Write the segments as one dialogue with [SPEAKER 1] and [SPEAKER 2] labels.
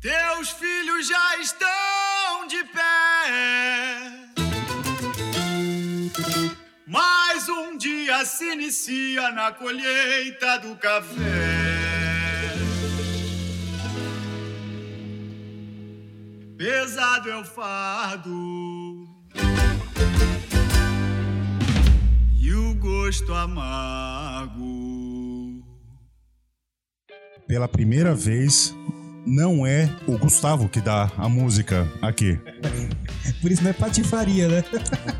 [SPEAKER 1] Teus filhos já estão de pé. Mais um dia se inicia na colheita do café. Pesado é o fardo e o gosto amargo.
[SPEAKER 2] Pela primeira vez, não é o Gustavo que dá a música aqui.
[SPEAKER 3] Por isso não é patifaria, né?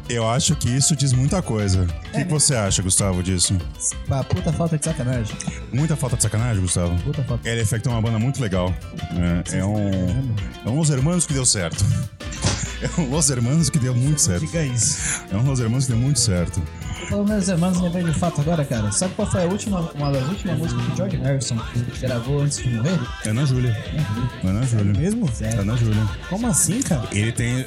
[SPEAKER 2] Eu acho que isso diz muita coisa. O que que você acha, Gustavo, disso?
[SPEAKER 3] Ah, puta falta de sacanagem.
[SPEAKER 2] Muita falta de sacanagem, Gustavo?
[SPEAKER 3] Puta falta.
[SPEAKER 2] Ele Effect é uma banda muito legal. É, é um. É um Los Hermanos que deu certo. É um Los Hermanos que deu muito certo.
[SPEAKER 3] Diga isso.
[SPEAKER 2] É um Los Hermanos que deu muito certo.
[SPEAKER 3] Pelo menos, irmãos, lembrei de um fato agora, cara. Sabe qual foi a última, uma das últimas músicas que George Harrison gravou antes de morrer?
[SPEAKER 2] Ana É Júlia. Ana Júlia.
[SPEAKER 4] Mesmo?
[SPEAKER 2] Ana Júlia.
[SPEAKER 4] Como assim, cara?
[SPEAKER 2] Ele tem.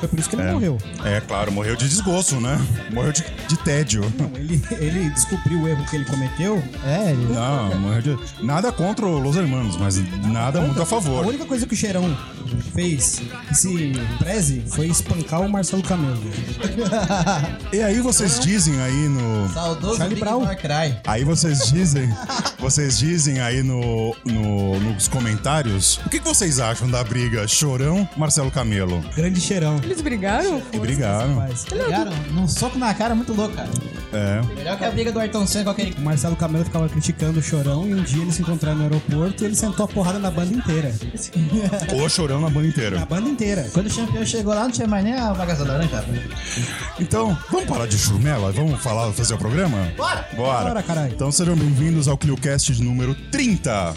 [SPEAKER 4] Foi por isso que ele
[SPEAKER 2] É.
[SPEAKER 4] morreu.
[SPEAKER 2] É, claro, morreu de desgosto, né? Morreu de, de tédio.
[SPEAKER 4] Não, ele, ele descobriu o erro que ele cometeu.
[SPEAKER 3] É, ele...
[SPEAKER 2] Não, morreu de. Nada contra o Los Hermanos, mas nada muito a
[SPEAKER 4] A
[SPEAKER 2] favor.
[SPEAKER 4] única coisa que o Cheirão fez que se preze foi espancar o Marcelo Camelo.
[SPEAKER 2] E aí vocês dizem aí no.
[SPEAKER 3] Saudoso
[SPEAKER 4] Charlie
[SPEAKER 3] Big
[SPEAKER 4] Brown.
[SPEAKER 3] Far Cry.
[SPEAKER 2] Aí vocês dizem, vocês dizem aí no, no- nos comentários o que, que vocês acham da briga Chorão Marcelo Camelo.
[SPEAKER 4] Grande Cheirão.
[SPEAKER 5] Eles brigaram?
[SPEAKER 2] E brigaram.
[SPEAKER 4] Mas
[SPEAKER 3] Pegaram num soco na cara muito louco, cara.
[SPEAKER 2] É.
[SPEAKER 3] Melhor que a briga do Ayrton Senna com aquele...
[SPEAKER 4] o Marcelo Camelo ficava criticando o Chorão e um dia eles se encontraram no aeroporto e ele sentou a porrada na banda inteira.
[SPEAKER 2] O Chorão na banda
[SPEAKER 4] Na
[SPEAKER 2] inteira.
[SPEAKER 4] banda inteira.
[SPEAKER 3] Quando o campeão chegou lá, não tinha mais nem a bagaça da laranja.
[SPEAKER 2] Então, vamos parar de churmela? Vamos falar, fazer o programa? Bora! Bora!
[SPEAKER 4] Bora, caralho.
[SPEAKER 2] Então sejam bem-vindos ao ClioCast de número 30.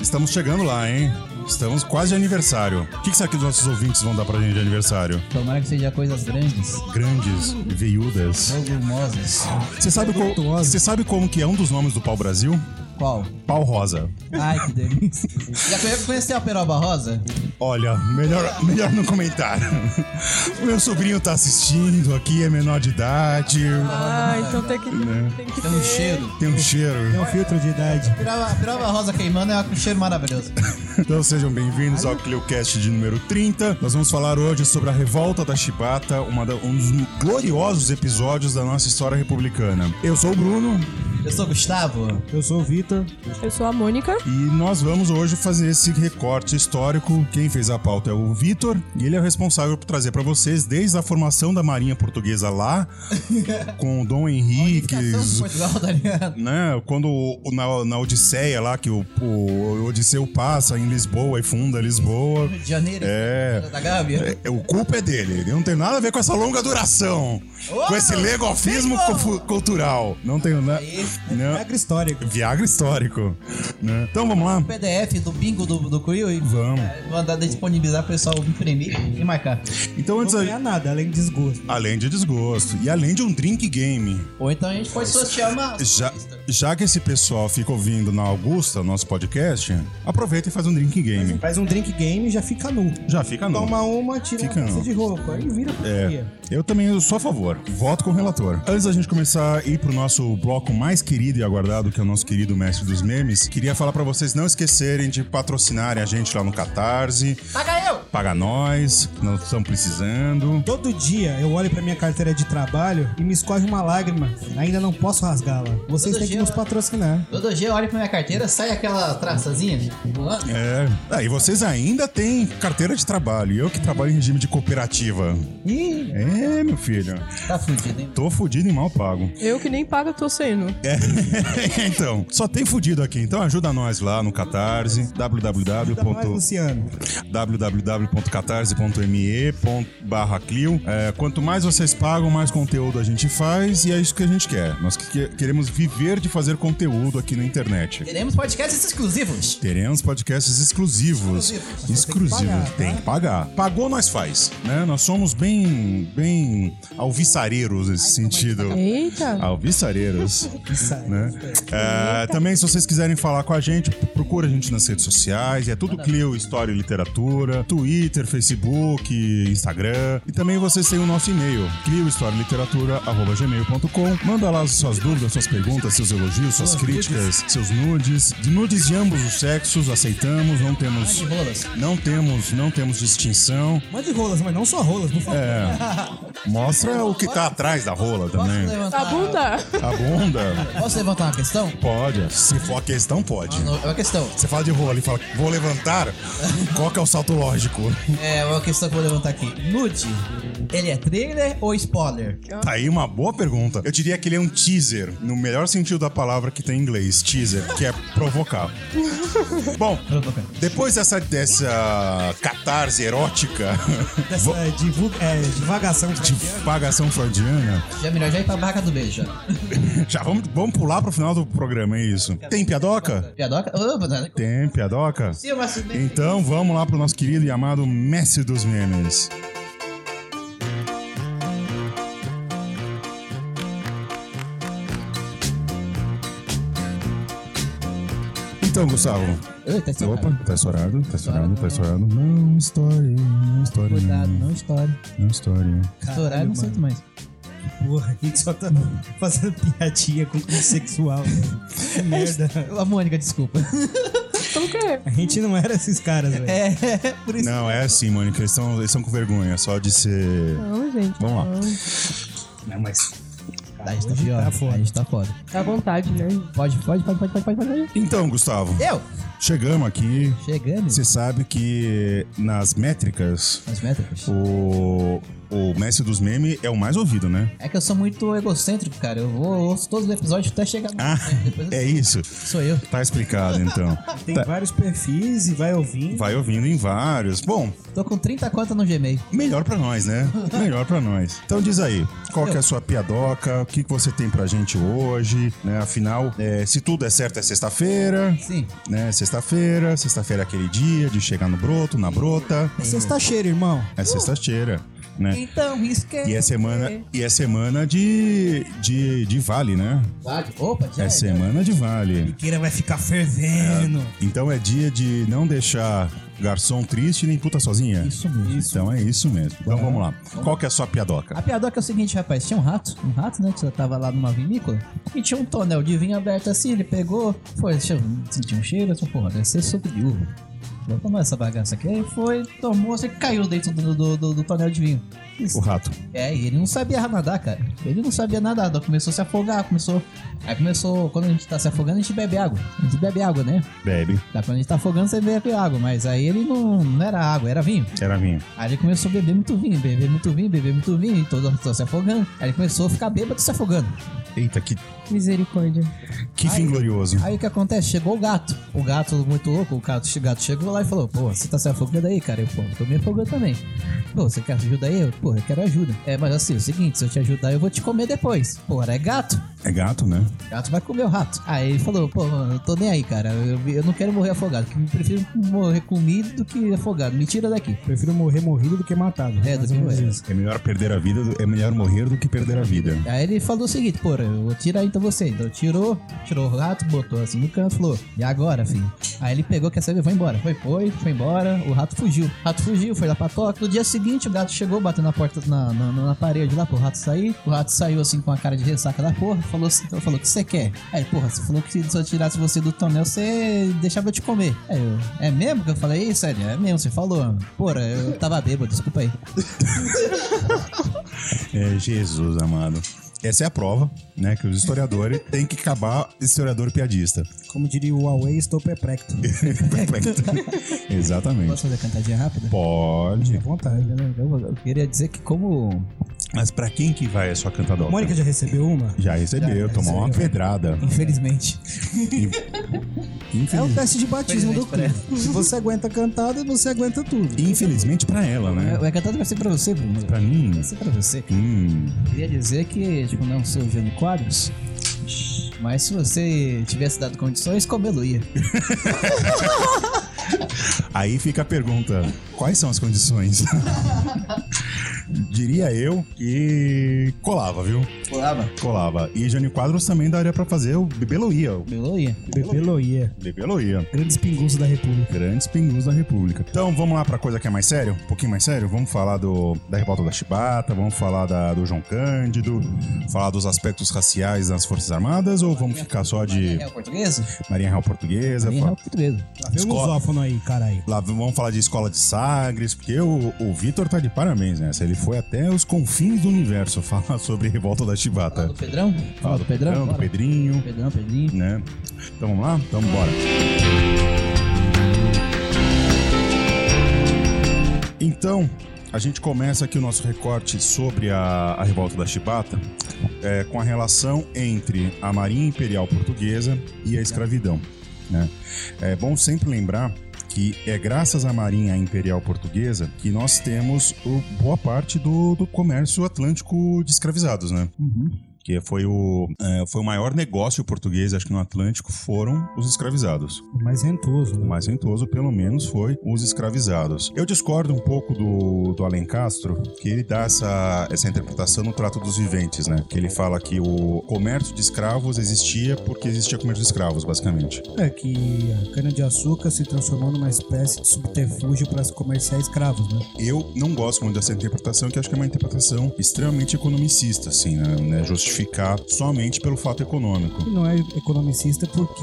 [SPEAKER 2] Estamos chegando lá, hein? Estamos quase de aniversário. O que, que será que os nossos ouvintes vão dar pra gente de aniversário?
[SPEAKER 3] Tomara que seja coisas grandes,
[SPEAKER 2] Grandes, veiudas.
[SPEAKER 3] volumosas.
[SPEAKER 2] Você sabe, qual- você sabe como que é um dos nomes do Pau Brasil?
[SPEAKER 3] Qual?
[SPEAKER 2] Pau Rosa.
[SPEAKER 3] Ai, que delícia. Já conhe- conheceu a peroba rosa?
[SPEAKER 2] Olha, melhor, melhor não comentar. O meu sobrinho tá assistindo aqui, é menor de idade,
[SPEAKER 5] Ah, então tem que, tem que
[SPEAKER 3] Tem um
[SPEAKER 5] ter.
[SPEAKER 3] cheiro.
[SPEAKER 2] tem um
[SPEAKER 4] É
[SPEAKER 2] cheiro.
[SPEAKER 4] um filtro de idade.
[SPEAKER 3] Peroba, a peroba rosa queimando é um cheiro maravilhoso.
[SPEAKER 2] Então sejam bem-vindos ao ClioCast de número 30. Nós vamos falar hoje sobre a Revolta da Chibata, uma da- um dos gloriosos episódios da nossa história republicana. Eu sou o Bruno
[SPEAKER 3] Eu sou o Gustavo.
[SPEAKER 4] Eu sou o Vitor.
[SPEAKER 5] Eu sou a Mônica.
[SPEAKER 2] e nós vamos hoje fazer esse recorte histórico. Quem fez a pauta é o Vitor e ele é o responsável por trazer pra vocês desde a formação da Marinha Portuguesa lá, com o Dom
[SPEAKER 3] Sou
[SPEAKER 4] é
[SPEAKER 3] de
[SPEAKER 2] Henriques,
[SPEAKER 3] Portugal, tá ligado?
[SPEAKER 2] né? Quando o- o- na, na Odisseia lá, que o, o Odisseu passa em Lisboa e funda Lisboa.
[SPEAKER 3] Rio de Janeiro.
[SPEAKER 2] É.
[SPEAKER 3] Da Gávea.
[SPEAKER 2] é, O culpa é dele, ele não tem nada a ver com essa longa duração, com esse legofismo cofu- cultural. Não tem nada.
[SPEAKER 3] é
[SPEAKER 2] Não.
[SPEAKER 4] Regra histórica.
[SPEAKER 2] Viagra histórico. né? Então vamos lá.
[SPEAKER 3] PDF do bingo do, do Cuiu e
[SPEAKER 2] Vamos.
[SPEAKER 3] mandar disponibilizar pro pessoal imprimir e marcar.
[SPEAKER 2] Então
[SPEAKER 4] Não
[SPEAKER 2] antes.
[SPEAKER 4] ganha
[SPEAKER 2] A...
[SPEAKER 4] nada, além de desgosto.
[SPEAKER 2] Além de desgosto. E além de um drink game.
[SPEAKER 3] Ou então a gente pode sortear uma.
[SPEAKER 2] Já, já que esse pessoal fica ouvindo na Augusta, nosso podcast, aproveita e faz um drink game.
[SPEAKER 4] Faz um drink game e já fica nu.
[SPEAKER 2] Já fica no.
[SPEAKER 4] Toma uma, tira
[SPEAKER 2] Fica
[SPEAKER 4] uma peça
[SPEAKER 2] nu. É.
[SPEAKER 4] de roupa e vira putaria.
[SPEAKER 2] Eu também sou a favor. Voto com o relator. Antes da gente começar a ir pro nosso bloco mais querido e aguardado, que é o nosso querido mestre dos memes, queria falar pra vocês não esquecerem de patrocinarem a gente lá no Catarse.
[SPEAKER 3] Paga eu!
[SPEAKER 2] Paga nós, nós estamos precisando.
[SPEAKER 4] Todo dia eu olho pra minha carteira de trabalho e me escorre uma lágrima. Ainda não posso rasgá-la. Vocês
[SPEAKER 3] Todo
[SPEAKER 4] têm que
[SPEAKER 3] dia,
[SPEAKER 4] nos
[SPEAKER 3] né?
[SPEAKER 4] patrocinar.
[SPEAKER 3] Todo dia eu olho pra minha carteira, sai aquela traçazinha né? voando.
[SPEAKER 2] É. Ah, e vocês ainda têm carteira de trabalho. Eu que trabalho em regime de cooperativa.
[SPEAKER 3] Ih,
[SPEAKER 2] É, meu filho.
[SPEAKER 3] tá fudido, hein?
[SPEAKER 2] Tô fudido e mal pago.
[SPEAKER 5] Eu que nem pago, tô sendo.
[SPEAKER 2] É, então, só tem fudido aqui. Então ajuda nós lá no Catarse, www.
[SPEAKER 4] Ainda mais, Luciano.
[SPEAKER 2] www.catarse.me barra Clio. É, quanto mais vocês pagam, mais conteúdo a gente faz e é isso que a gente quer. Nós que- queremos viver de fazer conteúdo aqui na internet.
[SPEAKER 3] Teremos podcasts exclusivos.
[SPEAKER 2] Teremos podcasts exclusivos.
[SPEAKER 3] Exclusivos.
[SPEAKER 2] Exclusivos.
[SPEAKER 4] Tem
[SPEAKER 2] Tem que pagar. Pagou, nós faz. Né? Nós somos bem, bem bem alvissareiros nesse sentido.
[SPEAKER 5] Eita.
[SPEAKER 2] Alvissareiros.
[SPEAKER 4] Sai.
[SPEAKER 2] né? É, também, se vocês quiserem falar com a gente, procura a gente nas redes sociais. É tudo Clio História e Literatura. Twitter, Facebook, Instagram. E também vocês têm o nosso e-mail, cliohistorialiteratura.gmail.com. Manda lá as suas dúvidas, suas perguntas, seus elogios, suas críticas, seus nudes. De nudes de ambos os sexos, aceitamos. Não temos...
[SPEAKER 3] Rolas.
[SPEAKER 2] Não temos, não temos distinção.
[SPEAKER 4] Mande rolas, mas não só rolas, por favor.
[SPEAKER 2] É, Mostra o que tá atrás da rola também.
[SPEAKER 3] Posso levantar,
[SPEAKER 5] A Tá bunda.
[SPEAKER 2] A bunda?
[SPEAKER 3] posso levantar uma questão?
[SPEAKER 2] Pode. Se for a questão, pode.
[SPEAKER 3] Não, É uma questão.
[SPEAKER 2] Você fala de rola e fala, vou levantar? Qual que é o salto lógico?
[SPEAKER 3] É uma questão que eu vou levantar aqui. Nude, ele é trailer ou spoiler?
[SPEAKER 2] Tá aí uma boa pergunta. Eu diria que ele é um teaser, no melhor sentido da palavra que tem em inglês, teaser, que é provocar. Bom,
[SPEAKER 3] Provocar.
[SPEAKER 2] depois dessa, dessa catarse erótica,
[SPEAKER 4] Dessa divulga, é, divagação.
[SPEAKER 2] divagação freudiana,
[SPEAKER 3] Já é melhor já ir pra barraca do beijo. já.
[SPEAKER 2] já vamos, vamos pular pro final do programa, é isso? Tem piadoca?
[SPEAKER 3] Piadoca? Opa, né?
[SPEAKER 2] Tem piadoca?
[SPEAKER 3] Sim, mas se bem-
[SPEAKER 2] Então vamos lá pro nosso querido e amado mestre dos memes. Então, Gustavo.
[SPEAKER 3] Ui, tá estourado.
[SPEAKER 2] Opa, tá estourado, tá estourado, tá estourado. Não, história, não história.
[SPEAKER 3] Cuidado,
[SPEAKER 2] não,
[SPEAKER 3] não estoure.
[SPEAKER 2] não história.
[SPEAKER 3] Estourar, eu não sinto mais.
[SPEAKER 4] Porra, que só tá fazendo piadinha com o sexual. velho. Que merda.
[SPEAKER 3] A Mônica, desculpa.
[SPEAKER 5] Então o quê?
[SPEAKER 4] A gente não era esses caras, velho.
[SPEAKER 3] É, por isso.
[SPEAKER 2] Não, é assim, Mônica, eles estão eles tão com vergonha só de ser.
[SPEAKER 5] Não, gente.
[SPEAKER 2] Vamos lá.
[SPEAKER 4] Não, mas.
[SPEAKER 3] A gente tá pior.
[SPEAKER 4] Tá foda.
[SPEAKER 3] A gente tá foda.
[SPEAKER 5] Fica à vontade, né?
[SPEAKER 3] Pode, pode, pode, pode, pode, pode. pode.
[SPEAKER 2] Então, Gustavo,
[SPEAKER 3] Eu!
[SPEAKER 2] chegamos aqui.
[SPEAKER 3] Chegando.
[SPEAKER 2] Você sabe que nas métricas
[SPEAKER 3] As métricas.
[SPEAKER 2] O, o mestre dos memes é o mais ouvido, né?
[SPEAKER 3] É que eu sou muito egocêntrico, cara. Eu vou ouço todos os episódios até chegar. no-
[SPEAKER 2] Ah,
[SPEAKER 3] Depois eu-
[SPEAKER 2] é isso.
[SPEAKER 3] Sou eu.
[SPEAKER 2] Tá explicado, então.
[SPEAKER 4] Tem
[SPEAKER 2] Tá-
[SPEAKER 4] vários perfis e vai ouvindo.
[SPEAKER 2] vai ouvindo em vários. Bom,
[SPEAKER 3] Tô com 30 contas no Gmail.
[SPEAKER 2] melhor pra nós, né? Melhor pra nós. Então diz aí, qual que é a sua piadoca? O que, que você tem pra gente hoje? Né? Afinal, é, se tudo é certo é sexta-feira.
[SPEAKER 3] Sim.
[SPEAKER 2] Né? Sexta-feira. Sexta-feira é aquele dia de chegar no broto, na brota.
[SPEAKER 4] Sexta-cheira, tá irmão.
[SPEAKER 2] É sexta-feira, né?
[SPEAKER 3] Então, isso que
[SPEAKER 2] E é semana, e é semana de, de, de vale, né?
[SPEAKER 3] Vale. Opa, já
[SPEAKER 2] É semana de vale.
[SPEAKER 4] Queira vai ficar fervendo.
[SPEAKER 2] Então é dia de não deixar garçom triste nem puta sozinha? Isso mesmo. Então é isso mesmo. Então vamos lá. Qual que é a sua piadoca?
[SPEAKER 3] A piadoca é o seguinte, rapaz, tinha um rato, um rato, né, que tava lá numa vinícola, e tinha um tonel de vinho aberto assim, ele pegou, foi, deixa eu sentir um cheiro, assim, porra, deve ser suco de uva. Vou tomar essa bagaça aqui. Aí foi, tomou, assim, caiu dentro do, do, do- do tonel de vinho.
[SPEAKER 2] O rato.
[SPEAKER 3] É, e ele não sabia nadar, cara. Ele não sabia nadar, então começou a se afogar, começou... Aí começou, quando a gente tá se afogando, a gente bebe água. A gente bebe água, né?
[SPEAKER 2] Bebe.
[SPEAKER 3] Tá, quando a gente tá afogando, você bebe água, mas aí ele não, não era água, era vinho.
[SPEAKER 2] Era vinho.
[SPEAKER 3] Aí ele começou a beber muito vinho, beber muito vinho, beber muito vinho, e todo mundo se afogando. Aí ele começou a ficar bêbado se afogando.
[SPEAKER 2] Eita, que,
[SPEAKER 5] Misericórdia.
[SPEAKER 2] que fim glorioso.
[SPEAKER 3] Aí o que acontece? Chegou o gato. O gato muito louco, o gato, o gato chegou lá e falou: Pô, você tá se afogando aí, cara? Eu, pô, tô me afogando também. Pô, você quer ajuda aí? Eu, pô, eu quero ajuda. É, mas assim, é o seguinte, se eu te ajudar, eu vou te comer depois. Pô, é gato.
[SPEAKER 2] É gato, né?
[SPEAKER 3] O gato vai comer o rato. Aí ele falou, pô, mano, eu tô nem aí, cara. Eu, eu não quero morrer afogado. que Eu prefiro morrer comido do que afogado. Me tira daqui.
[SPEAKER 4] Prefiro morrer morrido do que matado.
[SPEAKER 3] É, do
[SPEAKER 4] Mais
[SPEAKER 3] que
[SPEAKER 4] ou menos
[SPEAKER 3] morrer.
[SPEAKER 4] isso.
[SPEAKER 2] É melhor perder a vida, do- é melhor morrer do que perder a vida.
[SPEAKER 3] Aí ele falou o seguinte, pô, eu vou tirar então você. Então tirou, tirou o rato, botou assim no canto, falou, e agora, filho? Aí ele pegou, quer saber, vai embora. Foi, foi, foi embora, o rato fugiu. O rato fugiu, foi lá pra toca. No dia seguinte, o gato chegou, bateu na porta, na, na, na parede lá pro rato sair. O rato saiu assim com a cara de ressaca da porra, falou assim, então falou, o que você quer? Aí, porra, você falou que se eu tirasse você do tonel, você deixava eu te comer. Aí eu, é mesmo que eu falei isso? Ele, é mesmo, você falou. Porra, eu tava bêbado, desculpa aí.
[SPEAKER 2] É, Jesus amado. Essa é a prova, né? Que os historiadores têm que acabar historiador piadista.
[SPEAKER 4] Como diria o Huawei, estou perplexo.
[SPEAKER 2] Exatamente.
[SPEAKER 3] Posso fazer a cantadinha rápida?
[SPEAKER 2] Pode.
[SPEAKER 4] À vontade.
[SPEAKER 3] né? Eu, eu queria dizer que como
[SPEAKER 2] Mas pra quem que vai a sua cantadoca?
[SPEAKER 4] Mônica já recebeu uma?
[SPEAKER 2] já recebeu, tomou uma pedrada.
[SPEAKER 3] Infelizmente.
[SPEAKER 4] É o teste de batismo do
[SPEAKER 3] Infelizmente pra
[SPEAKER 4] clube. Se você aguenta cantada, você aguenta tudo.
[SPEAKER 2] Infelizmente pra ela, né?
[SPEAKER 3] O encantado vai ser pra você, Bruno.
[SPEAKER 2] Pra mim,
[SPEAKER 3] Vai ser pra você.
[SPEAKER 2] hum,
[SPEAKER 3] Queria dizer que, tipo, não sou o Jânio Quadros. Mas se você tivesse dado condições, comê-lo ia.
[SPEAKER 2] aí fica a pergunta: quais são as condições? diria eu que colava, viu?
[SPEAKER 3] Colava.
[SPEAKER 2] Colava. E Jânio Quadros também daria pra fazer o Bebeloia. O
[SPEAKER 3] Beloia.
[SPEAKER 4] Bebeloia.
[SPEAKER 2] Bebeloia.
[SPEAKER 4] Grandes pinguços da República.
[SPEAKER 2] Grandes pinguins da República. Então vamos lá pra coisa que é mais sério, um pouquinho mais sério. Vamos falar do, da revolta da Chibata, vamos falar da- do João Cândido, falar dos aspectos raciais das Forças Armadas ou vamos ficar só de
[SPEAKER 3] É o português?
[SPEAKER 2] Marinha Real Portuguesa?
[SPEAKER 3] Bem
[SPEAKER 2] Fa-
[SPEAKER 3] real português.
[SPEAKER 4] é Lá vem o
[SPEAKER 2] Escola.
[SPEAKER 4] lusófono aí, caralho.
[SPEAKER 2] Lá vamos falar de escola de Sagres, porque o, o Vitor tá de parabéns nessa. Ele foi até os confins do universo falar sobre a revolta da
[SPEAKER 3] Fala
[SPEAKER 2] Chibata.
[SPEAKER 3] do Pedrão?
[SPEAKER 2] Fala do Pedrão, Tá. do
[SPEAKER 3] bora.
[SPEAKER 2] Pedrinho,
[SPEAKER 3] Pedrão, Pedrinho.
[SPEAKER 2] né? Então vamos lá? Então bora. Então, a gente começa aqui o nosso recorte sobre a, a revolta da Chibata é, com a relação entre a Marinha Imperial Portuguesa e a escravidão. né? É bom sempre lembrar que é graças à Marinha Imperial Portuguesa que nós temos o- boa parte do, do comércio atlântico de escravizados, né? Que foi o, é, foi o maior negócio português, acho que no Atlântico, foram os escravizados.
[SPEAKER 4] O mais rentoso.
[SPEAKER 2] O
[SPEAKER 4] Né?
[SPEAKER 2] mais rentoso, pelo menos, foi os escravizados. Eu discordo um pouco do, do Alen Castro, que ele dá essa, essa interpretação no Trato dos Viventes, né? Que ele fala que o comércio de escravos existia porque existia comércio de escravos, basicamente.
[SPEAKER 4] É que a cana-de-açúcar se transformou numa espécie de subterfúgio para se comerciar escravos, né?
[SPEAKER 2] Eu não gosto muito dessa interpretação, que eu acho que é uma interpretação extremamente economicista, assim, né? né? Justificar somente pelo fato econômico.
[SPEAKER 4] E não é economicista porque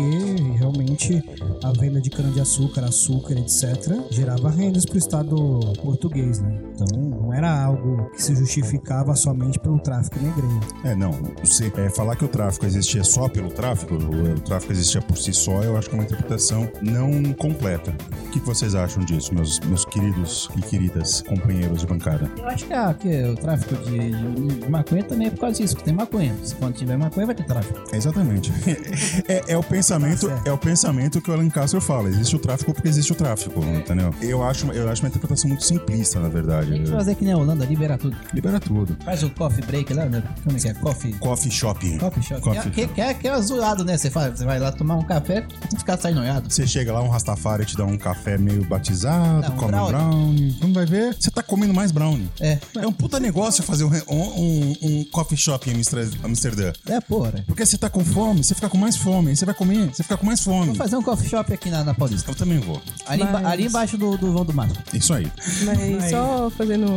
[SPEAKER 4] realmente a venda de cana-de-açúcar, açúcar, etc., gerava rendas para o Estado português, né? Então não era algo que se justificava somente pelo tráfico negreiro.
[SPEAKER 2] É, não. Você é, falar que o tráfico existia só pelo tráfico, o, o tráfico existia por si só, eu acho que é uma interpretação não completa. O que que vocês acham disso, meus, meus queridos e queridas companheiros de bancada?
[SPEAKER 3] Eu acho que, ah, que o tráfico de, de- de maconha também é por causa disso, porque tem maconha. Se quando tiver maconha, vai ter tráfico.
[SPEAKER 2] É, exatamente. é, é o pensamento,
[SPEAKER 4] Tá certo.
[SPEAKER 2] é o pensamento que o Alan Castro fala. Existe o tráfico porque existe o tráfico, entendeu? Eu acho, eu acho uma interpretação muito simplista, na
[SPEAKER 3] Tem que
[SPEAKER 2] verdade. né?
[SPEAKER 3] fazer que nem a Holanda, libera tudo.
[SPEAKER 2] Libera tudo.
[SPEAKER 3] Faz o coffee break lá, né? Como é que é? Coffee.
[SPEAKER 2] Coffee shopping.
[SPEAKER 3] Coffee shop.
[SPEAKER 2] Coffee
[SPEAKER 3] Que, que, que é zoado, né? Você, fala, você vai lá tomar um café e ficar saindo noiado.
[SPEAKER 2] Você chega lá, um Rastafari te dá um café meio batizado,
[SPEAKER 3] Não, um
[SPEAKER 2] come um
[SPEAKER 3] brownie.
[SPEAKER 2] brownie. Quando vai ver, você tá comendo mais brownie.
[SPEAKER 3] É.
[SPEAKER 2] É um puta negócio fazer um, um, um coffee shop em Amstra- Amsterdã.
[SPEAKER 3] É, porra.
[SPEAKER 2] Porque você tá com fome, você fica com mais fome. Aí Você vai comer, você fica com mais fome.
[SPEAKER 3] Vamos fazer um coffee shop aqui na, na Paulista.
[SPEAKER 2] Eu também vou.
[SPEAKER 3] Ali, emba-
[SPEAKER 5] Mas-
[SPEAKER 3] ali embaixo do, do vão do mato.
[SPEAKER 2] Isso aí.
[SPEAKER 5] Mas só fazendo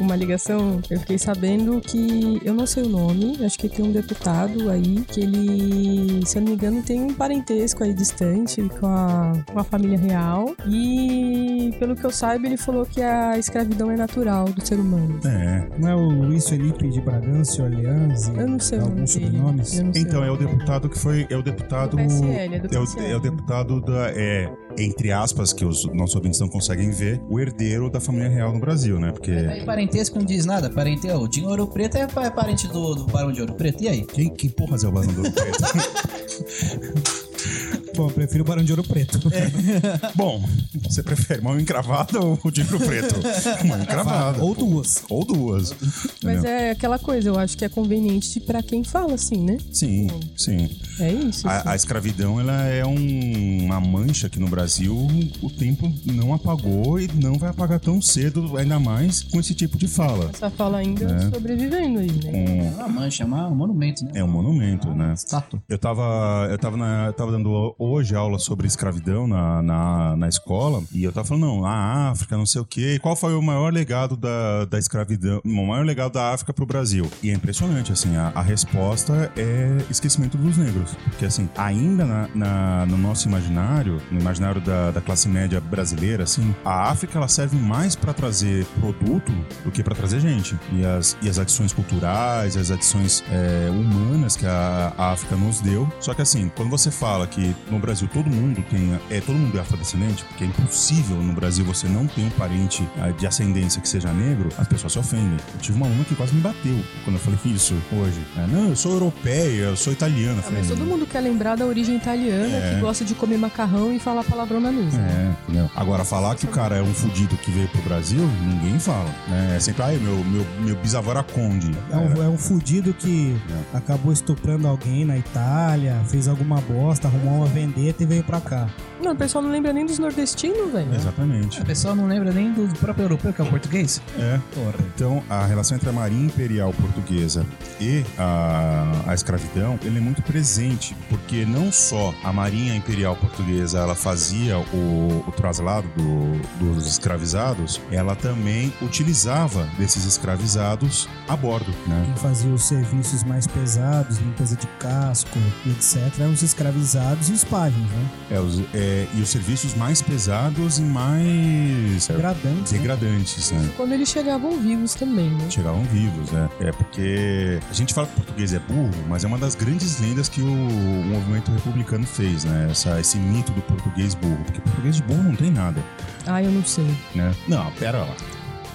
[SPEAKER 5] uma ligação, eu fiquei sabendo que eu não sei o nome, acho que tem um deputado aí que ele, se eu não me engano, tem um parentesco aí distante com a, com a família real. E pelo que eu saiba, ele falou que a escravidão é natural do ser humano.
[SPEAKER 2] É.
[SPEAKER 4] Não é o Luiz Felipe de Bragança e Orleans e
[SPEAKER 5] Eu não sei o nome
[SPEAKER 4] alguns
[SPEAKER 5] dele.
[SPEAKER 4] sobrenomes?
[SPEAKER 5] Eu não sei
[SPEAKER 2] Então, é o
[SPEAKER 5] nome dele.
[SPEAKER 2] deputado que foi. É o deputado.
[SPEAKER 5] Do PSL, é do
[SPEAKER 2] É o,
[SPEAKER 5] PSL.
[SPEAKER 2] é o deputado da. É, entre aspas, que os nossos ouvintes não conseguem ver, o herdeiro da família real no Brasil, né?
[SPEAKER 5] É
[SPEAKER 2] Porque.
[SPEAKER 3] Aí parentesco não diz nada. Parente, o Dinho Ouro Preto é pa- parente do, do Barão de Ouro Preto. E aí?
[SPEAKER 2] Quem, quem porra é o Barão do Ouro Preto?
[SPEAKER 4] Bom, eu prefiro o Barão de Ouro Preto.
[SPEAKER 3] É.
[SPEAKER 2] Bom, você prefere mão encravada ou o dinheiro preto? Mão encravada.
[SPEAKER 4] Ou duas.
[SPEAKER 2] Ou duas.
[SPEAKER 5] Mas
[SPEAKER 2] entendeu?
[SPEAKER 5] é aquela coisa, eu acho que é conveniente pra quem fala assim, né?
[SPEAKER 2] Sim, sim.
[SPEAKER 5] É isso. assim.
[SPEAKER 2] A, a escravidão ela é um- uma mancha que no Brasil o tempo não apagou e não vai apagar tão cedo, ainda mais com esse tipo de fala.
[SPEAKER 5] Essa fala ainda sobrevivendo aí, né?
[SPEAKER 3] É uma mancha, é uma- um monumento, né?
[SPEAKER 2] É um monumento, né?
[SPEAKER 3] Estátua.
[SPEAKER 2] Eu tava, eu tava, na- eu tava dando hoje aula sobre escravidão na, na, na escola e eu tava falando, não, a África, não sei o quê. E qual foi o maior legado da, da escravidão, o maior legado da África pro Brasil? E é impressionante, assim, a, a resposta é esquecimento dos negros. Porque, assim, ainda na, na- no nosso imaginário, no imaginário da, da classe média brasileira, assim, a África, ela serve mais pra trazer produto do que pra trazer gente. E as, e as adições culturais, as adições é, humanas que a, a África nos deu. Só que assim, quando você fala que no Brasil todo mundo tem é todo mundo é afrodescendente, porque é impossível no Brasil você não ter um parente ah, de ascendência que seja negro, as pessoas se ofendem. Eu tive uma aluna que quase me bateu quando eu falei isso hoje. É, não, eu sou europeia, eu sou italiana. Eu
[SPEAKER 5] Ah,
[SPEAKER 2] falei, "Hum,
[SPEAKER 5] mas todo mundo quer lembrar da origem italiana, que gosta de comer macarrão e falar palavrão na mesa.
[SPEAKER 2] É, entendeu? Agora, falar que o cara é um fudido que veio pro Brasil, ninguém fala. Né? É sempre, ai, meu, meu, meu bisavô era conde.
[SPEAKER 4] É um, é um fudido que acabou estuprando alguém na Itália, fez alguma bosta, arrumou uma vendetta e veio pra cá.
[SPEAKER 2] É.
[SPEAKER 5] Não, o pessoal não lembra nem dos nordestinos, velho.
[SPEAKER 2] Exatamente.
[SPEAKER 3] A pessoa não lembra nem do próprio europeu, que é o português.
[SPEAKER 2] É.
[SPEAKER 3] Porra.
[SPEAKER 2] Então, a relação entre a Marinha Imperial Portuguesa e a, a escravidão, ele é muito presente, porque não só a Marinha Imperial Portuguesa ela fazia o, o traslado do- dos escravizados, ela também utilizava desses escravizados a bordo, né?
[SPEAKER 4] Quem fazia os serviços mais pesados, limpeza de casco e etc., eram os escravizados e os páginas, né?
[SPEAKER 2] É, os- é, e os serviços mais pesados e mais é,
[SPEAKER 4] Gradantes. né?
[SPEAKER 2] degradantes, né?
[SPEAKER 5] Quando eles chegavam vivos também, né?
[SPEAKER 2] chegavam vivos, né? É porque a gente fala que o português é burro, mas é uma das grandes lendas que o, o movimento republicano fez, né? Essa- esse mito do português burro. Porque português de burro não tem nada,
[SPEAKER 5] Ah, eu não sei.
[SPEAKER 2] né? Não, pera lá.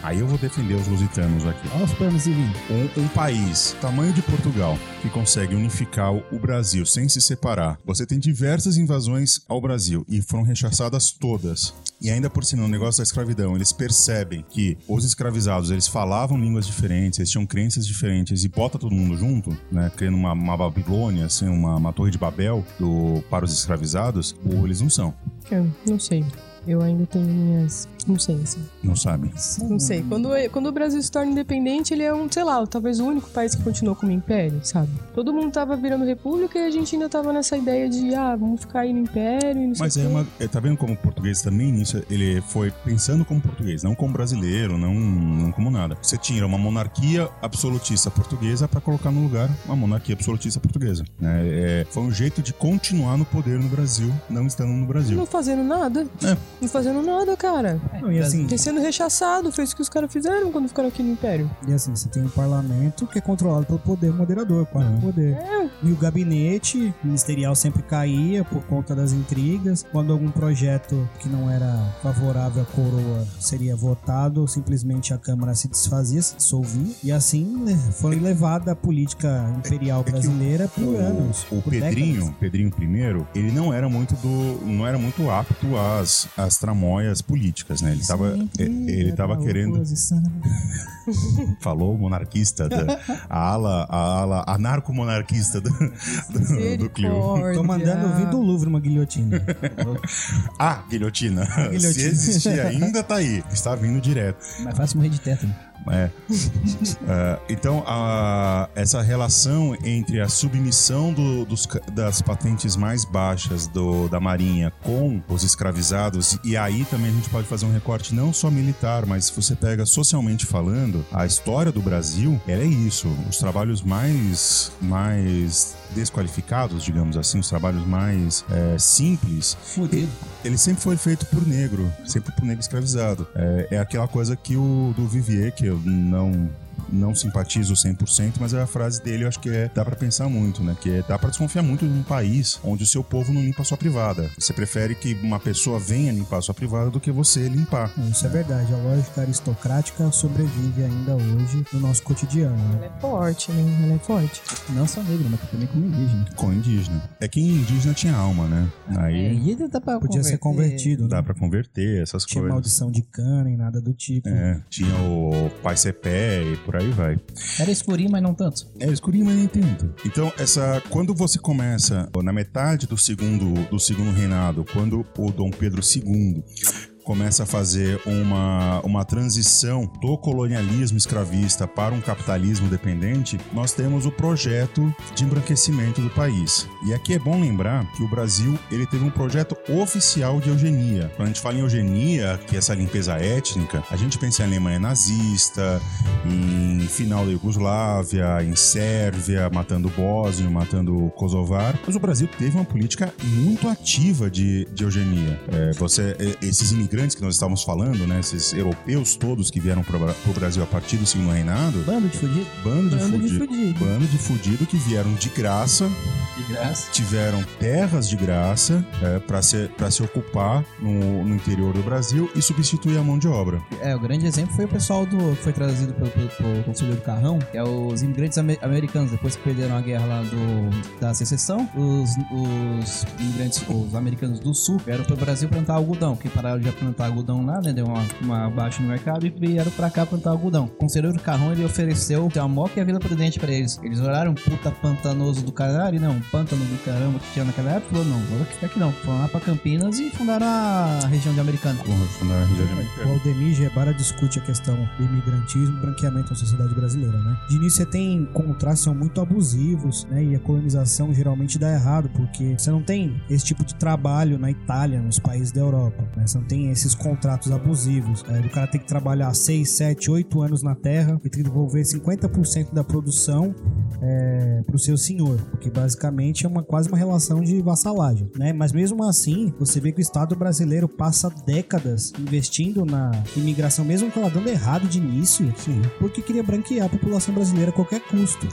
[SPEAKER 2] Aí eu vou defender os lusitanos aqui.
[SPEAKER 4] Olha os planos e vinhos.
[SPEAKER 2] Um, um país, tamanho de Portugal, que consegue unificar o Brasil sem se separar. Você tem diversas invasões ao Brasil e foram rechaçadas todas. E ainda por cima, no negócio da escravidão, eles percebem que os escravizados, eles falavam línguas diferentes, eles tinham crenças diferentes e bota todo mundo junto, né, criando uma, uma Babilônia, assim, uma, uma torre de Babel do, para os escravizados, ou eles não são,
[SPEAKER 5] Eu não sei. Eu ainda tenho minhas. Não sei, assim.
[SPEAKER 2] não sabem.
[SPEAKER 5] Não sei. Quando, é, quando o Brasil se torna independente, ele é um, sei lá, talvez o único país que continuou como império, sabe? Todo mundo tava virando república e a gente ainda tava nessa ideia de, ah, vamos ficar aí no império e não
[SPEAKER 2] Mas
[SPEAKER 5] sei
[SPEAKER 2] é
[SPEAKER 5] o quê.
[SPEAKER 2] uma. é, Tá vendo como o português também nisso? Ele foi pensando como português, não como brasileiro, não, não como nada. Você tira uma monarquia absolutista portuguesa pra colocar no lugar uma monarquia absolutista portuguesa. né? É, foi um jeito de continuar no poder no Brasil, não estando no Brasil.
[SPEAKER 5] Não fazendo nada.
[SPEAKER 2] um É.
[SPEAKER 5] Não fazendo nada, cara.
[SPEAKER 4] Não, e assim,
[SPEAKER 5] Porque sendo rechaçado, fez o que os caras fizeram quando ficaram aqui no império.
[SPEAKER 4] E assim, você tem um parlamento que é controlado pelo poder moderador, quatro
[SPEAKER 2] Uhum.
[SPEAKER 4] poder.
[SPEAKER 3] É.
[SPEAKER 4] E o gabinete ministerial sempre caía por conta das intrigas. Quando algum projeto que não era favorável à coroa seria votado, simplesmente a Câmara se desfazia, se dissolvia. E assim né, foi levada a política imperial
[SPEAKER 2] É que o-
[SPEAKER 4] brasileira por anos.
[SPEAKER 2] O
[SPEAKER 4] é, por
[SPEAKER 2] Pedrinho,
[SPEAKER 4] décadas.
[SPEAKER 2] Pedrinho I, ele não era muito do, não era muito apto às, às tramóias políticas, né? Ele tava, é, ele tava
[SPEAKER 4] Era
[SPEAKER 2] querendo
[SPEAKER 4] oposição.
[SPEAKER 2] falou o monarquista, da, a ala, a ala anarco-monarquista do, do, do Clio.
[SPEAKER 5] Misericórdia.
[SPEAKER 4] Tô mandando vir do Louvre uma guilhotina.
[SPEAKER 2] Ah, guilhotina.
[SPEAKER 4] guilhotina.
[SPEAKER 2] Se existir ainda, tá aí. Está vindo direto.
[SPEAKER 3] Mas faça morrer de teto.
[SPEAKER 2] É. Ah, então, a- essa relação entre a submissão do- dos ca- das patentes mais baixas do- da Marinha com os escravizados, e aí também a gente pode fazer um recorte não só militar, mas se você pega socialmente falando, a história do Brasil, ela é isso. Os trabalhos mais, mais desqualificados, digamos assim, os trabalhos mais eh, simples,
[SPEAKER 3] Fudido.
[SPEAKER 2] ele sempre foi feito por negro, sempre por negro escravizado. É, é aquela coisa que o do Vivier, que eu não não simpatizo 100%, mas a frase dele eu acho que é dá pra pensar muito, né? Que é dá pra desconfiar muito de um país onde o seu povo não limpa a sua privada. Você prefere que uma pessoa venha limpar a sua privada do que você limpar.
[SPEAKER 4] Isso é verdade, a lógica aristocrática sobrevive ainda hoje no nosso cotidiano. né?
[SPEAKER 5] Ela é forte, né? Ela é forte.
[SPEAKER 3] Não só negro, mas também como indígena.
[SPEAKER 2] Com indígena. É que indígena tinha alma, né? Aí
[SPEAKER 3] E ainda dá tá pra
[SPEAKER 4] Podia ser
[SPEAKER 3] converter.
[SPEAKER 4] convertido, É, né?
[SPEAKER 2] dá pra converter essas
[SPEAKER 4] Não tinha
[SPEAKER 2] coisas.
[SPEAKER 4] maldição de cana e nada do tipo.
[SPEAKER 2] É, tinha o pai ser pé e por aí vai.
[SPEAKER 3] Era escurinho, mas não tanto.
[SPEAKER 2] É escurinho, mas nem tanto. Então, essa, quando você começa ó, na metade do segundo, do segundo reinado, quando o Dom Pedro II começa a fazer uma, uma transição do colonialismo escravista para um capitalismo dependente, nós temos o projeto de embranquecimento do país. E aqui é bom lembrar que o Brasil ele teve um projeto oficial de eugenia. Quando a gente fala em eugenia, que é essa limpeza étnica, a gente pensa em Alemanha nazista, em final da Iugoslávia, em Sérvia, matando Bósnio, matando Kosovar. Mas o Brasil teve uma política muito ativa de, de eugenia. É, você, é, esses imigrantes que nós estávamos falando, né, esses europeus todos que vieram para o Brasil a partir do segundo reinado,
[SPEAKER 3] Bando de fudido.
[SPEAKER 2] bando de
[SPEAKER 5] Bando de
[SPEAKER 2] fudido.
[SPEAKER 5] fudido.
[SPEAKER 2] Bando de fudido que vieram de graça,
[SPEAKER 3] De graça.
[SPEAKER 2] tiveram terras de graça é, para se, pra se ocupar no, no interior do Brasil e substituir a mão de obra.
[SPEAKER 3] É, o grande exemplo foi o pessoal do que foi trazido pelo, pelo, pelo conselheiro Carrão, que é os imigrantes ame- americanos, depois que perderam a guerra lá do, da secessão, os, os imigrantes, os americanos do sul, vieram pro Brasil plantar algodão, que pararam de plantar algodão lá, né? Deu uma, uma baixa no mercado e vieram pra cá plantar algodão. O conselheiro do Carrão, ele ofereceu o Moca e a Vila Prudente pra eles. Eles olharam um puta pantanoso do caralho, né? Um pântano do caramba que tinha naquela época. Falou, não, vou ficar aqui não. Foram lá pra Campinas e fundaram a região de Americana.
[SPEAKER 2] Porra, fundar a região de Americana.
[SPEAKER 4] O Aldemir Gebara discute a questão do imigrantismo e branqueamento na sociedade brasileira, né? De início você tem contratos que são muito abusivos, né? E a colonização geralmente dá errado, porque você não tem esse tipo de trabalho na Itália, nos países da Europa, né? Você não tem esses contratos abusivos. né? O cara tem que trabalhar 6, 7, 8 anos na terra e tem que devolver 50% da produção é, pro seu senhor, porque basicamente é uma quase uma relação de vassalagem, né? Mas mesmo assim, você vê que o Estado brasileiro passa décadas investindo na imigração, mesmo que ela dando errado de início, porque queria branquear a população brasileira a qualquer custo.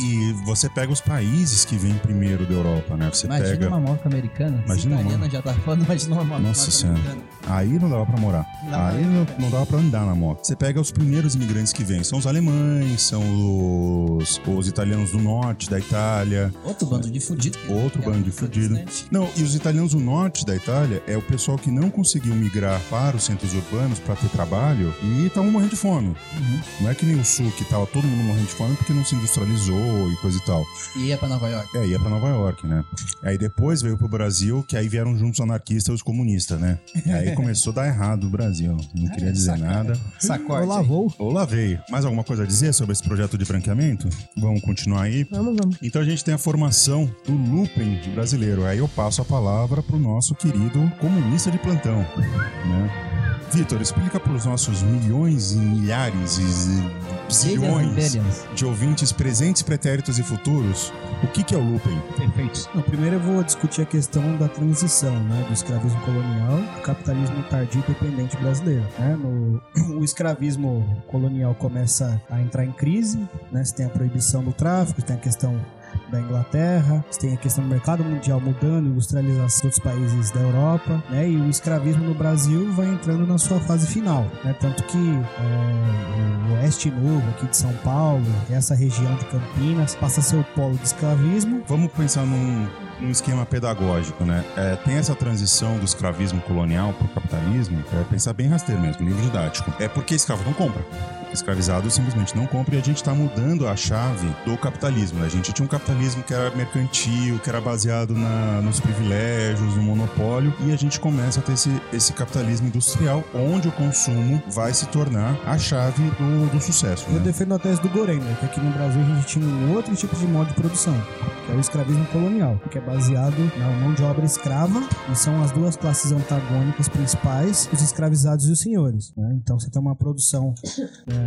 [SPEAKER 2] E você pega os países que vêm primeiro da Europa, né? Você
[SPEAKER 3] Imagina
[SPEAKER 2] pega.
[SPEAKER 3] uma moca americana.
[SPEAKER 2] Imagina
[SPEAKER 3] Se
[SPEAKER 2] uma-
[SPEAKER 3] italiana já tá foda, imagina uma moca
[SPEAKER 2] Nossa Senhora.
[SPEAKER 3] americana.
[SPEAKER 2] Aí não dava pra morar.
[SPEAKER 3] Não dava
[SPEAKER 2] Aí
[SPEAKER 3] pra
[SPEAKER 2] não,
[SPEAKER 3] morar.
[SPEAKER 2] não dava pra andar na moto. Você pega os primeiros imigrantes que vêm. São os alemães, são os, os italianos do norte da Itália.
[SPEAKER 3] Outro bando de fudido. que-
[SPEAKER 2] Outro
[SPEAKER 3] que é
[SPEAKER 2] bando de fudido.
[SPEAKER 3] protestante.
[SPEAKER 2] Não, e os italianos do norte da Itália é o pessoal que não conseguiu migrar para os centros urbanos pra ter trabalho e estavam morrendo de fome.
[SPEAKER 3] Uhum.
[SPEAKER 2] Não é que nem o sul que tava todo mundo morrendo de fome porque não se industrializou e coisa e tal.
[SPEAKER 3] E ia pra Nova York.
[SPEAKER 2] É, ia pra Nova York, né? Aí depois veio pro Brasil, que aí vieram juntos os anarquistas e os comunistas, né? E aí começou a dar errado o Brasil. Não queria dizer nada.
[SPEAKER 3] Sacorde.
[SPEAKER 4] Olá, vou.
[SPEAKER 2] Olá, veio. Mais alguma coisa a dizer sobre esse projeto de branqueamento? Vamos continuar aí.
[SPEAKER 5] Vamos, vamos.
[SPEAKER 2] Então a gente tem a formação do looping brasileiro. Aí eu passo a palavra pro nosso querido comunista de plantão, né? Vitor, explica pros nossos milhões e milhares e bilhões de ouvintes presentes, pretéritos e futuros o que, que é o looping.
[SPEAKER 3] Perfeitos.
[SPEAKER 4] Não, primeiro eu vou discutir a questão da transição, né, do escravismo colonial, do capitalismo tardio dependente brasileiro, né? No- o escravismo colonial começa a entrar em crise, né? Você tem a proibição do tráfico, você tem a questão da Inglaterra, você tem a questão do mercado mundial mudando, industrialização dos países da Europa, né? E o escravismo no Brasil vai entrando na sua fase final, né? Tanto que é, o Oeste Novo aqui de São Paulo, essa região de Campinas, passa a ser o polo de escravismo
[SPEAKER 2] Vamos pensar num, num esquema pedagógico, né? É, tem essa transição do escravismo colonial para o capitalismo, é, pensar bem rasteiro mesmo, livro didático. É porque escravo não compra. Escravizado simplesmente não compra e a gente está mudando a chave do capitalismo. Né? A gente tinha um capitalismo que era mercantil, que era baseado na- nos privilégios, no monopólio, e a gente começa a ter esse, esse capitalismo industrial, onde o consumo vai se tornar a chave do, do sucesso.
[SPEAKER 4] Eu
[SPEAKER 2] Né?
[SPEAKER 4] defendo a tese do Gorenga, que aqui no Brasil a gente tinha um outro tipo de modo de produção, que é o escravismo colonial, que é baseado na mão de obra escrava, e são as duas classes antagônicas principais, os escravizados e os senhores. né? Então você tem uma produção é,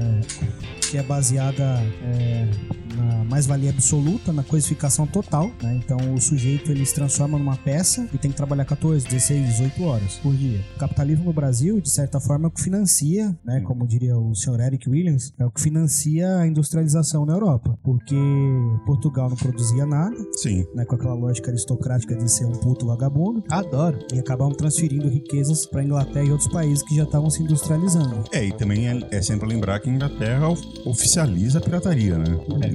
[SPEAKER 4] que é baseada é, na mais-valia absoluta, na coisificação total. né? Então o sujeito ele se transforma numa peça e tem que trabalhar 14, 16, 18 horas por dia. O capitalismo no Brasil, de certa forma, é o que financia, né, como diria o senhor Eric Williams, é o que financia a industrialização na Europa, porque Portugal não produzia nada,
[SPEAKER 2] Sim.
[SPEAKER 4] né, com aquela lógica aristocrática de ser um puto vagabundo,
[SPEAKER 3] Adoro.
[SPEAKER 4] e acabavam transferindo riquezas para Inglaterra e outros países que já estavam se industrializando.
[SPEAKER 2] É, e também é, é sempre lembrar que a Inglaterra of- oficializa a pirataria, né?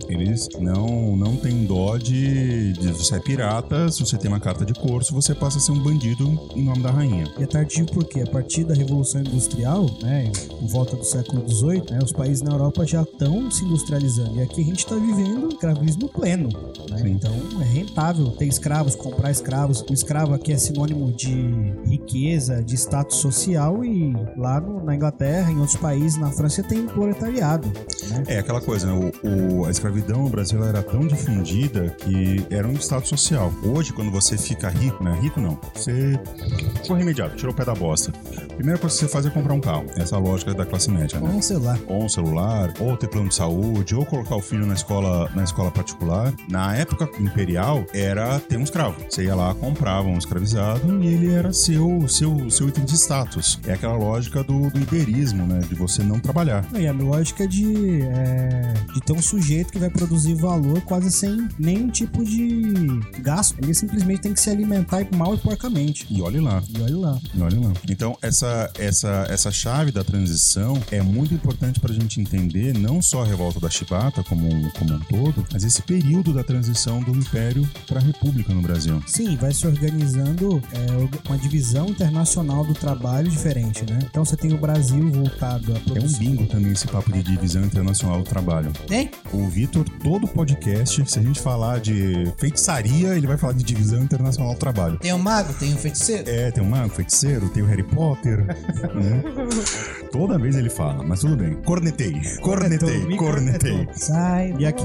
[SPEAKER 2] Eles não, não têm dó de, de você é pirata, se você tem uma carta de corso, você passa a ser um bandido em nome da rainha.
[SPEAKER 4] E é tardio porque a partir da Revolução Industrial, né, em volta do século XVIII, né, os países na Europa já estão se industrializando. E aqui a gente está vivendo um escravismo pleno. né?
[SPEAKER 2] Sim.
[SPEAKER 4] Então é rentável ter escravos, comprar escravos. O escravo aqui é sinônimo de riqueza, de status social e lá no- na Inglaterra, em outros países, na França tem proletariado. né?
[SPEAKER 2] É aquela coisa, né? O, o- a escravidão no Brasil era tão difundida que era um estado social. Hoje, quando você fica rico, né? Rico não, você corre imediato, tirou o pé da bosta. Primeira coisa que você faz é comprar um carro. Essa é a lógica da classe média, né?
[SPEAKER 4] Ou um celular.
[SPEAKER 2] ou um celular, ou ter plano de saúde, ou colocar o filho na escola, na escola particular. Na época imperial era ter um escravo. Você ia lá, comprava um escravizado e ele era seu, seu, seu item de status. É aquela lógica do, do iberismo, né? De você não trabalhar.
[SPEAKER 4] E a lógica de, é, de ter um sujeito que vai vai produzir valor quase sem nenhum tipo de gasto. Ele simplesmente tem que se alimentar mal e porcamente.
[SPEAKER 2] E olhe lá.
[SPEAKER 4] E olha lá.
[SPEAKER 2] E olha lá. Então, essa, essa, essa chave da transição é muito importante pra gente entender não só a revolta da Chibata como, um- como um todo, mas esse período da transição do Império pra República no Brasil.
[SPEAKER 4] Sim, vai se organizando é, orga- uma divisão internacional do trabalho diferente, né? Então você tem o Brasil voltado à
[SPEAKER 2] É um
[SPEAKER 4] produção.
[SPEAKER 2] bingo também esse papo de divisão internacional do trabalho.
[SPEAKER 3] Tem?
[SPEAKER 2] O Vitor, todo podcast, se a gente falar de feitiçaria, ele vai falar de divisão internacional do trabalho.
[SPEAKER 3] Tem um mago, tem um feiticeiro.
[SPEAKER 2] É, tem o Mago Feiticeiro, tem o Harry Potter, né? Toda vez ele fala, mas tudo bem. Cornetei, cornetei,
[SPEAKER 4] Me
[SPEAKER 2] cornetei.
[SPEAKER 4] Sai. E aqui,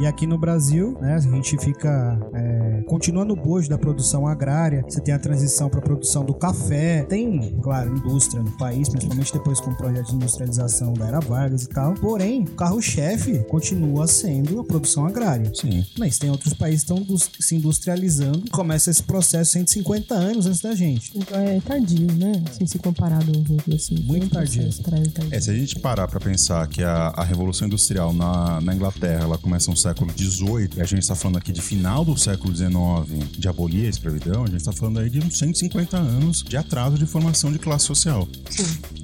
[SPEAKER 4] e aqui no Brasil, né? A gente fica. É, continua no bojo da produção agrária. Você tem a transição para a produção do café. Tem, claro, indústria no país, principalmente depois com o projeto de industrialização da Era Vargas e tal. Porém, o carro-chefe continua sendo a produção agrária.
[SPEAKER 2] Sim.
[SPEAKER 4] Mas tem outros países que estão dus- se industrializando. Começa esse processo 150 anos antes da gente.
[SPEAKER 5] Então é tardio, né? Assim, se comparado aos outros, assim.
[SPEAKER 4] Muito
[SPEAKER 5] Tem um
[SPEAKER 4] tardio.
[SPEAKER 5] processo atrás, tardio.
[SPEAKER 2] É, se a gente parar pra pensar que a, a Revolução Industrial na, na Inglaterra ela começa no século XVIII, e a gente tá falando aqui de final do século XIX, de abolir a escravidão, a gente tá falando aí de uns 150 anos de atraso de formação de classe social.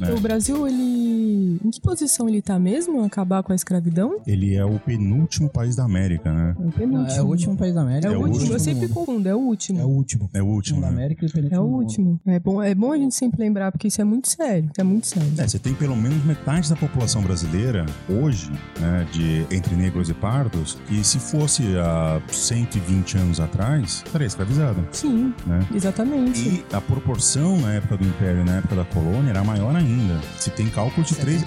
[SPEAKER 2] É.
[SPEAKER 5] O Brasil, ele. Em que posição ele tá mesmo? Acabar com a escravidão?
[SPEAKER 2] Ele é o penúltimo país da América, né?
[SPEAKER 5] É o
[SPEAKER 3] Não,
[SPEAKER 5] penúltimo.
[SPEAKER 3] é o último país da América.
[SPEAKER 5] É o
[SPEAKER 2] É o
[SPEAKER 5] último.
[SPEAKER 2] último
[SPEAKER 5] Eu sempre confundo, é o último.
[SPEAKER 4] É o último.
[SPEAKER 2] É o último,
[SPEAKER 3] da
[SPEAKER 2] né?
[SPEAKER 3] América e
[SPEAKER 5] É o último. É bom, é bom a gente sempre lembrar, porque isso é muito sério. É muito sério.
[SPEAKER 2] É, você tem pelo menos metade da população brasileira hoje, né, de entre negros e pardos, que se fosse há 120 anos atrás, estaria escravizada.
[SPEAKER 5] Sim,
[SPEAKER 2] É.
[SPEAKER 5] exatamente.
[SPEAKER 2] E a proporção na época do Império e na época da colônia era maior ainda. Se tem cálculo de 3.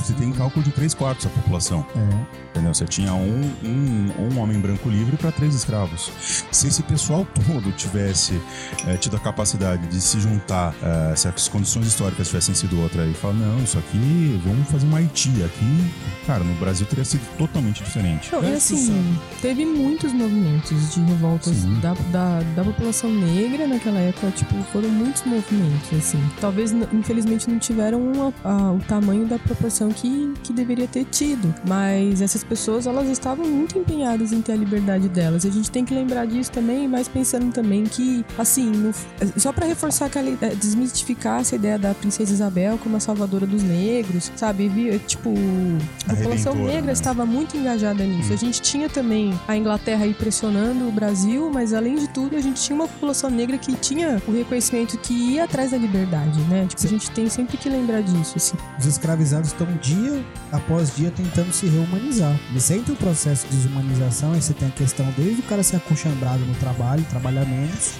[SPEAKER 2] Você tem cálculo de 3 quartos da população.
[SPEAKER 4] É.
[SPEAKER 2] Entendeu? Você tinha um, um, um homem branco livre para três escravos. Se esse pessoal todo tivesse eh, tido a capacidade de se juntar, eh, se as condições históricas tivessem sido outras, e falar, não, isso aqui, vamos fazer uma Haiti aqui. Cara, no Brasil teria sido totalmente diferente.
[SPEAKER 5] Não, e assim, teve muitos movimentos de revoltas
[SPEAKER 2] Sim.
[SPEAKER 5] da, da, da população negra naquela época, tipo, foram muitos movimentos, assim. Talvez, n- infelizmente, não tiveram uma- a- o tamanho da proporção que, que deveria ter tido. Mas essas pessoas, elas estavam muito empenhadas em ter a liberdade delas. E a gente tem que lembrar disso também, mas pensando também que, assim, no f- só pra reforçar aquela ideia, desmistificar essa ideia da princesa Isabel como a salvadora dos negros, sabe? Vi- Tipo, a população
[SPEAKER 2] redentora,
[SPEAKER 5] negra
[SPEAKER 2] né? Hum.
[SPEAKER 5] estava muito engajada nisso. A gente tinha também a Inglaterra aí pressionando o Brasil, mas além de tudo, a gente tinha uma população negra que tinha o reconhecimento que ia atrás da liberdade, né? Tipo, a gente tem sempre que lembrar disso, assim.
[SPEAKER 4] Os escravizados estão dia após dia tentando se reumanizar. Eles entram no processo de desumanização, aí você tem a questão desde o cara ser acochambrado no trabalho, trabalhar menos,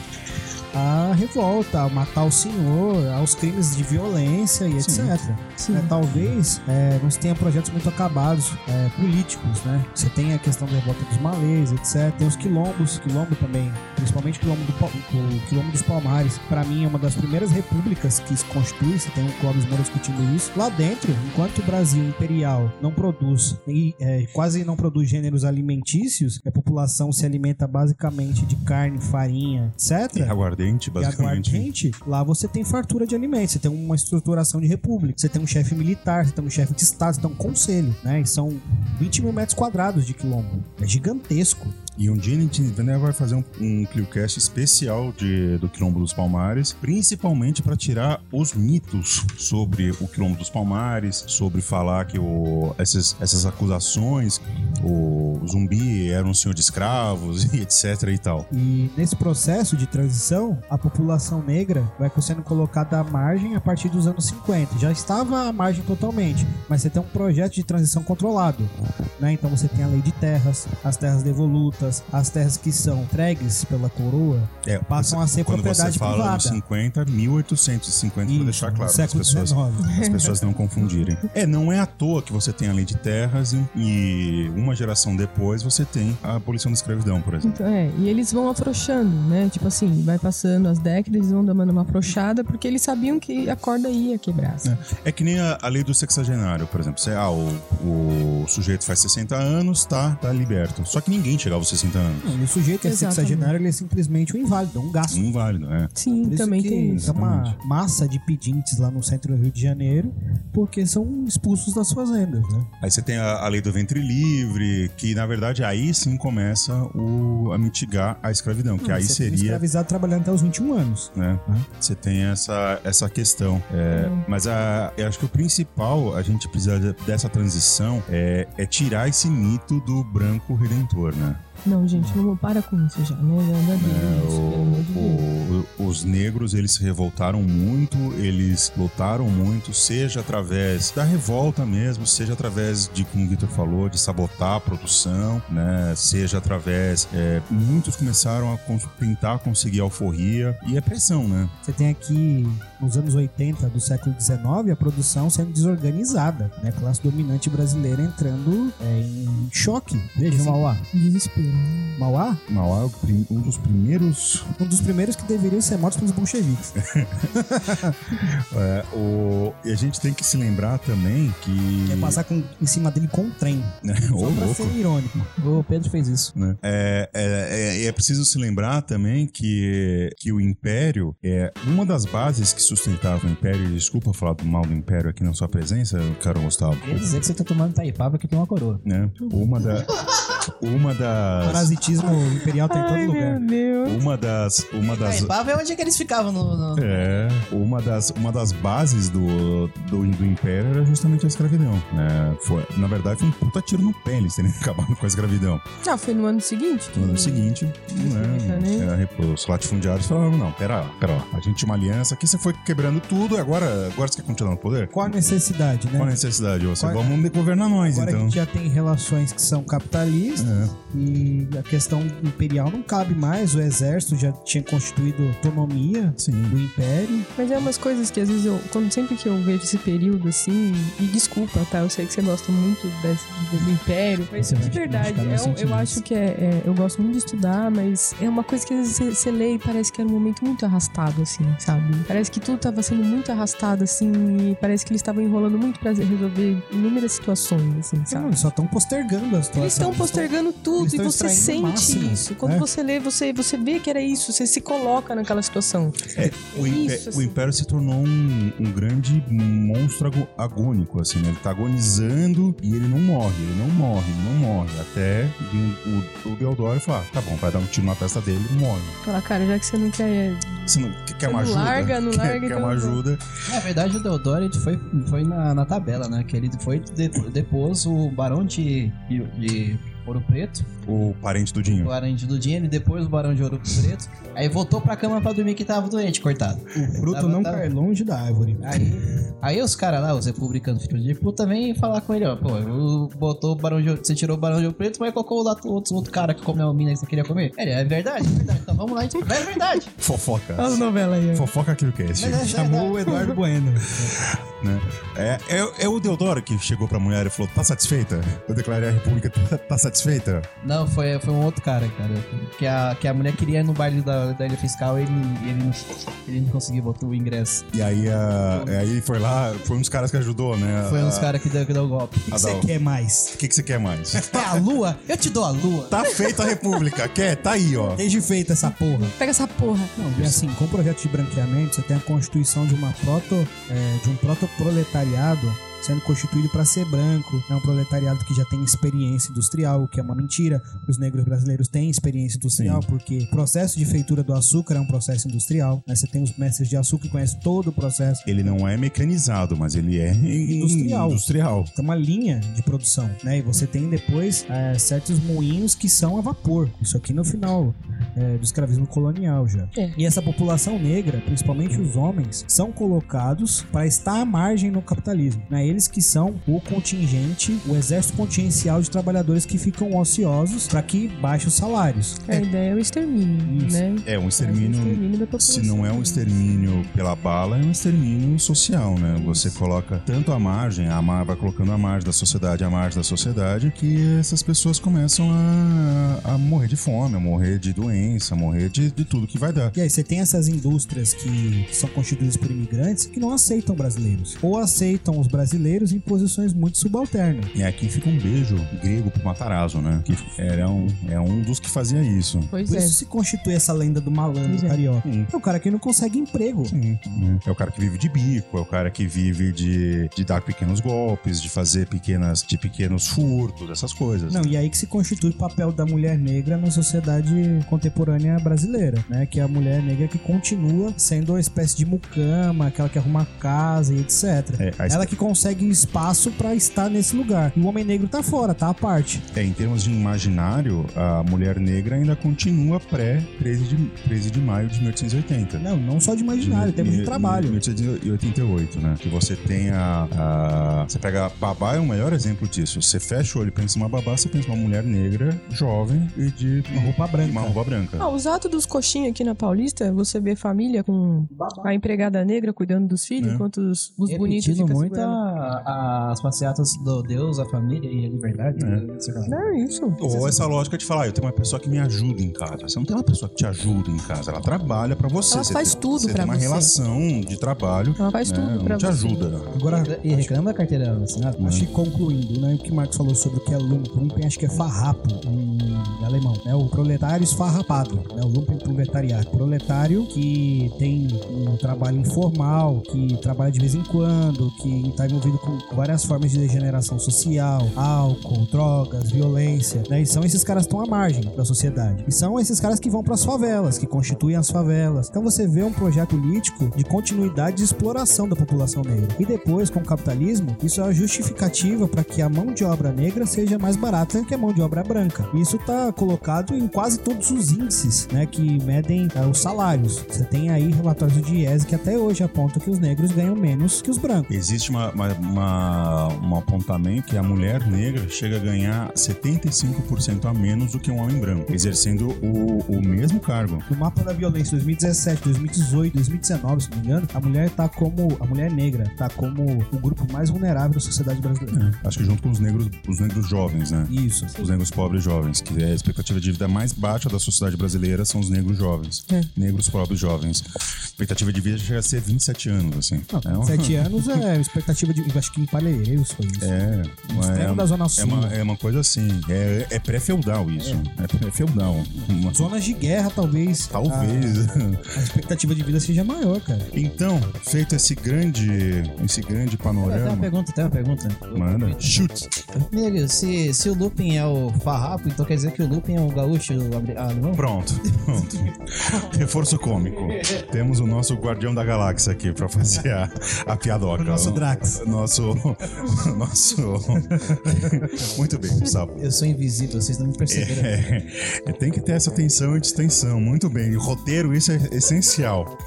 [SPEAKER 4] a revolta, a matar o senhor, aos crimes de violência e
[SPEAKER 2] Sim.
[SPEAKER 4] etc.
[SPEAKER 5] Sim.
[SPEAKER 4] Né, talvez é, não se tenha projetos muito acabados é, políticos, né? Você tem a questão da revolta dos malês, etc. Tem os quilombos, quilombo também, principalmente quilombo, do, Pal- do- quilombo dos palmares. Pra mim é uma das primeiras repúblicas que se constitui, você tem o Clóvis Moura discutindo isso. Lá dentro, enquanto o Brasil imperial não produz e é, quase não produz gêneros alimentícios, a população se alimenta basicamente de carne, farinha, etc.
[SPEAKER 2] E aguardente,
[SPEAKER 4] E
[SPEAKER 2] basicamente.
[SPEAKER 4] aguardente, lá você tem fartura de alimentos, você tem uma estruturação de república, você tem um chefe militar, você tem um chefe de estado, você tem um conselho, né? E são 20 mil metros quadrados de quilombo. É gigantesco.
[SPEAKER 2] E um dia a gente né, vai fazer um, um ClioCast especial de, do Quilombo dos Palmares, principalmente para tirar os mitos sobre o Quilombo dos Palmares, sobre falar que o, essas, essas acusações, o zumbi era um senhor de escravos e etc e tal.
[SPEAKER 4] E nesse processo de transição, a população negra vai sendo colocada à margem a partir dos anos 50. Já estava à margem totalmente, mas você tem um projeto de transição controlado. Né? Então você tem a lei de terras, as terras devolutas, as terras que são entregues pela coroa,
[SPEAKER 2] É,
[SPEAKER 4] passam a ser
[SPEAKER 2] quando você
[SPEAKER 4] propriedade
[SPEAKER 2] fala anos
[SPEAKER 4] privada.
[SPEAKER 2] 50, 1850, para deixar claro
[SPEAKER 4] no
[SPEAKER 2] para as
[SPEAKER 4] século
[SPEAKER 2] pessoas.
[SPEAKER 4] XIX.
[SPEAKER 2] As pessoas não confundirem. É, não é à toa que você tem a lei de terras e, e uma geração depois você tem a abolição da escravidão, por exemplo.
[SPEAKER 5] Então, é, e eles vão afrouxando, né? Tipo assim, vai passando as décadas, eles vão dando uma afrouxada, porque eles sabiam que a corda ia quebrar. assim.
[SPEAKER 2] É que nem a, a lei do sexagenário, por exemplo. Você, ah, o, o sujeito faz 60 anos, tá, tá liberto. Só que ninguém chegava aos 60 anos.
[SPEAKER 4] Não, e o sujeito é
[SPEAKER 5] Exatamente.
[SPEAKER 4] sexagenário, ele é simplesmente um inválido, um gasto.
[SPEAKER 2] Inválido, é.
[SPEAKER 5] Sim,
[SPEAKER 4] Por isso
[SPEAKER 5] também
[SPEAKER 4] que
[SPEAKER 5] tem isso.
[SPEAKER 4] tá uma massa de pedintes lá no centro do Rio de Janeiro, porque são expulsos das fazendas, né?
[SPEAKER 2] Aí você tem a, a lei do ventre livre, que na verdade aí sim começa o- a mitigar a escravidão, que aí
[SPEAKER 4] Você Ah, tem um
[SPEAKER 2] seria.
[SPEAKER 4] escravizado trabalhando até os 21 anos.
[SPEAKER 2] né? Você tem essa, essa questão. É, Mas a, eu acho que o principal, a gente precisa de- dessa transição, é, é tirar esse mito do branco redentor, né?
[SPEAKER 5] Não, gente, não para com isso já, né? Nada
[SPEAKER 2] É,
[SPEAKER 5] disso, pelo amor de Deus.
[SPEAKER 2] o- o- os negros eles se revoltaram muito, eles lutaram muito, seja através da revolta mesmo, seja através de, como o Victor falou, de sabotar a produção, né? Seja através. é, muitos começaram a cons- tentar conseguir alforria e é pressão, né?
[SPEAKER 4] Você tem aqui, nos anos 80 do século 19 a produção sendo desorganizada, né? A classe dominante brasileira entrando é, em choque. Veja, Mauá.
[SPEAKER 5] Desespero. né?
[SPEAKER 4] Mauá,
[SPEAKER 2] Mauá é o prim- um dos primeiros.
[SPEAKER 4] um dos primeiros que deveriam ser mortos pelos bolcheviques.
[SPEAKER 2] é, o- E a gente tem que se lembrar também que. né?
[SPEAKER 4] Quer passar com- em cima dele com um trem.
[SPEAKER 2] Ô,
[SPEAKER 4] Só pra
[SPEAKER 2] louco.
[SPEAKER 4] ser irônico.
[SPEAKER 3] O Pedro fez isso.
[SPEAKER 2] né? É, é, é, é preciso se lembrar também que, que o Império é uma das bases que sustentava o Império. e Desculpa falar do mal do Império aqui na sua presença, caro Gustavo.
[SPEAKER 3] Quer dizer que você tá tomando taipava que tem uma coroa.
[SPEAKER 2] Né? Uma, da, uma das.
[SPEAKER 4] Parasitismo imperial tá em todo
[SPEAKER 5] Ai,
[SPEAKER 4] lugar.
[SPEAKER 5] meu Deus.
[SPEAKER 2] Uma das. Uma das.
[SPEAKER 3] Taipava é onde é que eles ficavam no... no-
[SPEAKER 2] É, uma das, uma das bases do, do, do Império era justamente a escravidão. né? Foi, na verdade, foi um puta tiro no pé eles terem acabado com a escravidão.
[SPEAKER 5] Ah, foi no ano seguinte?
[SPEAKER 2] No ano Então, é seguinte,
[SPEAKER 5] Fica, né?
[SPEAKER 2] né, é, os latifundiários falaram, não, pera lá, pera lá, a gente tinha uma aliança aqui, você foi quebrando tudo, e agora, agora você quer continuar no poder?
[SPEAKER 4] Qual a necessidade,
[SPEAKER 5] é?
[SPEAKER 4] né?
[SPEAKER 2] Qual a necessidade? Você,
[SPEAKER 4] Qual-
[SPEAKER 2] vamos governar nós,
[SPEAKER 4] Agora que
[SPEAKER 2] então.
[SPEAKER 4] a gente já tem relações que são capitalistas
[SPEAKER 2] É,
[SPEAKER 4] e a questão imperial não cabe mais, o exército já tinha constituído autonomia
[SPEAKER 2] sim.
[SPEAKER 4] do império.
[SPEAKER 5] Mas é umas coisas que às vezes eu, quando sempre que eu vejo esse período assim, e desculpa, tá? Eu sei que você gosta muito desse, do Império, mas
[SPEAKER 4] é
[SPEAKER 3] Você
[SPEAKER 5] de
[SPEAKER 3] vai
[SPEAKER 5] verdade,
[SPEAKER 4] né?
[SPEAKER 3] machucar meus
[SPEAKER 5] eu, eu
[SPEAKER 3] sentimentos.
[SPEAKER 5] acho que é, é- Eu gosto muito de estudar, mas é uma coisa que às vezes você, você lê e parece que era um momento muito arrastado, assim, sabe? Parece que tudo tava sendo muito arrastado, assim, e parece que eles estavam enrolando muito pra resolver inúmeras situações, assim,
[SPEAKER 4] Não,
[SPEAKER 5] sabe?
[SPEAKER 4] Então, eles só estão postergando a É situação.
[SPEAKER 5] Eles estão postergando tudo
[SPEAKER 4] eles
[SPEAKER 5] e
[SPEAKER 4] tão
[SPEAKER 5] você
[SPEAKER 4] extraindo o
[SPEAKER 5] sente
[SPEAKER 4] máximo,
[SPEAKER 5] isso. Quando
[SPEAKER 4] né?
[SPEAKER 5] você lê, você, você vê que era isso, você se coloca naquela situação.
[SPEAKER 2] É, O, impé-
[SPEAKER 5] Isso,
[SPEAKER 2] o
[SPEAKER 5] assim.
[SPEAKER 2] Império se tornou um, um grande monstro ago- agônico, assim, né? Ele tá agonizando e ele não morre, ele não morre, ele não morre. Até vir o, o Deodoro falar, tá bom, vai dar um tiro na testa dele, morre.
[SPEAKER 5] Fala, cara, já que você não quer
[SPEAKER 2] Você não quer, quer
[SPEAKER 5] Você
[SPEAKER 2] uma
[SPEAKER 5] não
[SPEAKER 2] ajuda?
[SPEAKER 5] larga, não
[SPEAKER 2] quer,
[SPEAKER 5] larga,
[SPEAKER 2] Quer
[SPEAKER 5] então
[SPEAKER 2] uma
[SPEAKER 5] não.
[SPEAKER 2] ajuda?
[SPEAKER 3] É, Na verdade, o Deodoro ele foi, foi na, na tabela, né? Que ele foi de, depois o Barão de, de Ouro Preto,
[SPEAKER 2] O parente do
[SPEAKER 3] o
[SPEAKER 2] Dinho.
[SPEAKER 3] Barão de Dudinho, depois o Barão de Ouro Preto. Aí voltou pra cama pra dormir que tava doente, coitado.
[SPEAKER 4] O fruto
[SPEAKER 3] Tava-
[SPEAKER 4] não
[SPEAKER 3] tava-
[SPEAKER 4] cai longe da árvore.
[SPEAKER 3] Aí os caras lá, os republicanos, filhos de puta, vêm falar com ele, ó. Pô, eu- botou o barão de Ouro- Você tirou o barão de ouro preto, mas colocou o outro, outro, outro cara que comeu a mina que você queria comer. Ele, é verdade, é verdade. Então vamos lá, gente. É verdade.
[SPEAKER 2] Fofoca.
[SPEAKER 5] as novelas aí. ó.
[SPEAKER 2] Fofoca aquilo que é esse.
[SPEAKER 3] Mas é verdade.
[SPEAKER 4] Chamou o Eduardo Bueno.
[SPEAKER 2] É, é, é o Deodoro que chegou pra mulher e falou: tá satisfeita? Eu declarei a república, tá, tá satisfeita?
[SPEAKER 3] Não, foi, foi um outro cara, cara. Que a, que a mulher queria ir no baile da, da ilha fiscal ele, ele, não, ele não conseguiu botar o ingresso.
[SPEAKER 2] E aí, a, aí ele foi lá, foi um dos caras que ajudou, né?
[SPEAKER 3] Foi
[SPEAKER 2] a-
[SPEAKER 3] um dos caras que deu, que deu o golpe.
[SPEAKER 4] O que
[SPEAKER 2] Ah,
[SPEAKER 4] você
[SPEAKER 2] não.
[SPEAKER 4] quer mais?
[SPEAKER 2] O que, que você quer mais?
[SPEAKER 3] Tá a lua? Eu te dou a lua.
[SPEAKER 2] tá feita a república, quer? Tá aí, ó.
[SPEAKER 4] Desde feita essa porra.
[SPEAKER 5] Pega essa porra.
[SPEAKER 4] Não, e assim, com o projeto de branqueamento, você tem a constituição de uma proto, é, de um protoproletariado sendo constituído para ser branco. É um proletariado que já tem experiência industrial, o que é uma mentira. Os negros brasileiros têm experiência industrial, porque o processo de feitura do açúcar é um processo industrial. Né? Você tem os mestres de açúcar que conhecem todo o processo.
[SPEAKER 2] Ele não é mecanizado, mas ele é
[SPEAKER 4] Industrial.
[SPEAKER 2] industrial.
[SPEAKER 4] É uma linha de produção, né? E você tem depois é, certos moinhos que são a vapor. Isso aqui no final é, do escravismo colonial já.
[SPEAKER 5] É.
[SPEAKER 4] E essa população negra, principalmente os homens, são colocados para estar à margem no capitalismo. Né? Eles que são o contingente, o exército contingencial de trabalhadores que ficam ociosos para que baixe os salários.
[SPEAKER 5] A ideia é o extermínio,
[SPEAKER 4] Isso.
[SPEAKER 5] né?
[SPEAKER 2] É um
[SPEAKER 5] Mas o
[SPEAKER 2] extermínio
[SPEAKER 5] da população.
[SPEAKER 2] Se não é um extermínio pela bala, é um extermínio social, né? Você coloca tanto a margem, a mar, vai colocando a margem da sociedade, a margem da sociedade, que essas pessoas começam a, a morrer de fome, a morrer de doença, morrer de, de tudo que vai dar.
[SPEAKER 4] E aí, você tem essas indústrias que são constituídas por imigrantes que não aceitam brasileiros. Ou aceitam os brasileiros em posições muito subalternas.
[SPEAKER 2] E aqui fica um beijo grego pro Matarazzo, né? Que era um, é um dos que fazia isso.
[SPEAKER 5] Pois
[SPEAKER 4] Por
[SPEAKER 5] é.
[SPEAKER 4] isso se constitui essa lenda do malandro
[SPEAKER 5] Pois é.
[SPEAKER 4] carioca.
[SPEAKER 2] Hum.
[SPEAKER 4] É o cara que não consegue emprego.
[SPEAKER 2] Sim, né? É o cara que vive de bico, é o cara que vive de, de dar pequenos golpes, de fazer pequenas, de pequenos furtos, essas coisas.
[SPEAKER 4] Não, e aí que se constitui o papel da mulher negra na sociedade contemporânea brasileira, né? Que é a mulher negra que continua sendo uma espécie de mucama, aquela que arruma casa e etc.
[SPEAKER 2] É, a-
[SPEAKER 4] Ela que consegue espaço pra estar nesse lugar. E o homem negro tá fora, tá à parte.
[SPEAKER 2] é, em termos de imaginário, a mulher negra ainda continua pré-13 de, 13 de maio de 1880.
[SPEAKER 4] Não, não só de imaginário, em termos de
[SPEAKER 2] Mil-
[SPEAKER 4] trabalho.
[SPEAKER 2] 1888, né? Que você tem a, a- Você pega a babá, é o maior exemplo disso. Você fecha o olho e pensa em uma babá, você pensa em uma mulher negra, jovem e de
[SPEAKER 4] Uma roupa branca.
[SPEAKER 2] uma roupa branca.
[SPEAKER 5] Ah, os atos dos coxinha aqui na Paulista, você vê família com a empregada negra cuidando dos filhos,
[SPEAKER 2] É.
[SPEAKER 5] enquanto os, os bonitos
[SPEAKER 3] Repetindo
[SPEAKER 5] ficam
[SPEAKER 3] muito
[SPEAKER 5] segurando.
[SPEAKER 3] a- a- as passeatas do Deus, a família e a liberdade. né,
[SPEAKER 2] É.
[SPEAKER 3] sei lá.
[SPEAKER 5] Não, isso.
[SPEAKER 2] Ou essa lógica de falar, eu tenho uma pessoa que me ajuda em casa. Você não tem uma pessoa que te ajuda em casa, ela trabalha pra você.
[SPEAKER 5] Ela
[SPEAKER 2] Você
[SPEAKER 5] faz
[SPEAKER 2] tem-
[SPEAKER 5] tudo
[SPEAKER 2] você.
[SPEAKER 5] pra
[SPEAKER 2] tem uma
[SPEAKER 5] você.
[SPEAKER 2] relação de trabalho,
[SPEAKER 5] Ela faz
[SPEAKER 2] né?
[SPEAKER 5] tudo pra
[SPEAKER 2] Ela te
[SPEAKER 5] você.
[SPEAKER 2] ajuda.
[SPEAKER 4] Agora,
[SPEAKER 3] E
[SPEAKER 5] Uhum.
[SPEAKER 3] reclama da carteira assinada?
[SPEAKER 4] Acho que concluindo, né? O que o Marcos falou sobre o que é lumpen, acho que é farrapo em alemão. É o proletário esfarrapado, né? O lumpen proletariado. Proletário que tem um trabalho informal, que trabalha de vez em quando, que está envolvido com várias formas de degeneração social, álcool, drogas, violência, né? E são esses caras que estão à margem da sociedade. E são esses caras que vão para as favelas, que constituem as favelas. Então você vê um projeto político de continuidade de exploração da população negra. E depois, com o capitalismo, isso é uma justificativa para que a mão de obra negra seja mais barata que a mão de obra branca. E Isso está colocado em quase todos os índices, né, que medem ah, os salários. Você tem aí relatórios do DIES que até hoje apontam que os negros ganham menos que os brancos.
[SPEAKER 2] Existe uma, uma, uma- um apontamento que a mulher negra chega a ganhar 75% a menos do que um homem branco, exercendo o, o mesmo cargo.
[SPEAKER 4] No mapa da violência 2017, 2018, 2019, se não me engano, a mulher tá como. A mulher negra tá como o grupo mais vulnerável da sociedade brasileira.
[SPEAKER 2] Acho que junto com os negros, os negros jovens, né?
[SPEAKER 4] Isso.
[SPEAKER 2] Os negros pobres jovens, que é a expectativa de vida mais baixa da sociedade brasileira são os negros jovens.
[SPEAKER 5] É.
[SPEAKER 2] Negros pobres jovens. A expectativa de vida chega a ser 27 anos, assim. É um-
[SPEAKER 4] Não, Sete anos é expectativa de. Acho que em Palheiros foi isso.
[SPEAKER 2] É,
[SPEAKER 4] No extremo da Zona Sul.
[SPEAKER 2] é, uma, é uma coisa assim. É, é pré-feudal isso. É, pré-feudal. Uma-
[SPEAKER 4] Zonas de guerra, talvez.
[SPEAKER 2] Talvez.
[SPEAKER 4] A, a expectativa de vida seja maior, cara.
[SPEAKER 2] Então, feito esse grande, esse grande
[SPEAKER 3] Tem uma
[SPEAKER 2] panorama,
[SPEAKER 4] tá
[SPEAKER 3] pergunta, tem uma pergunta.
[SPEAKER 2] manda. Chute.
[SPEAKER 3] Nego, se, se o Lupin é o farrapo, então quer dizer que o Lupin é o ah, gaúcho abre- alemão?
[SPEAKER 2] Pronto, pronto. Reforço cômico. Temos o nosso guardião da galáxia aqui pra fazer a, a piadoca.
[SPEAKER 4] O nosso Drax.
[SPEAKER 2] O Nosso, o nosso. Muito bem, sapo.
[SPEAKER 3] Eu sou invisível, vocês não me perceberam.
[SPEAKER 2] É, é, tem que ter essa tensão e distensão. Muito bem. E roteiro, isso é essencial.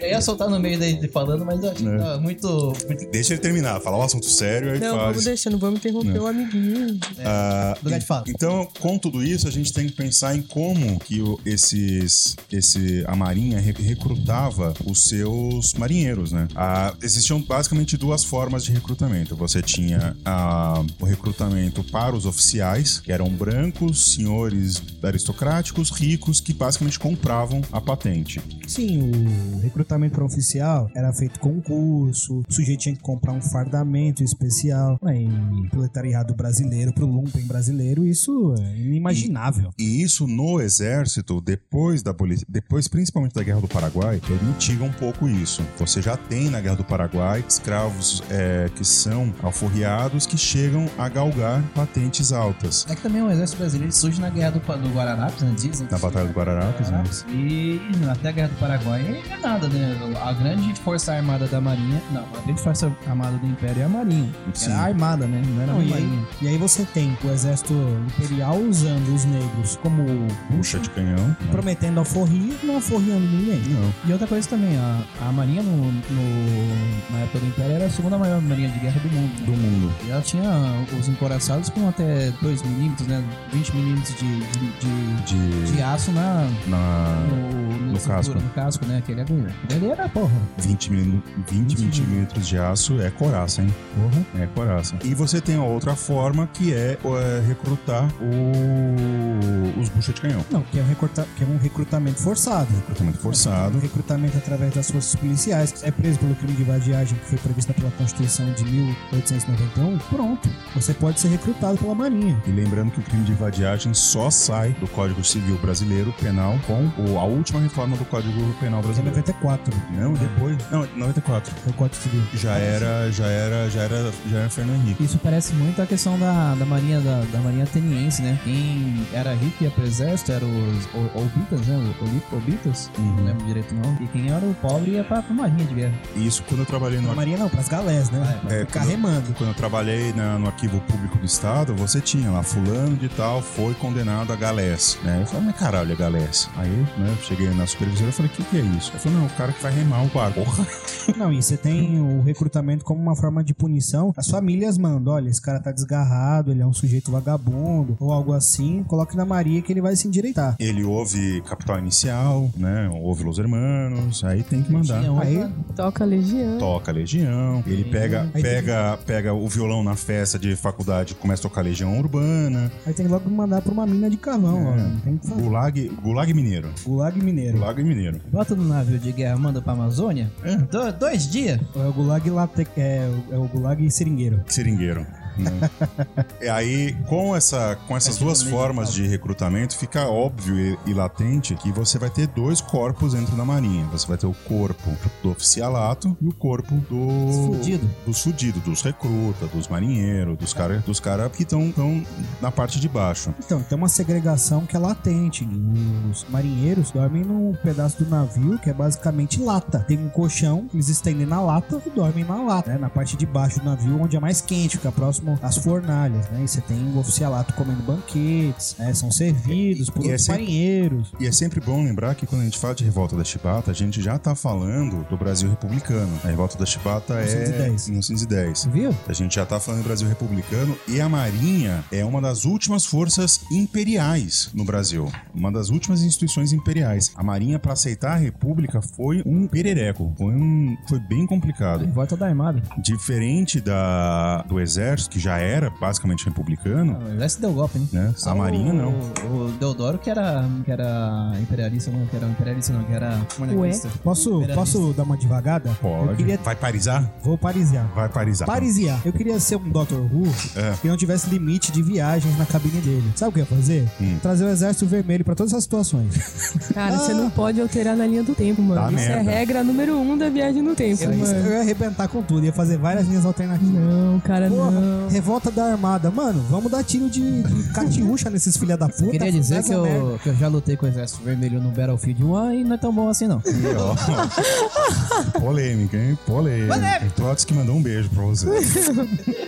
[SPEAKER 3] Eu ia soltar no meio dele falando, mas eu acho que
[SPEAKER 2] É.
[SPEAKER 3] tá muito. muito
[SPEAKER 2] Deixa ele terminar, falar um assunto sério, aí
[SPEAKER 5] Não, vamos
[SPEAKER 2] faz.
[SPEAKER 5] deixando, vamos interromper o amiguinho.
[SPEAKER 2] Ah,
[SPEAKER 3] lugar de fala.
[SPEAKER 2] Então, com tudo isso, a gente tem que pensar em como que o- esses, esse, a marinha re- recrutava os seus marinheiros, né? Ah, existiam basicamente duas formas de recrutamento. Você tinha ah, o recrutamento para os oficiais, que eram brancos, senhores aristocráticos, ricos, que basicamente compravam a patente.
[SPEAKER 4] Sim, o recrutamento para oficial era feito concurso, o sujeito tinha que comprar um fardamento especial. Né, E proletariado brasileiro, pro lumpen brasileiro, isso é inimaginável.
[SPEAKER 2] E isso no exército, depois da polícia, depois principalmente da Guerra do Paraguai, ele mitiga um pouco isso. Você já tem na Guerra do Paraguai escravos é, que são alforriados que chegam a galgar patentes altas.
[SPEAKER 3] É que também o exército brasileiro surge na guerra do, Pa- do Guararapes, né? Dizem. que
[SPEAKER 2] Na
[SPEAKER 3] surge
[SPEAKER 2] Batalha do Guararapes, né?
[SPEAKER 3] Guararapes. E até a guerra do Paraguai é nada, né? A grande força armada da Marinha. Não, a grande força armada do Império é a Marinha.
[SPEAKER 2] Sim.
[SPEAKER 3] Era a armada, né? Não era
[SPEAKER 4] Não,
[SPEAKER 3] a
[SPEAKER 4] e, aí,
[SPEAKER 3] Marinha.
[SPEAKER 4] e aí você tem o exército imperial usando os negros como
[SPEAKER 2] Puxa de canhão. né?
[SPEAKER 4] prometendo alforria, não alforriando ninguém.
[SPEAKER 2] Não.
[SPEAKER 3] E outra coisa também, a, a marinha no, no- na época do Império era a segunda maior marinha de guerra do mundo.
[SPEAKER 2] Do mundo.
[SPEAKER 3] E ela tinha os encoraçados com até 2 milímetros, né? 20 milímetros de, de, de-
[SPEAKER 2] De.
[SPEAKER 3] de aço na,
[SPEAKER 2] Na.
[SPEAKER 3] no,
[SPEAKER 2] No casco.
[SPEAKER 3] no casco, né? Aquele agulha. Aquele ali era, porra.
[SPEAKER 2] 20, mili- 20 milímetros de aço é coraça, hein? É coraça. E você tem a outra forma que é, é, recrutar o- os bucha de canhão.
[SPEAKER 4] Não, Não, que é um, recruta- que é um recrutamento forçado.
[SPEAKER 2] Recrutamento
[SPEAKER 4] Um
[SPEAKER 2] forçado.
[SPEAKER 4] recrutamento através das forças policiais. É preso pelo crime de vadiagem que foi prevista pela Constituição de 1891. Pronto. Você pode ser recrutado pela Marinha.
[SPEAKER 2] E lembrando que o crime de vadiagem só sai do Código Civil Brasileiro Penal com o- a última reforma do Código Penal
[SPEAKER 4] Em
[SPEAKER 2] Brasileiro.
[SPEAKER 4] 94,
[SPEAKER 2] Não, depois. Não, 94.
[SPEAKER 4] foi o Código Civil.
[SPEAKER 2] Já era, já era, já era, já era Fernando Henrique.
[SPEAKER 3] Isso parece muito a questão da, da marinha da, da marinha ateniense, né? Quem era rico e ia pro exército era os o- Obitas, né? O- Oli- Obitas, não
[SPEAKER 2] Uhum.
[SPEAKER 3] lembro direito o nome. E quem era o pobre ia pra, pra marinha de guerra.
[SPEAKER 2] Né? E isso quando eu trabalhei no
[SPEAKER 4] Não, Marinha não, pras galés, né?
[SPEAKER 3] Ah,
[SPEAKER 2] é,
[SPEAKER 4] Ficar
[SPEAKER 2] quando-
[SPEAKER 4] remando.
[SPEAKER 2] Quando eu trabalhei na- no arquivo público do estado, você tinha lá, fulano de tal foi condenado a galés, né? Eu falei, mas caralho, é galés. Aí, né, eu cheguei na supervisora e falei, o que, que é isso? Ela falou, não, o cara que vai remar o barco. Porra.
[SPEAKER 4] Não, e você tem o recrutamento como uma forma de punição. As famílias mandam, olha, esse cara tá desgarrado, ele é um sujeito vagabundo, ou algo assim, coloque na Maria que ele vai se endireitar.
[SPEAKER 2] Ele ouve Capital Inicial, né? Ouve Los Hermanos, Tá. aí tem que mandar.
[SPEAKER 3] Tinha um-
[SPEAKER 4] Aí,
[SPEAKER 5] Toca Legião.
[SPEAKER 2] Toca Legião, ele pega,
[SPEAKER 4] Aí tem-
[SPEAKER 2] pega, pega o violão na festa de faculdade, começa a tocar Legião Urbana,
[SPEAKER 4] aí tem que logo mandar pra uma mina de cavão, ó. Não tem o que fazer.
[SPEAKER 2] Gulag, Gulag Mineiro.
[SPEAKER 4] Gulag Mineiro.
[SPEAKER 2] Gulag Mineiro.
[SPEAKER 3] Bota no navio de guerra, manda pra Amazônia.
[SPEAKER 2] É.
[SPEAKER 3] Do- dois dias.
[SPEAKER 4] É o Gulag Late... é, o- é o Gulag Seringueiro.
[SPEAKER 2] seringueiro. né? e aí, com, essa, com essas
[SPEAKER 3] Mas
[SPEAKER 2] duas
[SPEAKER 3] fica meio
[SPEAKER 2] formas de recrutamento, fica óbvio e, e latente que você vai ter dois corpos dentro da marinha. Você vai ter o corpo do oficialato e o corpo do...
[SPEAKER 3] Fudido.
[SPEAKER 2] Dos fudidos, dos recrutas, dos marinheiros, dos caras dos cara que estão na parte de baixo.
[SPEAKER 4] Então, tem uma segregação que é latente. Os marinheiros dormem num pedaço do navio que é basicamente lata. Tem um colchão, que eles estendem na lata e dormem na lata, né? Na parte de baixo do navio, onde é mais quente, fica próximo às fornalhas, né? E você tem o oficialato comendo banquetes, né? São servidos por
[SPEAKER 2] E é
[SPEAKER 4] outros
[SPEAKER 2] sempre-
[SPEAKER 4] marinheiros.
[SPEAKER 2] E é sempre bom lembrar que quando a gente fala de Revolta da Chibata, a gente já tá falando do Brasil republicano. A Revolta da Chibata é
[SPEAKER 4] 1910.
[SPEAKER 2] 1910.
[SPEAKER 4] Você viu?
[SPEAKER 2] A gente já tá falando do Brasil republicano e a Marinha é uma das últimas forças imperiais no Brasil. Uma das últimas instituições imperiais. A Marinha, pra aceitar a República, foi um perereco. Foi, um, foi bem complicado.
[SPEAKER 3] Volta da armada.
[SPEAKER 2] Diferente da, do Exército, que já era basicamente republicano,
[SPEAKER 3] Ah, Já se deu golpe, né?
[SPEAKER 2] né?
[SPEAKER 3] Só
[SPEAKER 2] A Marinha
[SPEAKER 3] o-
[SPEAKER 2] não.
[SPEAKER 3] O Deodoro que era, que era imperialista, não, que era imperialista, não, que era monarquista.
[SPEAKER 4] Posso,
[SPEAKER 3] Primeira
[SPEAKER 4] posso dar uma devagada? Eu
[SPEAKER 2] Pode.
[SPEAKER 4] queria...
[SPEAKER 2] Vai parisar?
[SPEAKER 4] Vou parisear.
[SPEAKER 2] Vai parisar.
[SPEAKER 4] Parisiar. Eu queria ser um Dr. Who
[SPEAKER 2] É.
[SPEAKER 4] que não tivesse limite de viagens na cabine dele. Sabe o que eu ia fazer?
[SPEAKER 2] Hum.
[SPEAKER 4] Trazer o exército vermelho pra todas essas situações.
[SPEAKER 5] Cara, você não pode alterar na linha do tempo, mano.
[SPEAKER 2] Dá
[SPEAKER 5] Isso
[SPEAKER 2] merda.
[SPEAKER 5] é regra número um da viagem no tempo,
[SPEAKER 3] É
[SPEAKER 4] Eu,
[SPEAKER 5] mano.
[SPEAKER 4] eu ia arrebentar com tudo, ia fazer várias linhas alternativas.
[SPEAKER 5] Não, cara,
[SPEAKER 4] Porra,
[SPEAKER 5] não.
[SPEAKER 4] revolta da armada. Mano, vamos dar tiro de, de catiúcha nesses filha da puta.
[SPEAKER 3] Queria dizer
[SPEAKER 4] Essa
[SPEAKER 3] que
[SPEAKER 4] merda.
[SPEAKER 3] eu, que eu já lutei com o Exército Vermelho no Battlefield 1 e não é tão bom assim, não.
[SPEAKER 2] E, ó, Polêmica, hein? Polêmica. Trotsky mandou um beijo pra você.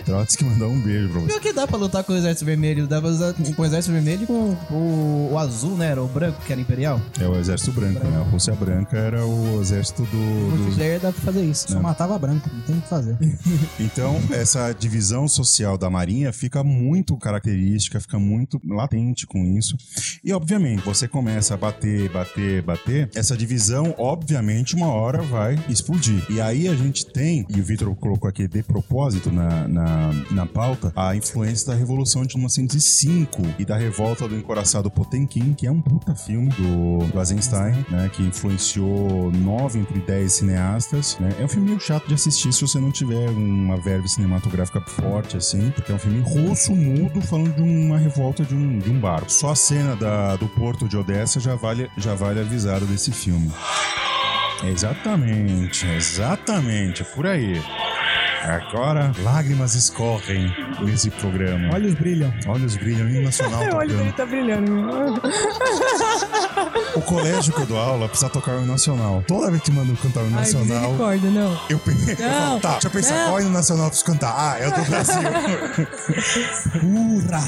[SPEAKER 2] Trotsky mandou um beijo pra você.
[SPEAKER 3] Pior que dá pra lutar com o Exército Vermelho. Dá pra usar com o Exército Vermelho e com o, o azul, né? Era o branco, que era imperial.
[SPEAKER 2] É o exército branco, né? A Rússia branca era o exército
[SPEAKER 3] O
[SPEAKER 2] do. do-
[SPEAKER 3] multiplayer dá pra fazer isso.
[SPEAKER 4] Hum. Só matava branco, não tem o que fazer.
[SPEAKER 2] Então, essa divisão social da Marinha fica muito característica, fica muito latente com isso. E, obviamente, você começa a bater, bater, bater. Essa divisão, obviamente, uma hora vai explodir. E aí a gente tem, e o Vitor colocou aqui de propósito na, na, na pauta, a influência da Revolução de 1905 e da Revolta do Encoraçado Potemkin, que é um puta filme do, do Eisenstein, né? Que influenciou nove entre dez cineastas, né? É um filme meio chato de assistir se você não tiver uma verve cinematográfica forte, assim, porque é um filme russo, mudo, falando de uma revolta de um, de um barco. Só a cena da- do porto de Odessa já vale, já vale a visada desse filme. Exatamente, exatamente, é por aí. Agora, lágrimas escorrem nesse programa.
[SPEAKER 4] Olhos brilham.
[SPEAKER 2] Olhos brilham, hino nacional
[SPEAKER 5] Meu olho dele
[SPEAKER 2] tocando.
[SPEAKER 5] tá brilhando. mano.
[SPEAKER 2] O colégio que eu dou aula precisa tocar o hino nacional. Toda vez que mandam cantar o hino
[SPEAKER 5] Ai,
[SPEAKER 2] nacional,
[SPEAKER 5] misericórdia, não.
[SPEAKER 2] eu pensei, eu falo, tá, deixa eu pensar,
[SPEAKER 5] não.
[SPEAKER 2] qual hino nacional eu preciso cantar? Ah, é o do Brasil.
[SPEAKER 4] Hurra!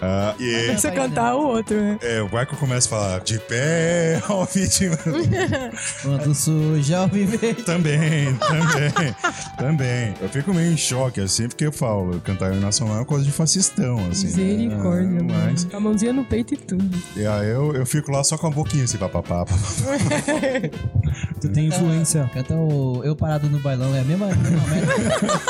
[SPEAKER 2] Ah, e...
[SPEAKER 5] Você cantar o outro, né?
[SPEAKER 2] É, o Michael começa a falar de pé, ó, vítima.
[SPEAKER 3] Quanto suja o viver.
[SPEAKER 2] também, também, também. Eu fico meio em choque, assim, porque eu falo, cantar hino nacional é coisa de fascistão, assim. né?
[SPEAKER 5] Misericórdia, né?
[SPEAKER 2] Ah,
[SPEAKER 5] mano.
[SPEAKER 2] Mas,
[SPEAKER 5] Com a mãozinha no peito e tudo.
[SPEAKER 2] e aí eu, eu fico lá só com a boquinha, assim, papapá.
[SPEAKER 4] Tu tem
[SPEAKER 3] Então,
[SPEAKER 4] influência.
[SPEAKER 3] Canta o Eu Parado no Bailão, é a mesma. mesma merda.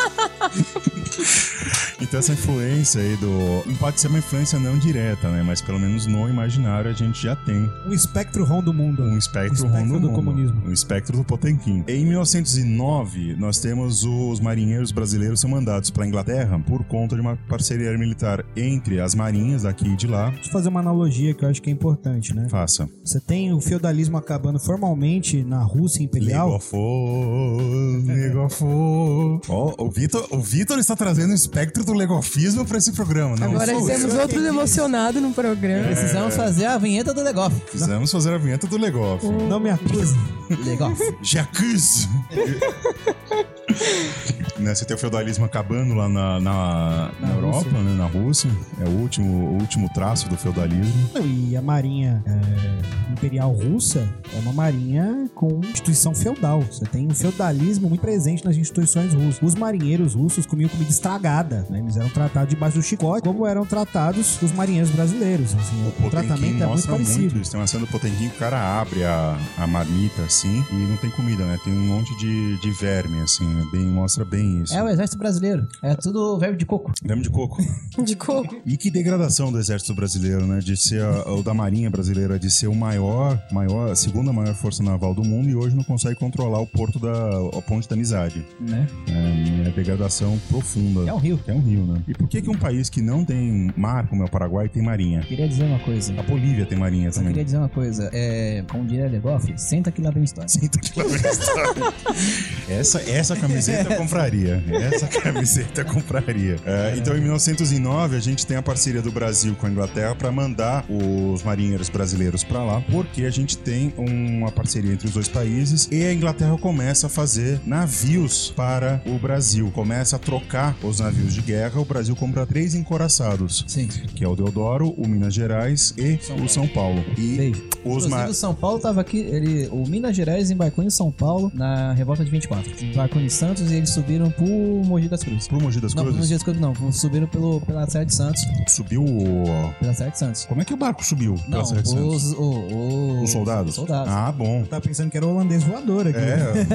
[SPEAKER 2] Então essa influência aí do. não Pode ser uma influência não direta, né? Mas pelo menos no imaginário a gente já tem
[SPEAKER 4] O espectro rom do mundo.
[SPEAKER 2] um espectro,
[SPEAKER 4] O espectro
[SPEAKER 2] rondo
[SPEAKER 4] do
[SPEAKER 2] mundo,
[SPEAKER 4] comunismo.
[SPEAKER 2] O espectro do Potemkin. Em 1909, nós temos os marinheiros brasileiros são mandados para Inglaterra por conta de uma parceria militar entre as marinhas daqui e de lá.
[SPEAKER 4] Deixa eu fazer uma analogia que eu acho que é importante, né?
[SPEAKER 2] Faça.
[SPEAKER 4] Você tem o feudalismo acabando formalmente na Rússia
[SPEAKER 2] Liga
[SPEAKER 4] imperial.
[SPEAKER 2] a fogo, liga a fogo. Ó, o Vitor, o Vitor está trazendo o espectro do legofismo para esse programa, não?
[SPEAKER 5] Agora
[SPEAKER 2] sou eu.
[SPEAKER 5] temos outro emocionado no programa.
[SPEAKER 3] Precisamos fazer a vinheta do Legoff.
[SPEAKER 2] Precisamos fazer a vinheta do legof.
[SPEAKER 4] Não me acusa.
[SPEAKER 3] Legoff.
[SPEAKER 2] Jacuz! né, você tem o feudalismo acabando lá na, na, na
[SPEAKER 4] Na
[SPEAKER 2] Europa,
[SPEAKER 4] Rússia.
[SPEAKER 2] né, na Rússia. É o último, o último traço do feudalismo.
[SPEAKER 4] Não, E a marinha é, imperial russa é uma marinha com instituição feudal. Você tem um feudalismo muito presente nas instituições russas. Os marinheiros russos comiam comida estragada, né? Eles eram tratados debaixo do chicote, como eram tratados os marinheiros brasileiros. assim. o tratamento é muito
[SPEAKER 2] mostra
[SPEAKER 4] parecido.
[SPEAKER 2] isso. Tem uma cena do Potemkin que o cara abre a, a marmita, assim, e não tem comida, né? Tem um monte de, de verme, assim. né, Bem, mostra bem isso.
[SPEAKER 3] É o exército brasileiro. É tudo verbo de coco.
[SPEAKER 2] Verme de coco.
[SPEAKER 5] De coco.
[SPEAKER 2] E que degradação do exército brasileiro, né? De ser a- o da marinha brasileira, de ser o maior, maior, a segunda maior força naval do mundo e hoje não consegue controlar o porto da a ponte da amizade.
[SPEAKER 3] Né?
[SPEAKER 2] É, é degradação profunda.
[SPEAKER 3] É o Rio.
[SPEAKER 2] É um rio, né? E por que que um país que não tem mar, como é o Paraguai, tem marinha?
[SPEAKER 3] Queria dizer uma coisa.
[SPEAKER 2] A Bolívia tem marinha
[SPEAKER 3] Só queria
[SPEAKER 2] também.
[SPEAKER 3] dizer uma coisa. É, como diria Legoff, senta aqui lá vem história.
[SPEAKER 2] Sinto que lá vem a história. essa, essa camiseta eu compraria. Essa camiseta eu compraria. É, então, em 1909, a gente tem a parceria do Brasil com a Inglaterra para mandar os marinheiros brasileiros para lá, porque a gente tem uma parceria entre os dois países e a Inglaterra começa a fazer navios para o Brasil. Começa a trocar os navios de guerra. O Brasil compra três encoraçados,
[SPEAKER 3] Sim.
[SPEAKER 2] que é o Deodoro, o Minas Gerais e o São Paulo. E
[SPEAKER 3] Beijo.
[SPEAKER 2] os
[SPEAKER 3] Inclusive,
[SPEAKER 2] ma-
[SPEAKER 3] o São Paulo tava aqui. Ele, o Minas Gerais embarcou em São Paulo na revolta de 24. Embarcou em Santos e eles subiram pro Mogi das Cruzes.
[SPEAKER 2] Pro Mogi das
[SPEAKER 3] Não, pro
[SPEAKER 2] Cruzes,
[SPEAKER 3] Mogi das Cruzes não. Subiram pelo, pela Serra de Santos.
[SPEAKER 2] subiu o,
[SPEAKER 3] Pela Serra de Santos.
[SPEAKER 2] Como é que o barco subiu?
[SPEAKER 3] Não,
[SPEAKER 2] pela Serra de Santos?
[SPEAKER 3] os, o, o,
[SPEAKER 2] Os soldados?
[SPEAKER 3] Os soldados. É.
[SPEAKER 2] Ah, bom.
[SPEAKER 4] Eu tava pensando que era holandês voador aqui. né?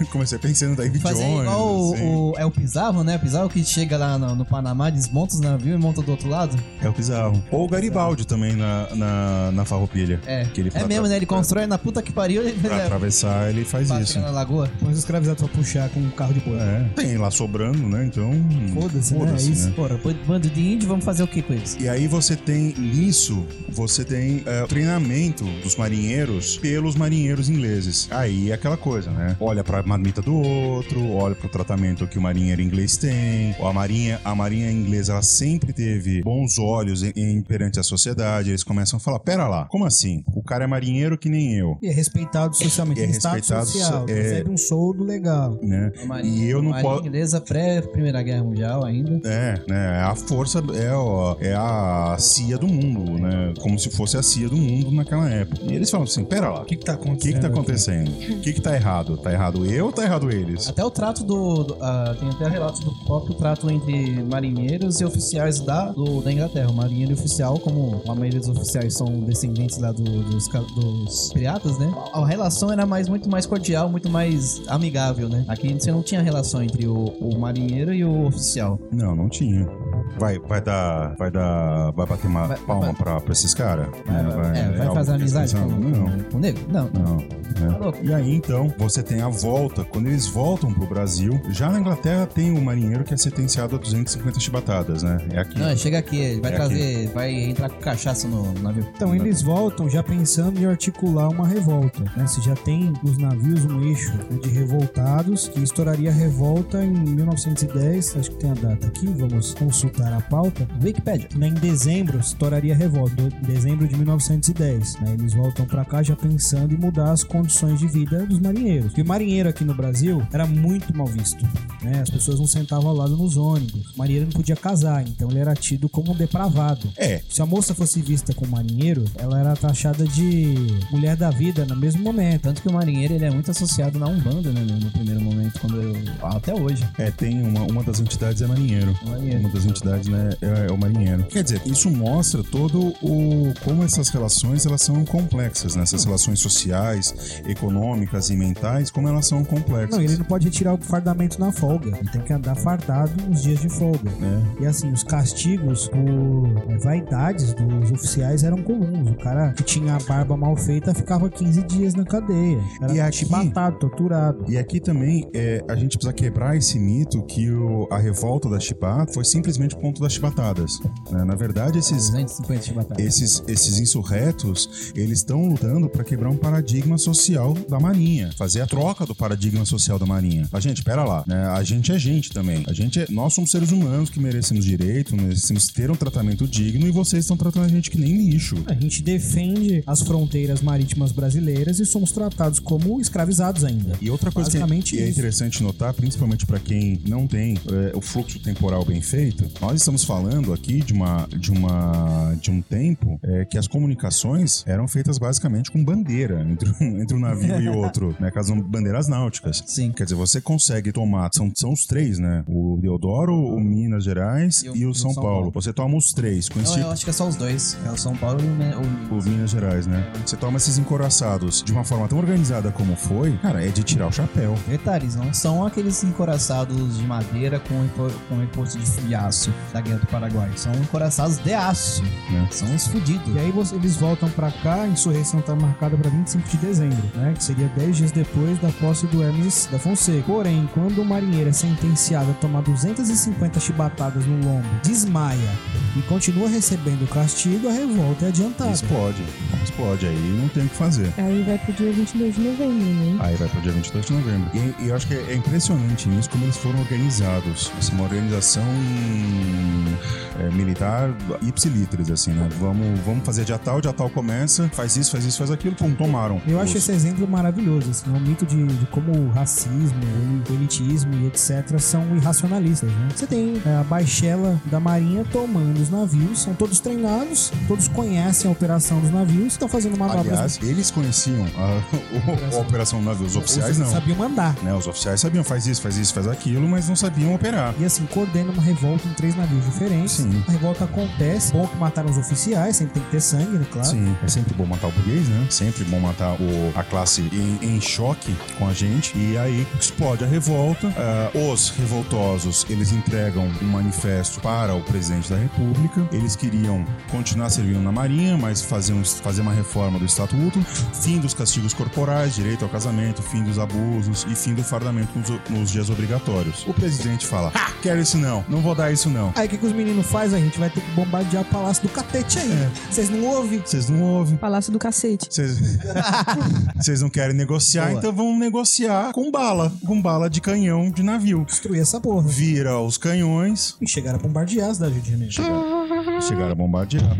[SPEAKER 2] É. Comecei pensando daí David
[SPEAKER 3] Fazer
[SPEAKER 2] Jones.
[SPEAKER 3] igual o,
[SPEAKER 2] assim.
[SPEAKER 3] o- é o Pizarro, né? O Pizarro que chega lá no, no Panamá, desmonta os navios e monta do outro lado.
[SPEAKER 2] É o Pizarro. Ou o Garibaldi também na, na, na Farroupilha.
[SPEAKER 3] É.
[SPEAKER 2] Que ele
[SPEAKER 3] É
[SPEAKER 2] fala
[SPEAKER 3] mesmo,
[SPEAKER 2] pra-
[SPEAKER 3] né? Ele constrói na puta que pariu ele
[SPEAKER 2] Ah, Pra
[SPEAKER 3] é,
[SPEAKER 2] atravessar, ele faz
[SPEAKER 3] bate
[SPEAKER 2] isso.
[SPEAKER 3] na lagoa.
[SPEAKER 4] Põe os escravizados pra puxar com um carro de boi.
[SPEAKER 2] É. Tem lá sobrando, né? Então.
[SPEAKER 4] Foda-se, né?
[SPEAKER 2] Foda-se,
[SPEAKER 4] É isso.
[SPEAKER 2] né?
[SPEAKER 3] Porra, bando- bando de índio, vamos fazer o que com eles?
[SPEAKER 2] E aí você tem nisso, você tem é, o treinamento dos marinheiros pelos marinheiros ingleses. Aí é aquela coisa, né? Olha pra marmita do outro, olha pro tratamento que o marinheiro inglês tem. A marinha, a marinha inglesa, ela sempre teve bons olhos em, em- perante a sociedade. Eles começam a falar, pera lá, como assim? O cara é marinheiro que nem eu.
[SPEAKER 4] E é respeitado socialmente.
[SPEAKER 2] E é
[SPEAKER 4] tem status
[SPEAKER 2] respeitado
[SPEAKER 4] social.
[SPEAKER 2] so- é.
[SPEAKER 4] Recebe um soldo legal.
[SPEAKER 2] Né? E eu não
[SPEAKER 3] Marinha
[SPEAKER 2] posso-
[SPEAKER 3] inglesa pré-Primeira Guerra Mundial ainda.
[SPEAKER 2] É, né? É a força, é, ó, é a CIA do mundo, né? Como se fosse a CIA do mundo naquela época. E eles falam assim: pera lá,
[SPEAKER 4] O que que tá
[SPEAKER 2] O que,
[SPEAKER 4] acontecendo?
[SPEAKER 2] que tá
[SPEAKER 4] aqui?
[SPEAKER 2] acontecendo? O que, que tá errado? Tá errado eu ou tá errado eles?
[SPEAKER 3] Até o trato do. do- ah, tem até relatos do próprio trato entre marinheiros e oficiais da, do- da Inglaterra. O marinheiro e o oficial, como a maioria dos oficiais são descendentes lá do- dos, ca- dos piratas, né? A, a relação era mais, muito mais cordial, muito mais amigável, né? Aqui você não tinha relação entre o, o marinheiro e o oficial.
[SPEAKER 2] Não, não tinha. Vai, vai dar. Vai dar. Vai bater uma
[SPEAKER 3] Vai-
[SPEAKER 2] palma
[SPEAKER 3] vai-
[SPEAKER 2] pra, pra esses Né, caras?
[SPEAKER 3] é, vai fazer amizade com,
[SPEAKER 2] Não,
[SPEAKER 3] com o negro? Não.
[SPEAKER 2] não.
[SPEAKER 3] Tá louco?
[SPEAKER 2] E aí, então, você tem a volta. Quando eles voltam pro Brasil, já na Inglaterra tem um marinheiro que é sentenciado a 250 chibatadas, né? É aqui.
[SPEAKER 3] Não, chega aqui, ele vai
[SPEAKER 2] É
[SPEAKER 3] trazer, vai entrar com cachaça no no navio.
[SPEAKER 4] Então, eles voltam já pensando em articular uma revolta. Né? Você já tem nos navios um eixo né, de revoltados que estouraria a revolta em 1910, acho que tem a data aqui, vamos consultar a pauta.
[SPEAKER 3] Wikipedia.
[SPEAKER 4] Né, Em dezembro estouraria a revolta, em dezembro de 1910. né? Eles voltam pra cá já pensando em mudar as condições de vida dos marinheiros. E o marinheiro aqui no Brasil era muito mal visto. né? As pessoas não sentavam ao lado nos ônibus. O marinheiro não podia casar, então ele era tido como um depravado.
[SPEAKER 2] É.
[SPEAKER 4] Se a moça fosse vista com o marinheiro, ela era taxada de mulher da vida no mesmo momento.
[SPEAKER 3] Tanto que o marinheiro ele é muito associado na Umbanda, né? No no primeiro momento, quando eu. Até hoje.
[SPEAKER 2] É, tem uma, uma das entidades é marinheiro.
[SPEAKER 3] Marinheiro.
[SPEAKER 2] Uma das cidade, né, é, é o marinheiro. Quer dizer, isso mostra todo o como essas relações elas são complexas, né? Essas relações sociais, econômicas e mentais, como elas são complexas.
[SPEAKER 4] Não, ele não pode retirar o fardamento na folga. Ele tem que andar fardado nos dias de folga.
[SPEAKER 2] né?
[SPEAKER 4] E assim, os castigos por é, vaidades dos oficiais eram comuns. O cara que tinha a barba mal feita ficava 15 dias na cadeia. Era
[SPEAKER 2] E
[SPEAKER 4] e
[SPEAKER 2] aqui-
[SPEAKER 4] chibatado, torturado.
[SPEAKER 2] E aqui também é, a gente precisa quebrar esse mito que o- a revolta da Chibata foi simplesmente por conta das chibatadas. né? Na verdade, esses,
[SPEAKER 3] 250 chibatadas.
[SPEAKER 2] esses, esses insurretos, eles estão lutando para quebrar um paradigma social da Marinha, fazer a troca do paradigma social da Marinha. A gente, pera lá, né? A gente é gente também. A gente é- nós somos seres humanos que merecemos direito, merecemos ter um tratamento digno e vocês estão tratando a gente que nem lixo.
[SPEAKER 4] A gente defende as fronteiras marítimas brasileiras e somos tratados como escravizados ainda.
[SPEAKER 2] E outra coisa
[SPEAKER 4] Basicamente
[SPEAKER 2] que é
[SPEAKER 4] isso.
[SPEAKER 2] interessante notar, principalmente para quem não tem é, o fluxo temporal bem feito, nós estamos falando aqui de uma de uma de um tempo é, que as comunicações eram feitas basicamente com bandeira entre, um- entre um navio e outro, né? Que elas são bandeiras náuticas.
[SPEAKER 3] Sim.
[SPEAKER 2] Quer dizer, você consegue tomar, são, são os três, né? O Deodoro, o Minas Gerais e o, São, Paulo. Então, Você toma os três, com esse
[SPEAKER 3] Eu, eu acho que é só os dois. É o São Paulo e o Me- o
[SPEAKER 2] o Minas Gerais, né? Você toma esses encoraçados de uma forma tão organizada como foi, cara, é de tirar o chapéu.
[SPEAKER 3] Detalhes, não são aqueles encoraçados de madeira com, impo- com imposto de fu- de aço da Guerra do Paraguai. São encoraçados de aço.
[SPEAKER 2] Né?
[SPEAKER 3] São os fudidos.
[SPEAKER 4] E aí você- eles voltam pra cá, a insurreição tá marcada pra 25 de dezembro, né? Que seria 10 dias depois da posse do Hermes da Fonseca. Porém, quando o marinheiro é sentenciado a tomar 250 chibatadas no lombo, desmaia e continua recebendo o castigo, a revolta
[SPEAKER 2] Então.
[SPEAKER 4] é adiantada.
[SPEAKER 2] Explode. Explode. Aí não tem o que fazer.
[SPEAKER 5] Aí vai pro dia 22 de novembro, né?
[SPEAKER 2] Aí vai pro dia 22 de novembro. E, e eu acho que é impressionante nisso como eles foram organizados. Assim, uma organização é, militar ipsilíteres, assim, né? Vamos, vamos fazer dia tal, dia tal começa, faz isso, faz isso, faz aquilo, pum, tomaram.
[SPEAKER 4] Eu acho
[SPEAKER 2] Os-
[SPEAKER 4] esse exemplo maravilhoso, assim, é um mito de, de como o racismo, o elitismo e etc. são irracionalistas, né? Você tem é, a baixela da marinha tomando os navios, são todos treinados, todos conhecem a operação dos navios, estão fazendo manobras...
[SPEAKER 2] Aliás, eles conheciam a, o- a Operação Navio. Os oficiais não.
[SPEAKER 4] Sabiam mandar.
[SPEAKER 2] Né? Os oficiais sabiam, faz isso, faz isso, faz aquilo, mas não sabiam operar.
[SPEAKER 4] E assim, coordena uma revolta em três navios diferentes.
[SPEAKER 2] Sim.
[SPEAKER 4] A revolta acontece. Bom que mataram os oficiais, sempre tem que ter sangue, né, claro.
[SPEAKER 2] Sim, é sempre bom matar o burguês, né? Sempre bom matar o- a classe em, em choque com a gente. E aí explode a revolta. Ah, os revoltosos, eles entregam um manifesto para o presidente da república. Eles queriam continuar servindo na marinha, mas fazer, um- fazer uma reforma do estatuto. Fim dos castigos corporais, direito ao casamento, fim dos abusos e fim do fardamento nos, o- nos dias obrigatórios. O presidente fala, "Ha, quero isso não, não vou dar isso não.
[SPEAKER 4] Aí o que, que os meninos fazem? A gente vai ter que bombardear o palácio do catete aí.
[SPEAKER 2] É.
[SPEAKER 4] Vocês não ouvem?
[SPEAKER 2] Vocês não ouvem.
[SPEAKER 5] Palácio do Cacete.
[SPEAKER 2] Vocês Vocês não querem negociar,
[SPEAKER 3] Boa.
[SPEAKER 2] então vão negociar com bala. Com bala de canhão de navio.
[SPEAKER 4] Destruir essa porra.
[SPEAKER 2] Vira os canhões.
[SPEAKER 4] E chegaram a bombardear a cidade de Janeiro.
[SPEAKER 2] Chegaram a bombardear.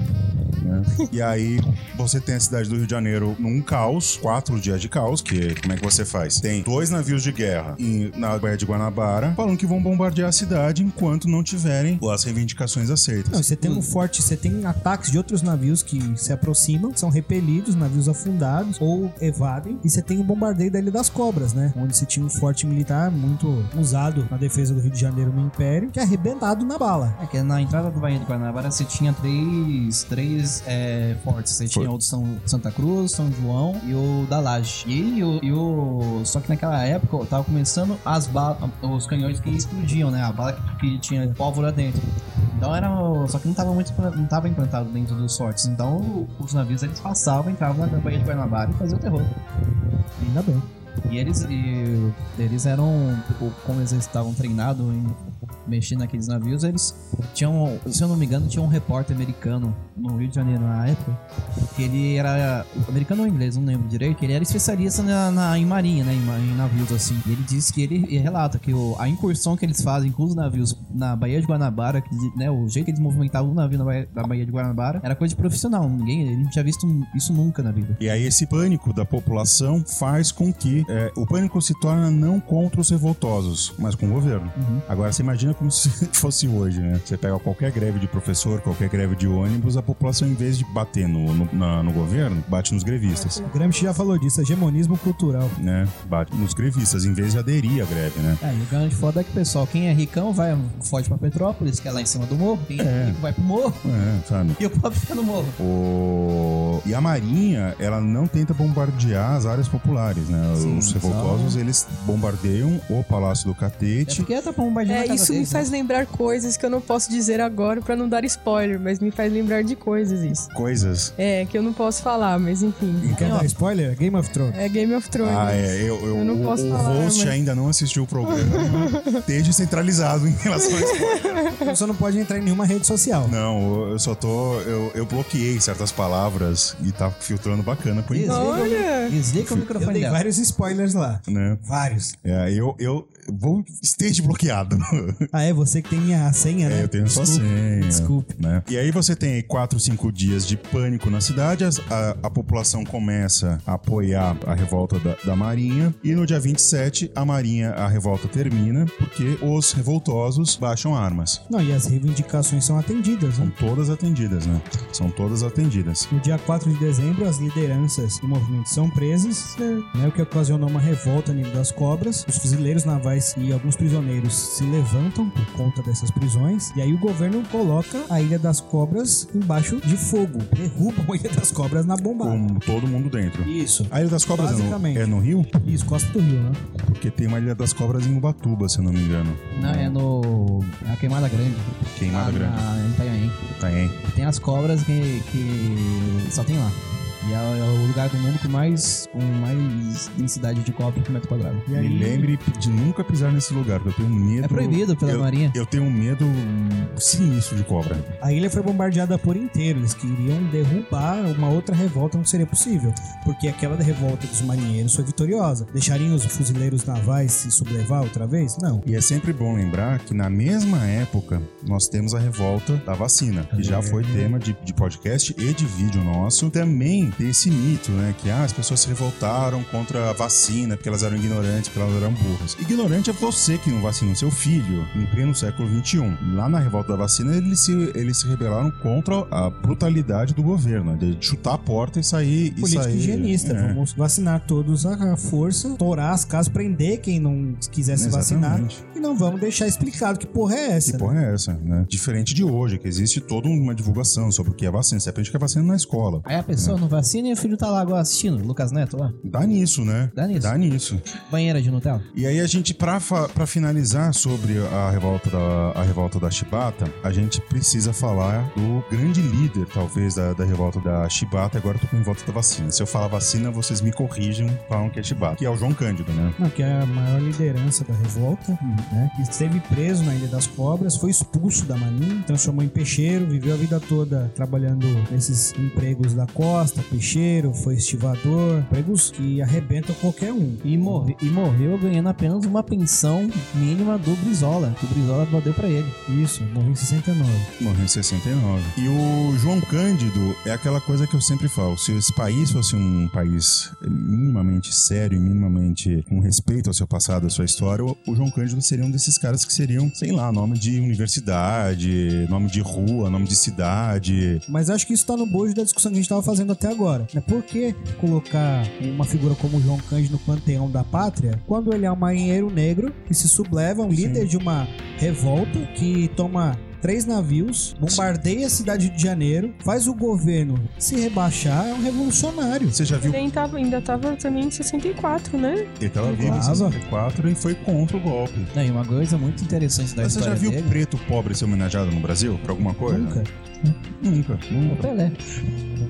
[SPEAKER 2] né? E aí, você tem a cidade do Rio de Janeiro num caos, quatro dias de caos, que como é que você faz? Tem dois navios de guerra em- na Baía de Guanabara, falando que vão bombardear a cidade enquanto não tiverem as reivindicações
[SPEAKER 4] Não, e
[SPEAKER 2] aceitas.
[SPEAKER 4] você tem um forte, você tem ataques de outros navios que se aproximam, são repelidos, navios afundados ou evadem. E você tem o bombardeio da Ilha das Cobras, né? Onde você tinha um forte militar muito usado na defesa do Rio de Janeiro no Império, que é arrebentado na bala.
[SPEAKER 3] É que na entrada do Bahia do Guanabara você tinha três, três é, fortes. Você
[SPEAKER 2] Foi.
[SPEAKER 3] tinha o de São, Santa Cruz, São João e o da Laje. E o, e o- Só que naquela época tava começando as balas, os canhões que explodiam, né? A bala que, que tinha pólvora dentro. Então era. o- Só que não tava muito. impla- Não tava implantado dentro dos fortes. Então o- os navios eles passavam, entravam na Bahia de Guanabara e faziam o terror.
[SPEAKER 4] Ainda bem.
[SPEAKER 3] E eles, e eles eram, tipo, como eles estavam treinados em mexer naqueles navios, eles tinham, se eu não me engano, tinha um repórter americano no Rio de Janeiro na época, que ele era americano ou inglês, não lembro direito, que ele era especialista na, na- em marinha, né, em, ma- em navios assim. E ele disse que ele e relata que o- a incursão que eles fazem com os navios na Baía de Guanabara, que, né, o jeito que eles movimentavam o navio na Baía, na Baía de Guanabara, era coisa de profissional, ninguém, ele não tinha visto isso nunca na vida.
[SPEAKER 2] E aí esse pânico da população faz com que é, o pânico se torna não contra os revoltosos, mas com o governo.
[SPEAKER 3] Uhum.
[SPEAKER 2] Agora você imagina como se fosse hoje, né? Você pega qualquer greve de professor, qualquer greve de ônibus, a população, em vez de bater no, no, na- no governo, bate nos grevistas.
[SPEAKER 4] O Gramsci já falou disso, é hegemonismo cultural.
[SPEAKER 2] Né? Bate nos grevistas, em vez de aderir à greve, né?
[SPEAKER 3] É, e o grande foda é que, pessoal, quem é ricão vai, foge pra Petrópolis, que é lá em cima do morro, quem é rico vai pro morro,
[SPEAKER 2] É, sabe?
[SPEAKER 3] e o pobre fica no morro.
[SPEAKER 2] O... E a Marinha, ela não tenta bombardear as áreas populares, né?
[SPEAKER 3] Sim,
[SPEAKER 2] Os revoltosos, eles bombardeiam o Palácio do
[SPEAKER 3] É
[SPEAKER 2] Catete.
[SPEAKER 3] porque tá pra bombardear a
[SPEAKER 5] É,
[SPEAKER 3] casa
[SPEAKER 5] isso me
[SPEAKER 3] deles, né?
[SPEAKER 5] faz lembrar coisas que eu não posso dizer agora pra não dar spoiler, mas me faz lembrar de coisas isso.
[SPEAKER 2] Coisas.
[SPEAKER 5] É, que eu não posso falar, mas enfim.
[SPEAKER 4] Quer dar spoiler? Game of Thrones.
[SPEAKER 5] É Game of Thrones.
[SPEAKER 2] Ah, é. Eu, eu,
[SPEAKER 5] Eu não
[SPEAKER 2] o,
[SPEAKER 5] posso
[SPEAKER 2] o
[SPEAKER 5] falar,
[SPEAKER 2] host
[SPEAKER 5] mas-
[SPEAKER 2] ainda não assistiu o programa. Esteja centralizado em relação a isso.
[SPEAKER 4] Você não pode entrar em nenhuma rede social.
[SPEAKER 2] Não, eu- eu só tô. Eu, eu bloqueei certas palavras e tá filtrando bacana por enquanto.
[SPEAKER 5] Olha!
[SPEAKER 3] Desliga o
[SPEAKER 4] Eu
[SPEAKER 3] microfone
[SPEAKER 4] dei
[SPEAKER 3] dela.
[SPEAKER 4] vários spoilers lá.
[SPEAKER 2] Né?
[SPEAKER 4] Vários.
[SPEAKER 2] É, eu, eu vou. Esteja bloqueado.
[SPEAKER 4] Ah, é você que tem a senha, né?
[SPEAKER 2] É, eu tenho sua
[SPEAKER 4] Desculpa.
[SPEAKER 2] senha.
[SPEAKER 4] Desculpe.
[SPEAKER 2] né? E aí você tem 4, 5 dias de pânico na cidade, as- a, a população começa a apoiar a revolta da, da Marinha, e no dia 27 a Marinha, a revolta termina, porque os revoltosos baixam armas.
[SPEAKER 4] Não, e as reivindicações são atendidas.
[SPEAKER 2] São
[SPEAKER 4] Né?
[SPEAKER 2] todas atendidas, né? São todas atendidas.
[SPEAKER 4] No dia 4 de dezembro, as lideranças do movimento são presas,
[SPEAKER 2] É.
[SPEAKER 4] né, o que ocasionou uma revolta a nível das cobras. Os fuzileiros navais e alguns prisioneiros se levantam por conta dessas prisões. E aí o governo coloca a Ilha das Cobras embaixo de fogo. Derruba a Ilha das Cobras na bombada.
[SPEAKER 2] Com todo mundo dentro.
[SPEAKER 4] Isso.
[SPEAKER 2] A Ilha das Cobras é no,
[SPEAKER 4] Basicamente.
[SPEAKER 2] é no Rio?
[SPEAKER 4] Isso, Costa do Rio, né?
[SPEAKER 2] Porque tem uma Ilha das Cobras em Ubatuba, se eu não me engano.
[SPEAKER 3] Não, é no. É a Queimada Grande.
[SPEAKER 2] Queimada
[SPEAKER 3] lá
[SPEAKER 2] Grande.
[SPEAKER 3] Na, em Itanhaém.
[SPEAKER 2] Tá, hein?
[SPEAKER 3] Tem as cobras que, que só tem lá. E é, é o lugar do mundo com mais, com mais densidade de cobra por metro quadrado.
[SPEAKER 4] E aí-
[SPEAKER 2] Me lembre de nunca pisar nesse lugar, porque eu tenho medo.
[SPEAKER 3] É proibido pela marinha.
[SPEAKER 2] Eu tenho um medo sinistro de cobra.
[SPEAKER 4] A ilha foi bombardeada por inteiro. Eles queriam derrubar uma outra revolta, não seria possível, porque aquela revolta dos marinheiros foi vitoriosa. Deixariam os fuzileiros navais se sublevar outra vez? Não.
[SPEAKER 2] E é sempre bom lembrar que na mesma época nós temos a revolta da vacina, que
[SPEAKER 4] É.
[SPEAKER 2] já foi tema de, de podcast e de vídeo nosso. Também tem esse mito, né? Que ah, as pessoas se revoltaram contra a vacina porque elas eram ignorantes, porque elas eram burras. Ignorante é você que não vacina o seu filho, em pleno século XXI. Lá na revolta da vacina, eles se, eles se rebelaram contra a brutalidade do governo, né, de chutar a porta e sair. e
[SPEAKER 4] Política
[SPEAKER 2] sair-
[SPEAKER 4] higienista,
[SPEAKER 2] é.
[SPEAKER 4] vamos vacinar todos à força, torar as casas, prender quem não quiser se vacinar
[SPEAKER 2] é, Exatamente.
[SPEAKER 4] e não vamos deixar explicado que porra é essa.
[SPEAKER 2] Que
[SPEAKER 4] né?
[SPEAKER 2] porra é essa, né? Diferente de hoje, que existe toda uma divulgação sobre o que é vacina. Você aprende que é vacina na escola.
[SPEAKER 3] Aí a
[SPEAKER 2] É.
[SPEAKER 3] pessoa não vacina e o filho tá lá agora assistindo. Lucas Neto lá.
[SPEAKER 2] Dá nisso, né?
[SPEAKER 3] Dá nisso.
[SPEAKER 2] Dá nisso.
[SPEAKER 3] Banheira de Nutella.
[SPEAKER 2] E aí a gente, pra, fa- pra finalizar sobre a revolta, da, a revolta da Chibata, a gente precisa falar do grande líder, talvez, da, da revolta da Chibata. Agora eu tô com revolta da vacina. Se eu falar vacina, vocês me corrijam, falam que é Chibata. Que é o João Cândido, né?
[SPEAKER 4] Não, que é a maior liderança da revolta, né? Que esteve preso na Ilha das Cobras, foi expulso da Marinha, transformou em peixeiro, viveu a vida toda trabalhando nesses empregos da costa, peixeiro, foi estivador, empregos que arrebentam qualquer um.
[SPEAKER 3] E, morre, e morreu ganhando apenas uma pensão mínima do Brizola, que o Brizola deu pra ele.
[SPEAKER 4] Isso, morreu em 69.
[SPEAKER 2] Morreu em 69. E o João Cândido é aquela coisa que eu sempre falo: se esse país fosse um país minimamente sério, minimamente com respeito ao seu passado, à sua história, o o João Cândido seria um desses caras que seriam, sei lá, nome de universidade, nome de rua, nome de cidade.
[SPEAKER 4] Mas acho que isso tá no bojo da discussão que a gente tava fazendo até agora. Né? Por que colocar uma figura como o João Cândido no panteão da pátria quando ele é um marinheiro negro que se subleva, um líder de uma revolta que toma três navios, bombardeia a cidade de Janeiro, faz o governo se rebaixar, é um revolucionário.
[SPEAKER 2] Você já viu?
[SPEAKER 5] Ele ainda tava, ainda tava também em 64, né?
[SPEAKER 2] Ele tava vivo em
[SPEAKER 4] Tava.
[SPEAKER 2] 64 e foi contra o golpe.
[SPEAKER 3] Não, e uma coisa muito interessante da
[SPEAKER 2] Mas você já
[SPEAKER 3] história
[SPEAKER 2] viu
[SPEAKER 3] dele...
[SPEAKER 2] preto pobre ser homenageado no Brasil? Pra alguma coisa?
[SPEAKER 4] Nunca.
[SPEAKER 2] Nunca.
[SPEAKER 3] O
[SPEAKER 2] Nunca.
[SPEAKER 3] Pelé.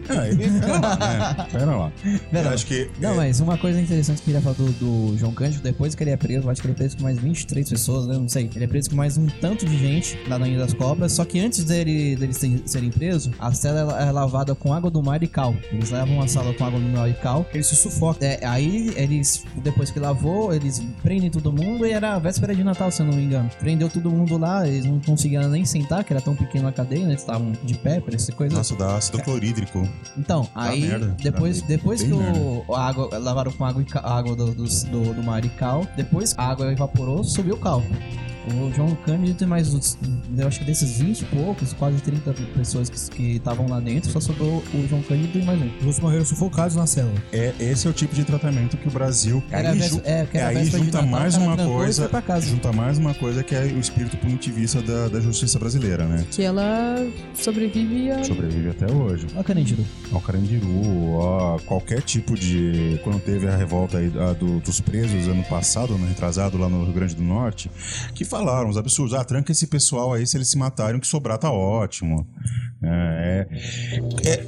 [SPEAKER 2] Ah, ele- Pera lá, né? Pera lá. Eu
[SPEAKER 3] Pera lá.
[SPEAKER 2] acho que.
[SPEAKER 3] Não,
[SPEAKER 2] é,
[SPEAKER 3] mas uma coisa interessante que eu queria falar do, do João Cândido, depois que ele é preso, eu acho que ele é preso com mais 23 pessoas, né? Não sei. Ele é preso com mais um tanto de gente lá na Ilha das Cobras. Só que antes dele, dele ser- serem preso, a cela é lavada com água do mar e cal. Eles levam a sala com água do mar e cal.
[SPEAKER 4] Ele se sufoca.
[SPEAKER 3] É, aí eles, depois que lavou, eles prendem todo mundo e era a véspera de Natal, se eu não me engano. Prendeu todo mundo lá, eles não conseguiam nem sentar, que era tão pequena a cadeia, né? Eles estavam de pé, parecia coisa.
[SPEAKER 2] Nossa, dá é ácido clorídrico.
[SPEAKER 3] Então, aí
[SPEAKER 2] Tá merda,
[SPEAKER 3] depois,
[SPEAKER 2] tá
[SPEAKER 3] depois
[SPEAKER 2] bem
[SPEAKER 3] que o,
[SPEAKER 2] merda.
[SPEAKER 3] a água lavaram com água, e ca- a água do, do, do, do mar e cal, depois a água evaporou, subiu o cal. O João Cândido tem mais, uns- eu acho que desses 20 e poucos, quase 30 pessoas que- que estavam lá dentro, só sobrou o João Cândido e mais um.
[SPEAKER 4] Os outros morreram sufocados na célula.
[SPEAKER 2] É, esse é o tipo de tratamento que o Brasil.
[SPEAKER 3] Era
[SPEAKER 2] aí
[SPEAKER 3] a
[SPEAKER 2] ju-
[SPEAKER 3] véspera- é, porque
[SPEAKER 2] é,
[SPEAKER 3] era a
[SPEAKER 2] aí
[SPEAKER 3] véspera de
[SPEAKER 2] junta
[SPEAKER 3] Natal,
[SPEAKER 2] mais
[SPEAKER 3] o cara
[SPEAKER 2] uma
[SPEAKER 3] trancou e
[SPEAKER 2] coisa.
[SPEAKER 3] foi pra casa.
[SPEAKER 2] Junta mais uma coisa que é o espírito punitivista da, da justiça brasileira, né?
[SPEAKER 5] Que ela sobrevive a.
[SPEAKER 2] Sobrevive até hoje.
[SPEAKER 3] Ó, Cândido.
[SPEAKER 2] Ao Carandiru, ó, qualquer tipo de. Quando teve a revolta aí a do- dos presos ano passado, ano retrasado, lá no Rio Grande do Norte, que falaram os absurdos. Ah, tranca esse pessoal aí, se eles se matarem, o que sobrar tá ótimo. É. É, é,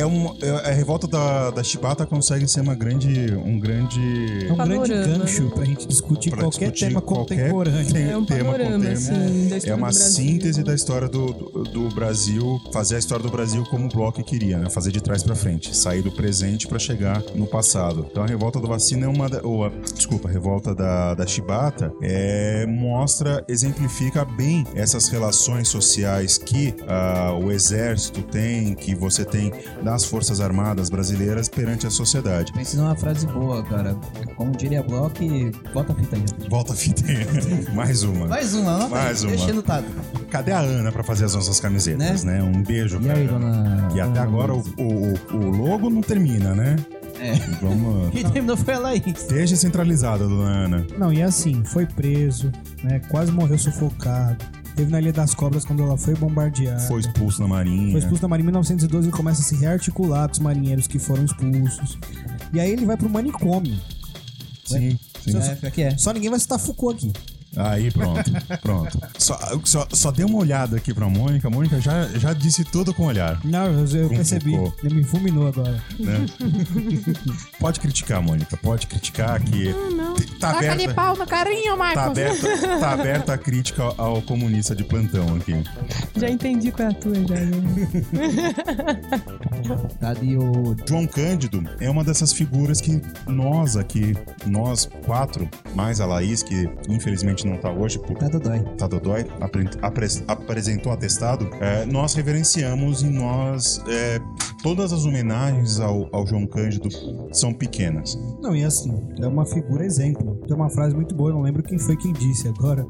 [SPEAKER 2] é uma- é- a revolta da, da Chibata consegue ser uma grande. Um grande.
[SPEAKER 4] É um grande
[SPEAKER 5] Panorama,
[SPEAKER 4] gancho pra gente discutir
[SPEAKER 2] Pra
[SPEAKER 4] qualquer
[SPEAKER 2] discutir
[SPEAKER 4] tema
[SPEAKER 2] qualquer
[SPEAKER 4] contemporâneo.
[SPEAKER 2] tem-
[SPEAKER 5] É um
[SPEAKER 2] tema
[SPEAKER 5] panorama,
[SPEAKER 2] contemporâneo.
[SPEAKER 5] assim, da
[SPEAKER 2] É
[SPEAKER 5] história
[SPEAKER 2] uma
[SPEAKER 5] do Brasil.
[SPEAKER 2] síntese da história do, do, do Brasil, fazer a história do Brasil como o bloco queria, né? Fazer de trás pra frente, sair do presente pra chegar no passado. Então a revolta do vacina é uma da, ou a, desculpa, a revolta da, da Chibata é, mostra, exemplifica bem essas relações sociais que ah, o exército tem, que você tem nas forças armadas brasileiras perante a sociedade.
[SPEAKER 3] Pensei numa frase boa, cara. Como diria Block, bota a fita aí.
[SPEAKER 2] Volta a fita aí. Mais uma.
[SPEAKER 3] Mais uma, anota aí,
[SPEAKER 2] Mais uma.
[SPEAKER 3] Deixa anotado.
[SPEAKER 2] Cadê a Ana pra fazer as nossas camisetas, né? Um beijo,
[SPEAKER 3] E
[SPEAKER 2] cara.
[SPEAKER 3] aí, dona...
[SPEAKER 2] E até agora o, o, o logo não termina, né?
[SPEAKER 3] É.
[SPEAKER 2] Vamos.
[SPEAKER 3] Quem terminou foi a Laís.
[SPEAKER 2] Esteja centralizada, dona Ana.
[SPEAKER 4] Não, e assim, foi preso, né? Quase morreu sufocado. Teve na Ilha das Cobras quando ela foi bombardeada.
[SPEAKER 2] Foi expulso da Marinha.
[SPEAKER 4] Foi expulso da Marinha em 1912 e começa a se rearticular com os marinheiros que foram expulsos. E aí ele vai pro manicômio. né?
[SPEAKER 2] Sim, sim.
[SPEAKER 3] Na época que é.
[SPEAKER 4] Só ninguém vai citar Foucault aqui.
[SPEAKER 2] Aí, pronto. Pronto. Só, só, só dê uma olhada aqui pra Mônica. A Mônica já, já disse tudo com o olhar.
[SPEAKER 4] Não, eu, eu
[SPEAKER 2] Com
[SPEAKER 4] percebi.
[SPEAKER 2] Foucault.
[SPEAKER 4] Ele me fulminou agora.
[SPEAKER 2] Pode criticar, Mônica. Pode criticar que. Tá
[SPEAKER 6] Taca
[SPEAKER 2] aberta.
[SPEAKER 6] ali pau no carinho,
[SPEAKER 2] Tá
[SPEAKER 6] Marcos.
[SPEAKER 2] aberta, tá aberta a crítica ao- ao comunista de plantão aqui.
[SPEAKER 5] Já entendi qual é a tua, já. né?
[SPEAKER 3] Cadê Tá o...
[SPEAKER 2] João Cândido é uma dessas figuras que nós aqui, nós quatro, mais a Laís, que infelizmente não tá hoje por
[SPEAKER 3] Nada dói.
[SPEAKER 2] tá Dodói, apre- apres- apresentou atestado, é, nós reverenciamos e nós. é, todas as homenagens ao, ao João Cândido são pequenas.
[SPEAKER 4] Não, e assim, é uma figura exemplo. Tem uma frase muito boa, eu não lembro quem foi quem disse agora.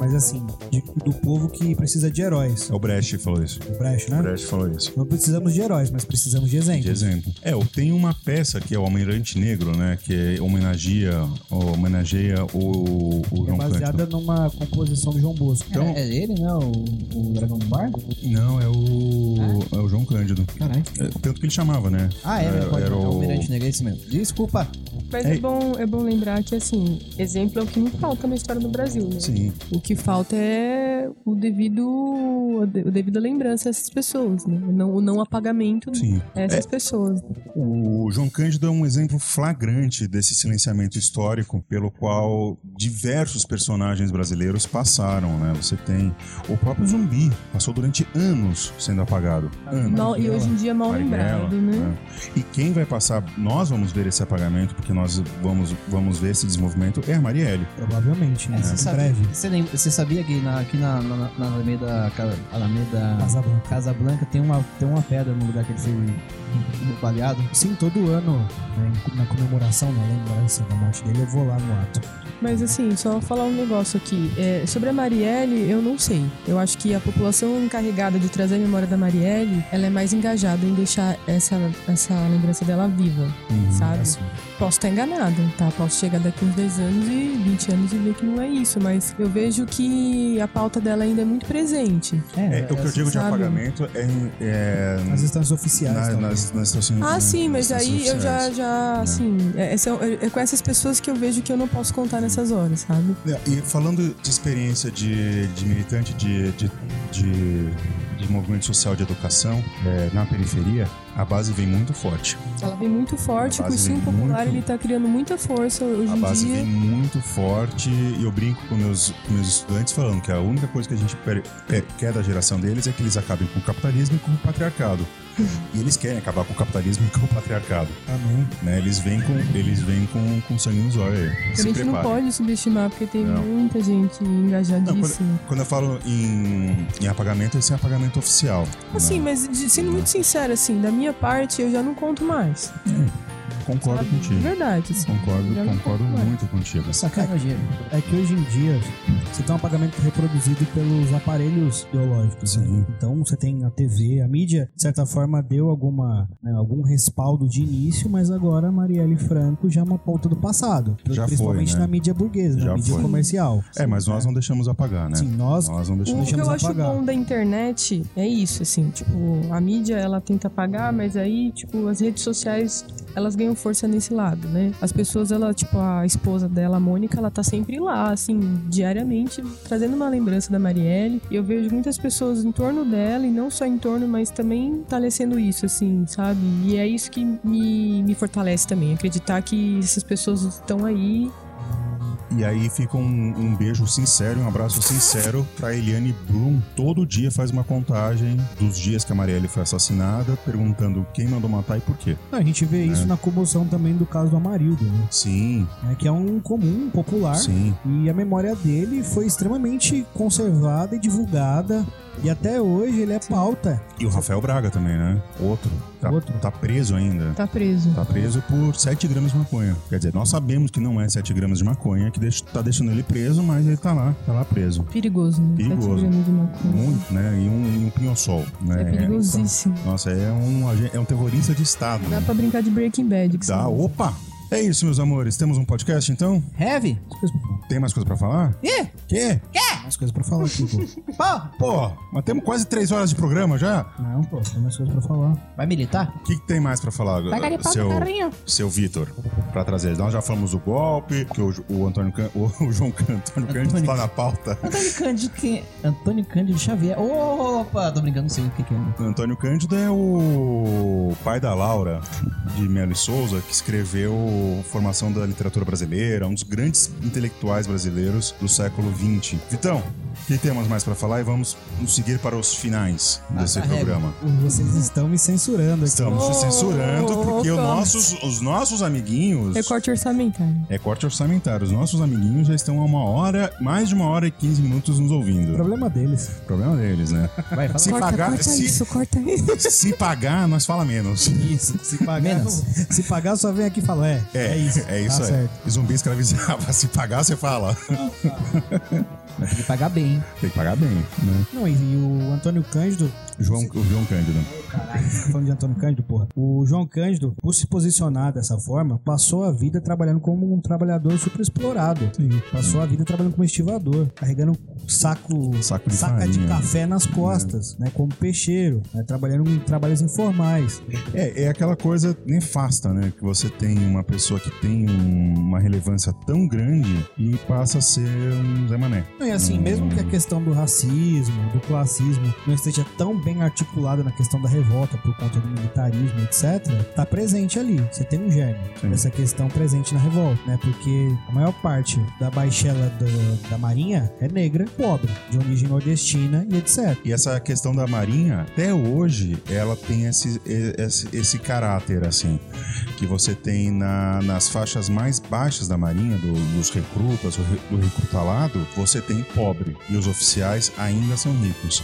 [SPEAKER 4] Mas assim, de- do povo que precisa de heróis.
[SPEAKER 2] É o Brecht que falou isso.
[SPEAKER 4] O Brecht,
[SPEAKER 2] O
[SPEAKER 4] né?
[SPEAKER 2] Brecht falou isso.
[SPEAKER 4] Não precisamos de heróis, mas precisamos de
[SPEAKER 2] De
[SPEAKER 4] exemplos.
[SPEAKER 2] exemplo. É, eu tenho uma peça que é o Almirante Negro, né? Que homenageia, homenageia o, o
[SPEAKER 4] É
[SPEAKER 2] João Cândido.
[SPEAKER 4] baseada numa composição do João Bosco.
[SPEAKER 2] Então-
[SPEAKER 3] É, é ele, né? O, o Dragão do Bar?
[SPEAKER 2] Não, é o. É o João Cândido.
[SPEAKER 3] Caralho.
[SPEAKER 2] É, tanto que ele chamava, né?
[SPEAKER 3] Ah, é,
[SPEAKER 2] Era-
[SPEAKER 3] pode
[SPEAKER 2] era
[SPEAKER 3] era o
[SPEAKER 2] o-
[SPEAKER 3] Almirante Negro, é esse mesmo. Desculpa.
[SPEAKER 5] Mas
[SPEAKER 2] É.
[SPEAKER 5] é bom, é bom lembrar que, assim, exemplo é o que não falta na história do Brasil, né?
[SPEAKER 2] Sim.
[SPEAKER 5] O que falta é o devido, o devido lembrança a essas pessoas, né? Não, o não apagamento
[SPEAKER 2] Sim. É.
[SPEAKER 5] dessas pessoas.
[SPEAKER 2] O João Cândido é um exemplo flagrante desse silenciamento histórico pelo qual diversos personagens brasileiros passaram, né? Você tem o próprio zumbi, passou durante anos sendo apagado. Anos.
[SPEAKER 5] Mal- e hoje em dia mal
[SPEAKER 2] Marighella,
[SPEAKER 5] lembrado, né?
[SPEAKER 2] né? E quem vai passar, nós vamos ver esse apagamento, porque nós vamos, vamos ver esse desenvolvimento, é a Marielle.
[SPEAKER 4] Provavelmente, né?
[SPEAKER 3] É, você,
[SPEAKER 4] Em
[SPEAKER 3] sabia,
[SPEAKER 4] breve.
[SPEAKER 3] você, lembra- você sabia que na, aqui na, na, na Alameda, Ca- Alameda
[SPEAKER 4] Casa Branca.
[SPEAKER 3] Casablanca tem uma, tem uma pedra no lugar que ele foi baleado?
[SPEAKER 4] Sim, todo ano, né, na comemoração, né, na lembrança da morte dele, eu vou lá no ato.
[SPEAKER 5] Mas assim, só falar um negócio aqui. É, sobre a Marielle, eu não sei. Eu acho que a população encarregada de trazer a memória da Marielle, ela é mais engajada em deixar essa, essa lembrança dela viva,
[SPEAKER 2] Uhum,
[SPEAKER 4] É
[SPEAKER 5] sabe?
[SPEAKER 4] assim,
[SPEAKER 5] Posso estar enganada, tá? Posso chegar daqui uns 10 anos e 20 anos e ver que não é isso. Mas eu vejo que a pauta dela ainda é muito presente.
[SPEAKER 2] É, o que eu digo de
[SPEAKER 5] sabe?
[SPEAKER 2] apagamento é, em- é
[SPEAKER 4] Nas instâncias oficiais
[SPEAKER 2] na-
[SPEAKER 4] também.
[SPEAKER 2] nas, nas estações-
[SPEAKER 5] Ah,
[SPEAKER 2] nas
[SPEAKER 5] sim, mas
[SPEAKER 2] estações
[SPEAKER 5] aí eu já,
[SPEAKER 2] oficiais.
[SPEAKER 5] já assim, é, é- são- é- é com essas pessoas que eu vejo que eu não posso contar nessas horas, sabe?
[SPEAKER 2] É, E falando de experiência de, de militante de, de, de, de movimento social de educação é, na periferia, a base vem muito forte.
[SPEAKER 5] Ela vem muito forte,
[SPEAKER 2] A
[SPEAKER 5] o
[SPEAKER 2] base
[SPEAKER 5] cursinho
[SPEAKER 2] vem
[SPEAKER 5] popular
[SPEAKER 2] muito-
[SPEAKER 5] ele tá criando muita força hoje
[SPEAKER 2] A
[SPEAKER 5] em
[SPEAKER 2] base
[SPEAKER 5] dia.
[SPEAKER 2] vem muito forte e eu brinco com meus, com meus estudantes falando que a única coisa que a gente per- per- quer da geração deles é que eles acabem com o capitalismo e com o patriarcado. E eles querem acabar com o capitalismo e com o patriarcado.
[SPEAKER 4] Amém.
[SPEAKER 2] Né? Eles vêm com, eles vêm com, com sangue nos olhos aí.
[SPEAKER 5] Então A
[SPEAKER 2] Se
[SPEAKER 5] gente não
[SPEAKER 2] preparem.
[SPEAKER 5] pode subestimar, porque tem
[SPEAKER 2] Não.
[SPEAKER 5] muita gente
[SPEAKER 2] Não,
[SPEAKER 5] engajadíssima.
[SPEAKER 2] Quando eu falo em, em apagamento, esse é apagamento oficial.
[SPEAKER 5] Assim,
[SPEAKER 2] né?
[SPEAKER 5] mas de- sendo muito sincera, assim, da minha parte, eu já não conto mais.
[SPEAKER 2] Concordo contigo.
[SPEAKER 5] Verdade, assim.
[SPEAKER 2] Concordo,
[SPEAKER 5] Já me
[SPEAKER 2] concordo
[SPEAKER 5] concordo.
[SPEAKER 2] muito contigo.
[SPEAKER 4] Sacanagem. É que hoje em dia você tem um apagamento reproduzido pelos aparelhos biológicos. né?
[SPEAKER 2] Sim.
[SPEAKER 4] Então você tem a TV, a mídia, de certa forma, deu alguma, né, algum respaldo de início, mas agora a Marielle Franco já é uma ponta do passado.
[SPEAKER 2] Já foi,
[SPEAKER 4] principalmente
[SPEAKER 2] né?
[SPEAKER 4] na mídia burguesa,
[SPEAKER 2] Já
[SPEAKER 4] na mídia
[SPEAKER 2] foi.
[SPEAKER 4] comercial.
[SPEAKER 2] É, mas nós não deixamos apagar, né?
[SPEAKER 4] Sim, nós.
[SPEAKER 2] Nós não
[SPEAKER 5] O
[SPEAKER 2] deixamos
[SPEAKER 5] que eu
[SPEAKER 4] Deixamos
[SPEAKER 5] acho
[SPEAKER 4] apagar.
[SPEAKER 5] bom da internet é isso, assim, tipo, a mídia ela tenta apagar, mas aí, tipo, as redes sociais elas ganham força nesse lado, né? As pessoas, ela, tipo, a esposa dela, a Mônica, ela tá sempre lá, assim, diariamente, trazendo uma lembrança da Marielle. E eu vejo muitas pessoas em torno dela, e não só em torno, mas também fortalecendo isso, assim, sabe? E é isso que me, me fortalece também, acreditar que essas pessoas estão aí
[SPEAKER 2] E aí fica um, um beijo sincero, um abraço sincero pra Eliane Brum. Todo dia faz uma contagem dos dias que a Marielle foi assassinada, perguntando quem mandou matar e por quê.
[SPEAKER 4] A gente vê
[SPEAKER 2] É.
[SPEAKER 4] isso na comoção também do caso do Amarildo, né?
[SPEAKER 2] Sim,
[SPEAKER 4] É, que é um comum popular.
[SPEAKER 2] sim.
[SPEAKER 4] E a memória dele foi extremamente conservada e divulgada. E até hoje ele é pauta.
[SPEAKER 2] E o Rafael Braga também, né? Outro. Tá,
[SPEAKER 4] Outro.
[SPEAKER 2] tá preso ainda.
[SPEAKER 5] tá preso.
[SPEAKER 2] Tá preso por 7 gramas de maconha. Quer dizer, nós sabemos que não é 7 gramas de maconha, que deix- tá deixando ele preso, mas ele tá lá, tá lá preso.
[SPEAKER 5] Perigoso, né? Tá
[SPEAKER 2] Perigoso.
[SPEAKER 5] tirando de uma coisa.
[SPEAKER 2] Muito, né? E um, e um pinho-sol, né?
[SPEAKER 5] É perigosíssimo.
[SPEAKER 2] Nossa, é um, agen- é um terrorista de Estado.
[SPEAKER 5] Dá pra brincar de Breaking Bad. Que
[SPEAKER 2] Dá,
[SPEAKER 5] você-
[SPEAKER 2] opa! É isso, meus amores. Temos um podcast, então?
[SPEAKER 3] Heavy?
[SPEAKER 2] Tem mais coisa pra falar?
[SPEAKER 3] Ih,
[SPEAKER 2] Quê?
[SPEAKER 4] Mais coisas pra falar aqui, pô.
[SPEAKER 3] pô,
[SPEAKER 2] Pô, mas temos quase três horas de programa já?
[SPEAKER 4] Não, pô, tem mais coisas pra falar.
[SPEAKER 3] vai militar?
[SPEAKER 2] O que, que tem mais pra falar, seu, seu Vitor? Pra trazer. Nós já falamos do golpe, que o, o Antônio Can- o, João Can- Antônio Cândido
[SPEAKER 3] Antônio-
[SPEAKER 2] tá na pauta.
[SPEAKER 3] Antônio Cândido, quem... Antônio Cândido Xavier. Opa, tô brincando, não sei o que que é.
[SPEAKER 2] Antônio Cândido é o pai da Laura de Melo e Souza, que escreveu Formação da Literatura Brasileira, um dos grandes intelectuais brasileiros do século XX. Vitão, o que temos mais pra falar e vamos nos seguir para os finais desse
[SPEAKER 3] carrega.
[SPEAKER 2] programa.
[SPEAKER 4] Vocês estão me censurando aqui.
[SPEAKER 2] Estamos te
[SPEAKER 5] Oh,
[SPEAKER 2] censurando porque o
[SPEAKER 5] opa.
[SPEAKER 2] nossos, os nossos amiguinhos.
[SPEAKER 5] Recorte É orçamentário.
[SPEAKER 2] É corte orçamentário. Os nossos amiguinhos já estão há uma hora, mais de uma hora e 15 minutos nos ouvindo.
[SPEAKER 4] Problema deles.
[SPEAKER 2] Problema deles, né?
[SPEAKER 3] Vai, fala.
[SPEAKER 2] Se pagar, se-
[SPEAKER 5] corta isso.
[SPEAKER 2] Se pagar, nós fala menos.
[SPEAKER 4] Isso, se pagar.
[SPEAKER 3] Menos.
[SPEAKER 4] Se pagar, só vem aqui e fala, é.
[SPEAKER 2] É, é isso, é isso
[SPEAKER 4] tá
[SPEAKER 2] aí.
[SPEAKER 4] certo.
[SPEAKER 2] E Zumbi escravizava. Se pagar, você fala.
[SPEAKER 3] Mas tem que pagar bem, hein?
[SPEAKER 2] Tem que pagar bem, né?
[SPEAKER 4] Não, e, e o Antônio Cândido,
[SPEAKER 2] João, o João Cândido.
[SPEAKER 4] falando de Antônio Cândido, porra. O João Cândido, por se posicionar dessa forma, passou a vida trabalhando como um trabalhador super explorado. Passou a vida trabalhando como estivador, carregando saco,
[SPEAKER 2] Saco de
[SPEAKER 4] saca de
[SPEAKER 2] farinha. É.
[SPEAKER 4] café nas costas, né? Como peixeiro, né, trabalhando em trabalhos informais.
[SPEAKER 2] É, é aquela coisa nefasta, né? Que você tem uma pessoa que tem um- uma relevância tão grande e passa a ser um Zé Mané.
[SPEAKER 4] E assim, mesmo que a questão do racismo, do classismo não esteja tão bem articulada na questão da revolta por conta do militarismo, etc., tá presente ali. Você tem um germe
[SPEAKER 2] Sim.
[SPEAKER 4] dessa questão presente na revolta, né? Porque a maior parte da baixela do- da Marinha é negra, pobre, de origem nordestina e etc.
[SPEAKER 2] E essa questão da Marinha, até hoje, ela tem esse, esse, esse caráter, assim, que você tem na- nas faixas mais baixas da Marinha, do- dos recrutas, do, re- do recrutalado, você tem pobre. E os oficiais ainda são ricos.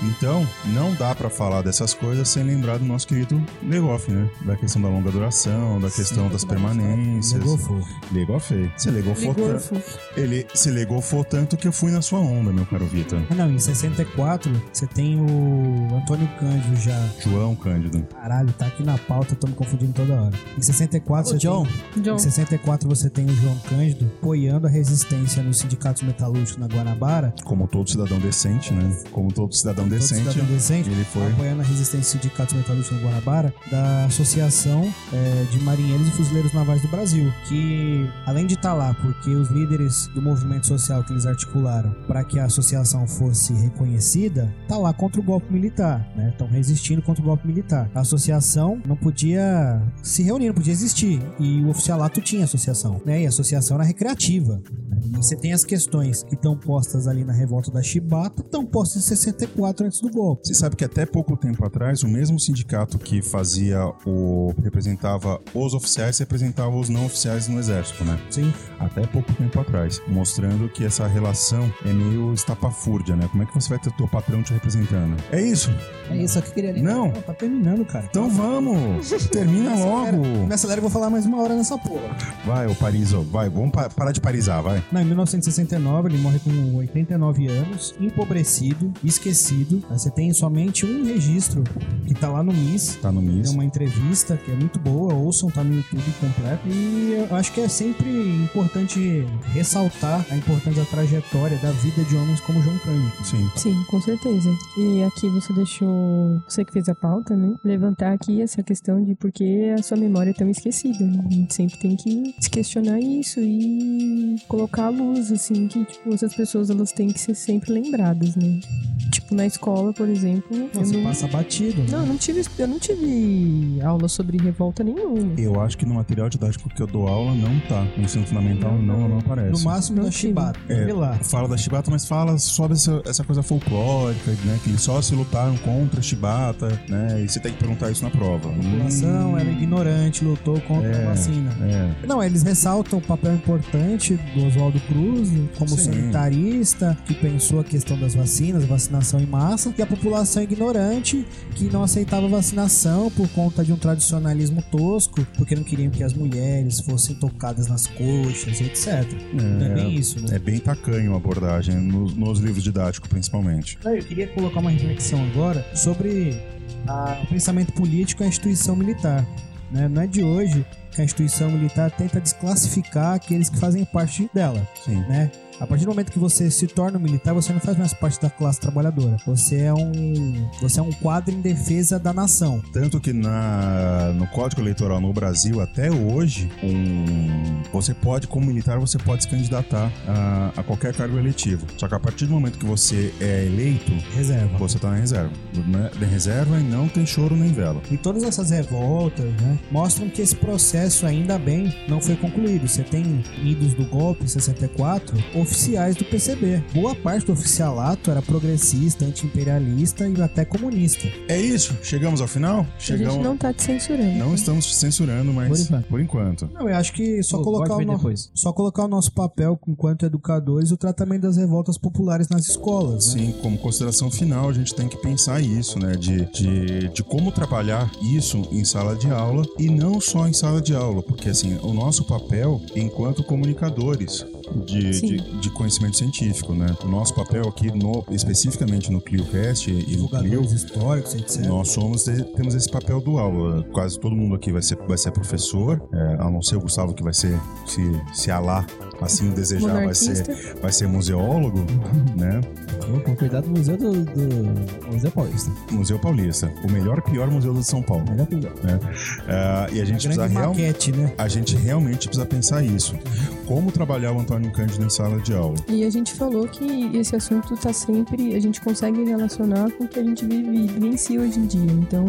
[SPEAKER 2] Então, não dá pra falar dessas coisas sem lembrar do nosso querido Legoff, né? Da questão da longa duração, da questão das permanências.
[SPEAKER 4] Negou fogo.
[SPEAKER 2] Legoff. Você legofou tanto.
[SPEAKER 5] Ligorfo.
[SPEAKER 2] Ele se legofou tanto que eu fui na sua onda, meu caro Vitor.
[SPEAKER 4] Ah, Não, em 64 você tem o Antônio Cândido já.
[SPEAKER 2] João Cândido.
[SPEAKER 4] Caralho, tá aqui na pauta, tô me confundindo toda hora. Em 64
[SPEAKER 3] Ô,
[SPEAKER 4] você
[SPEAKER 3] John.
[SPEAKER 4] tem
[SPEAKER 5] John.
[SPEAKER 4] Em 64 você tem o João Cândido apoiando a resistência nos sindicatos metalúrgicos na Guanabara.
[SPEAKER 2] Como todo cidadão decente, né? Como todo cidadão
[SPEAKER 4] Todo
[SPEAKER 2] decente,
[SPEAKER 4] cidadão decente.
[SPEAKER 2] ele foi.
[SPEAKER 4] Apoiando a resistência dos sindicatos metalúrgicos na Guanabara, da Associação eh, de Marinheiros e Fuzileiros Navais do Brasil, que além de estar lá, porque os líderes do movimento social que eles articularam para que a associação fosse reconhecida, tá lá contra o golpe militar, né? Estão resistindo contra o golpe militar. A associação não podia se reunir, não podia existir, e o oficialato tinha associação, né? E a associação era recreativa, né? E você tem as questões que estão postas ali na revolta da Chibata, estão postas em 64 antes do golpe.
[SPEAKER 2] Você sabe que até pouco tempo atrás, o mesmo sindicato que fazia o. representava os oficiais, representava os não oficiais no exército, né?
[SPEAKER 4] Sim.
[SPEAKER 2] Até pouco tempo atrás. Mostrando que essa relação é meio estapafúrdia, né? Como é que você vai ter o teu patrão te representando? É isso.
[SPEAKER 3] É isso que eu queria lembrar.
[SPEAKER 2] Não.
[SPEAKER 4] Pô, tá terminando, cara.
[SPEAKER 2] Então vamos. Termina logo.
[SPEAKER 4] Nessa eu vou falar mais uma hora nessa porra.
[SPEAKER 2] Vai, ô Pariso. Vai, vamos pa- parar de parisar, vai.
[SPEAKER 4] Não, em 1969 ele morre com 89 anos, empobrecido, esquecido. Aí Você tem somente um registro que tá lá no MIS.
[SPEAKER 2] Tá no
[SPEAKER 4] É
[SPEAKER 2] MIS.
[SPEAKER 4] uma entrevista que é muito boa, ouçam, tá no YouTube completo. E eu acho que é sempre importante ressaltar a importância da trajetória da vida de homens como João Cândido.
[SPEAKER 2] Sim.
[SPEAKER 5] Sim, com certeza. E aqui você deixou, você que fez a pauta, né? Levantar aqui essa questão de por que a sua memória é tão esquecida. né? A gente sempre tem que se questionar isso e colocar a luz, assim, que, tipo, essas pessoas, elas têm que ser sempre lembradas, né? Tipo, na escola, por exemplo,
[SPEAKER 4] Não,
[SPEAKER 5] eu
[SPEAKER 4] você
[SPEAKER 5] não...
[SPEAKER 4] passa batido. né?
[SPEAKER 5] Não, eu não tive, eu não tive aula sobre revolta nenhuma.
[SPEAKER 2] Eu acho que no material didático que eu dou aula não tá. No ensino fundamental não, não
[SPEAKER 4] No
[SPEAKER 2] aparece.
[SPEAKER 4] máximo
[SPEAKER 5] Não
[SPEAKER 4] da
[SPEAKER 5] tive.
[SPEAKER 4] chibata.
[SPEAKER 2] É.
[SPEAKER 4] Vê lá.
[SPEAKER 2] Fala da chibata, mas fala sobre essa, essa coisa folclórica, né? Que eles só se lutaram contra a chibata, né? E você tem que perguntar isso na prova.
[SPEAKER 4] A população era ignorante, lutou contra
[SPEAKER 2] É.
[SPEAKER 4] a vacina.
[SPEAKER 2] É,
[SPEAKER 4] Não, eles ressaltam o papel importante do Oswaldo Cruz como
[SPEAKER 2] Sim.
[SPEAKER 4] sanitarista, que pensou a questão das vacinas, vacinação em massa, e a população ignorante que não aceitava vacinação por conta de um tradicionalismo tosco, porque não queriam que as mulheres fossem tocadas nas coxas, etc. Não é bem isso, né?
[SPEAKER 2] é bem tacanho a abordagem, no- nos livros didáticos principalmente.
[SPEAKER 4] É, Eu queria colocar uma reflexão agora sobre a- o pensamento político e a instituição militar. né? Não é de hoje que a instituição militar tenta desclassificar aqueles que fazem parte dela.
[SPEAKER 2] Sim.
[SPEAKER 4] né? A partir do momento que você se torna um militar, você não faz mais parte da classe trabalhadora. Você é um, você é um quadro em defesa da nação.
[SPEAKER 2] Tanto que na, no Código Eleitoral no Brasil, até hoje, um- você pode, como militar, você pode se candidatar a, a qualquer cargo eletivo. Só que a partir do momento que você é eleito,
[SPEAKER 4] Reserva.
[SPEAKER 2] você tá na reserva. né? Na reserva e não tem choro nem vela.
[SPEAKER 4] E todas essas revoltas, né, mostram que esse processo ainda bem não foi concluído. Você tem idos do golpe em 64, oficiais do PCB. Boa parte do oficialato era progressista, antiimperialista e até comunista.
[SPEAKER 2] É isso, chegamos ao final?
[SPEAKER 5] A gente
[SPEAKER 2] Chegamos.
[SPEAKER 5] não tá te censurando.
[SPEAKER 2] Não estamos te censurando, mas
[SPEAKER 3] Por enquanto.
[SPEAKER 2] por enquanto.
[SPEAKER 4] Não, eu acho que só
[SPEAKER 3] Pô,
[SPEAKER 4] colocar
[SPEAKER 3] pode
[SPEAKER 4] o
[SPEAKER 3] ver
[SPEAKER 4] no...
[SPEAKER 3] depois.
[SPEAKER 4] só colocar o nosso papel enquanto educadores e o tratamento das revoltas populares nas escolas, né?
[SPEAKER 2] Sim, como consideração final, a gente tem que pensar isso, né? De, de, de como trabalhar isso em sala de aula e não só em sala de aula, porque assim, o nosso papel enquanto comunicadores de,
[SPEAKER 5] Sim.
[SPEAKER 2] de, de conhecimento científico, né? O nosso papel aqui, no, especificamente no ClioCast e no Clio,
[SPEAKER 4] Divulgadores históricos, etc.
[SPEAKER 2] Nós somos, temos esse papel dual. Quase todo mundo aqui vai ser, vai ser professor, é, a não ser o Gustavo que vai ser, se, se Alá assim o desejar, vai ser,
[SPEAKER 5] Monarquista.
[SPEAKER 2] vai ser museólogo, né?
[SPEAKER 3] Vou com cuidado do museu do, do museu paulista.
[SPEAKER 2] Museu Paulista, o melhor pior museu de São Paulo.
[SPEAKER 3] Melhor lugar.
[SPEAKER 2] Ah, e a gente precisa
[SPEAKER 4] grande
[SPEAKER 2] real,
[SPEAKER 4] maquete, né?
[SPEAKER 2] a gente realmente precisa pensar isso. Como trabalhar o Antônio Cândido em sala de aula?
[SPEAKER 5] E a gente falou que esse assunto tá sempre, a gente consegue relacionar com o que a gente vive e vivencia hoje em dia. Então,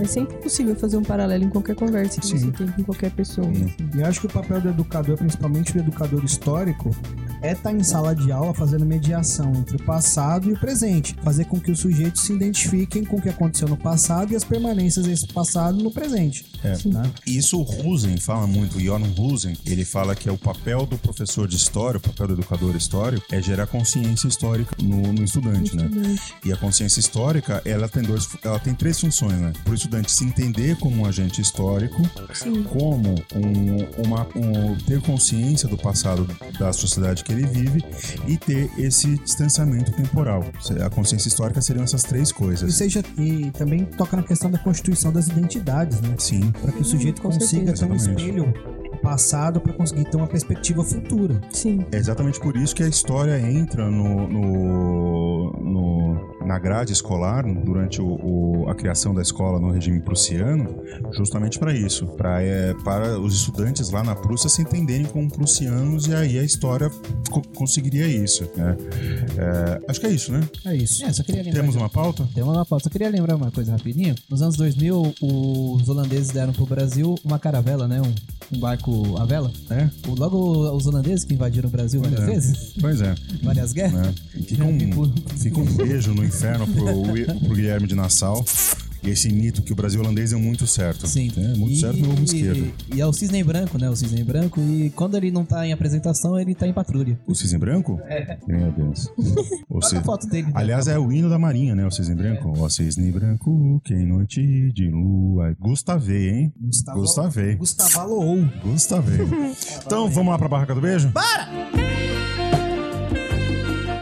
[SPEAKER 5] é sempre possível fazer um paralelo em qualquer conversa que
[SPEAKER 2] Sim.
[SPEAKER 5] você tem com qualquer pessoa.
[SPEAKER 2] Sim.
[SPEAKER 5] assim.
[SPEAKER 4] E eu acho que o papel do educador, principalmente do educador histórico, é estar em sala de aula fazendo mediação entre o passado e o presente. Fazer com que os sujeitos se identifiquem com o que aconteceu no passado e as permanências desse passado no presente. né?
[SPEAKER 2] Isso o Rusen fala muito, o Jorn Rusen, ele fala que é o papel do professor de história, o papel do educador histórico, é gerar consciência histórica no, no estudante,
[SPEAKER 5] é
[SPEAKER 2] né? E a consciência histórica, ela tem, dois, ela tem três funções, né? Para o estudante se entender como um agente histórico,
[SPEAKER 5] Sim.
[SPEAKER 2] como um, uma, um- ter consciência do passado da sociedade que ele vive e ter esse distanciamento temporal. A consciência histórica seriam essas três
[SPEAKER 4] E,
[SPEAKER 2] coisas.
[SPEAKER 4] seja, e também toca na questão da constituição das identidades, né?
[SPEAKER 2] Sim,
[SPEAKER 4] Para que o sujeito
[SPEAKER 5] Com
[SPEAKER 4] consiga ter
[SPEAKER 2] certeza.
[SPEAKER 4] um
[SPEAKER 2] Exatamente.
[SPEAKER 4] espelho passado para conseguir ter uma perspectiva futura.
[SPEAKER 5] Sim.
[SPEAKER 2] é exatamente por isso que a história entra no, no, no, na grade escolar durante o- o- a criação da escola no regime prussiano, justamente para isso, pra, é, para os estudantes lá na Prússia se entenderem como prussianos e aí a história co- conseguiria isso. né? É, acho que é isso, né?
[SPEAKER 4] É isso.
[SPEAKER 3] É, só queria lembrar.
[SPEAKER 2] Temos uma pauta?
[SPEAKER 3] Tem uma pauta. Só queria lembrar uma coisa rapidinho. Nos anos 2000, os holandeses deram pro Brasil uma caravela, né? Um, um barco à vela.
[SPEAKER 2] É,
[SPEAKER 3] O- Logo os holandeses que invadiram o Brasil várias
[SPEAKER 2] é.
[SPEAKER 3] vezes,
[SPEAKER 2] pois é.
[SPEAKER 3] várias guerras.
[SPEAKER 2] né? Fica, um, fica um beijo no inferno pro, Wi- pro Guilherme de Nassau. E esse mito que o Brasil holandês é muito certo.
[SPEAKER 3] Sim.
[SPEAKER 2] É, muito
[SPEAKER 3] E-
[SPEAKER 2] certo pelo rumo esquerdo.
[SPEAKER 3] E é o cisne branco, né? O cisne branco. E quando ele não tá em apresentação, ele tá em patrulha.
[SPEAKER 2] O cisne branco? É. Meu Deus. Ou
[SPEAKER 3] Olha
[SPEAKER 2] seja,
[SPEAKER 3] a foto É. dele.
[SPEAKER 2] Aliás, é o hino da Marinha, né? O Cisne Branco. Ó, Cisne Branco, que em noite de lua. Gustavei, hein?
[SPEAKER 4] Gustavo-
[SPEAKER 2] Gustavei.
[SPEAKER 4] Gustavo Ou.
[SPEAKER 2] Gustavei. então, vamos lá pra Barraca do Beijo? Para!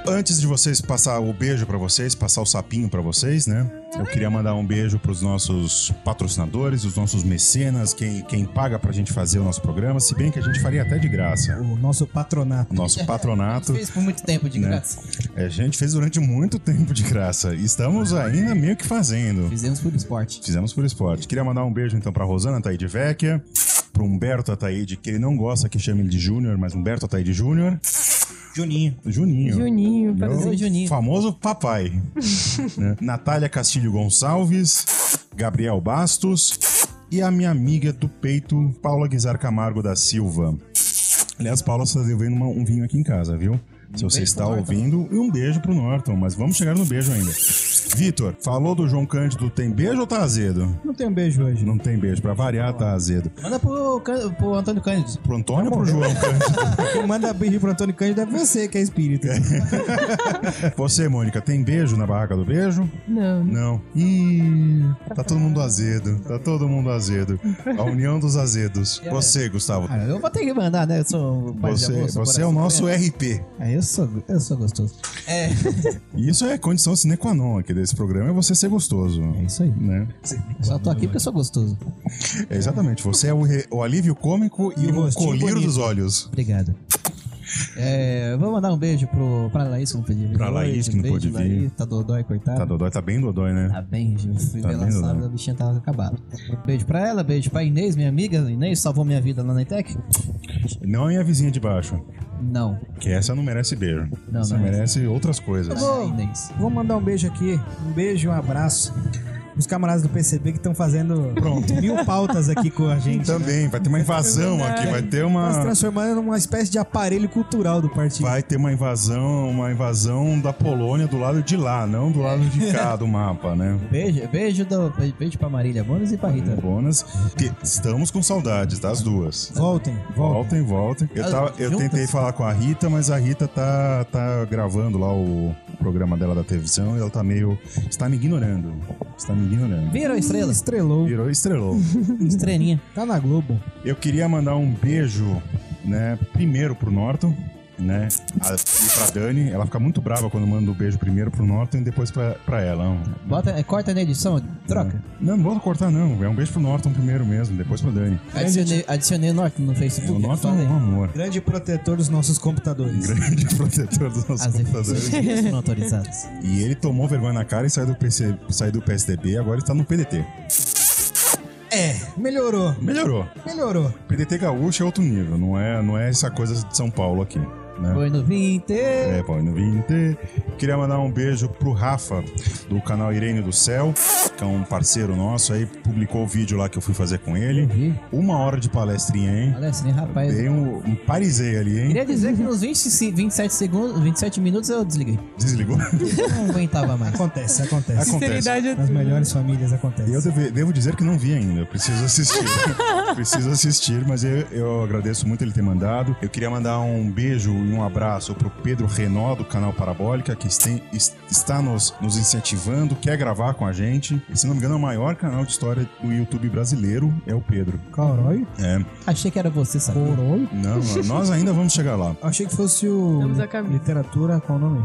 [SPEAKER 2] Antes de vocês passar o beijo pra vocês, passar o sapinho pra vocês, né? Eu queria mandar um beijo pros nossos patrocinadores, os nossos mecenas, quem, quem paga pra gente fazer o nosso programa, se bem que a gente faria até de graça.
[SPEAKER 4] O nosso patronato.
[SPEAKER 2] O nosso patronato.
[SPEAKER 3] Fez por muito tempo, de
[SPEAKER 2] Né?
[SPEAKER 3] graça.
[SPEAKER 2] É, A gente fez durante muito tempo de graça. e Estamos ainda meio que fazendo.
[SPEAKER 3] Fizemos por esporte.
[SPEAKER 2] Fizemos por esporte. Queria mandar um beijo então pra Rosana Ataíde Vecchia, pro Humberto Ataíde, que ele não gosta que chame ele de Júnior, mas Humberto Ataíde Júnior.
[SPEAKER 4] Juninho.
[SPEAKER 2] Juninho.
[SPEAKER 5] Juninho,
[SPEAKER 2] Meu
[SPEAKER 5] por exemplo.
[SPEAKER 3] Oi, Juninho.
[SPEAKER 2] Famoso papai. né? Natália Castilho Gonçalves, Gabriel Bastos e a minha amiga do peito, Paula Guizar Camargo da Silva. Aliás, Paula está devendo uma- um vinho aqui em casa, viu? Se você
[SPEAKER 3] Um beijo
[SPEAKER 2] está
[SPEAKER 3] pro Norton.
[SPEAKER 2] ouvindo, e um beijo pro Norton, mas vamos chegar no beijo ainda. Vitor, falou do João Cândido, tem beijo ou tá azedo?
[SPEAKER 4] Não tem um beijo hoje.
[SPEAKER 2] Não tem beijo. Pra variar, tá azedo.
[SPEAKER 3] Manda pro, Can- pro Antônio Cândido.
[SPEAKER 2] Pro Antônio
[SPEAKER 3] Tá
[SPEAKER 2] ou pro João Cândido?
[SPEAKER 4] Quem manda beijo pro Antônio Cândido é você, que é espírito.
[SPEAKER 2] Você, Mônica, tem beijo na barraca do beijo?
[SPEAKER 5] Não,
[SPEAKER 2] Não. Ih, tá todo mundo azedo. Tá todo mundo azedo. A união dos azedos. Você, Gustavo.
[SPEAKER 3] Ah, eu vou ter que mandar, né? Eu sou um pai de
[SPEAKER 2] Você,
[SPEAKER 3] amor, sou
[SPEAKER 2] você é o
[SPEAKER 3] coração
[SPEAKER 2] nosso
[SPEAKER 3] grande.
[SPEAKER 2] RP.
[SPEAKER 3] É, eu sou, eu sou gostoso. É,
[SPEAKER 2] E isso é condição sine qua non aqui desse programa, é você ser gostoso.
[SPEAKER 3] é isso aí.
[SPEAKER 2] Né?
[SPEAKER 3] Só tô aqui porque eu sou gostoso.
[SPEAKER 2] É, exatamente. Você é o, re- o alívio cômico e,
[SPEAKER 4] E o
[SPEAKER 2] o
[SPEAKER 4] rostinho
[SPEAKER 2] colírio
[SPEAKER 4] bonito.
[SPEAKER 2] dos olhos.
[SPEAKER 3] Obrigado. É, vou mandar um beijo pro, pra Laís que não pôde vir.
[SPEAKER 2] Pra Laís,
[SPEAKER 3] hoje.
[SPEAKER 2] que não
[SPEAKER 3] Beijo,
[SPEAKER 2] pôde vir.
[SPEAKER 3] Laís, tá dodói, coitado.
[SPEAKER 2] Tá dodói, tá bem dodói, né?
[SPEAKER 3] Tá bem, eu fui
[SPEAKER 2] Tá
[SPEAKER 3] ver lá
[SPEAKER 2] bem,
[SPEAKER 3] sábado,
[SPEAKER 2] Dodói.
[SPEAKER 3] a bichinha tava acabada. Beijo pra ela, beijo pra Inês, minha amiga. Inês salvou minha vida lá na Itec?
[SPEAKER 2] Não é a vizinha de baixo.
[SPEAKER 3] Não.
[SPEAKER 2] Que essa não merece beijo.
[SPEAKER 3] Não,
[SPEAKER 2] essa
[SPEAKER 3] não.
[SPEAKER 2] merece outras coisas.
[SPEAKER 3] É a Inês.
[SPEAKER 4] Vou mandar um beijo aqui. Um beijo, um abraço. Os camaradas do PCB que estão fazendo
[SPEAKER 2] Pronto.
[SPEAKER 4] mil pautas aqui com a gente.
[SPEAKER 2] Também, vai ter uma
[SPEAKER 3] É
[SPEAKER 2] invasão aqui, vai ter
[SPEAKER 4] Tá se
[SPEAKER 2] uma.
[SPEAKER 4] transformando numa espécie de aparelho cultural do partido.
[SPEAKER 2] Ah. Vai ter uma invasão, uma invasão da Polônia do lado de lá, não do lado de cá do mapa, né?
[SPEAKER 3] Beijo, beijo, do, beijo pra Marília Bonas e pra Rita.
[SPEAKER 2] Bonas, que estamos com saudades das duas.
[SPEAKER 4] Voltem,
[SPEAKER 2] Voltem,
[SPEAKER 4] voltem.
[SPEAKER 2] voltem. Eu, tava- eu
[SPEAKER 3] Juntas.
[SPEAKER 2] tentei falar com a Rita, mas a Rita tá, tá gravando lá o programa dela da televisão e ela tá meio. está me ignorando. Está me ignorando.
[SPEAKER 3] Viram
[SPEAKER 4] Ih,
[SPEAKER 3] estrela?
[SPEAKER 4] Estrelou.
[SPEAKER 2] Virou e estrelou.
[SPEAKER 3] Estrelinha.
[SPEAKER 4] Tá na Globo.
[SPEAKER 2] Eu queria mandar um beijo, né? Primeiro pro Norton, né? a- E pra Dani. Ela fica muito brava quando manda o beijo primeiro pro Norton e depois pra, pra ela.
[SPEAKER 3] Bota, é, corta na edição, troca.
[SPEAKER 2] Não, não vou cortar, não. É um beijo pro Norton primeiro mesmo, depois pra Dani.
[SPEAKER 3] Adicionei, adicionei o Norton no Facebook.
[SPEAKER 2] O Norton
[SPEAKER 3] fala
[SPEAKER 2] é
[SPEAKER 3] aí.
[SPEAKER 2] um amor.
[SPEAKER 4] Grande protetor dos nossos computadores.
[SPEAKER 2] Grande protetor dos nossos
[SPEAKER 3] As
[SPEAKER 2] computadores.
[SPEAKER 3] definições não autorizadas.
[SPEAKER 2] E ele tomou vergonha na cara e saiu do, PC, saiu do PSDB agora está no PDT.
[SPEAKER 4] É, melhorou,
[SPEAKER 2] Melhorou.
[SPEAKER 4] melhorou.
[SPEAKER 2] PDT gaúcho é outro nível, não é, não é essa coisa de São Paulo aqui. Né?
[SPEAKER 3] Foi no 20.
[SPEAKER 2] É, Paulo no 20. Queria mandar um beijo pro Rafa, do canal Irene do Céu, que é um parceiro nosso aí, publicou o vídeo lá que eu fui fazer com ele.
[SPEAKER 3] Vi.
[SPEAKER 2] Uma hora de palestrinha, hein?
[SPEAKER 3] Olha assim, rapaz.
[SPEAKER 2] Dei um, um parisei ali, hein?
[SPEAKER 3] Queria dizer que nos 20, 27 segundos, 27 minutos eu desliguei.
[SPEAKER 2] Desligou.
[SPEAKER 3] Não aguentava mais.
[SPEAKER 4] Acontece,
[SPEAKER 2] Acontece.
[SPEAKER 4] acontece.
[SPEAKER 5] sinceridade é
[SPEAKER 4] Nas
[SPEAKER 5] tudo.
[SPEAKER 4] melhores famílias
[SPEAKER 2] Eu
[SPEAKER 4] acontece.
[SPEAKER 2] deve- devo dizer que não vi ainda, eu preciso assistir. preciso assistir, mas eu, eu agradeço muito ele ter mandado. Eu queria mandar um beijo e um abraço pro Pedro Renó, do canal Parabólica, que este- es- está nos, nos incentivando, quer gravar com a gente. E, se não me engano, é o maior canal de história do YouTube brasileiro é o Pedro.
[SPEAKER 4] Carói?
[SPEAKER 2] É,
[SPEAKER 3] Achei que era você, sabe?
[SPEAKER 4] Coroi?
[SPEAKER 2] não, nós ainda vamos chegar lá.
[SPEAKER 4] Achei que fosse o
[SPEAKER 5] Estamos a caminho.
[SPEAKER 4] Literatura, qual o nome?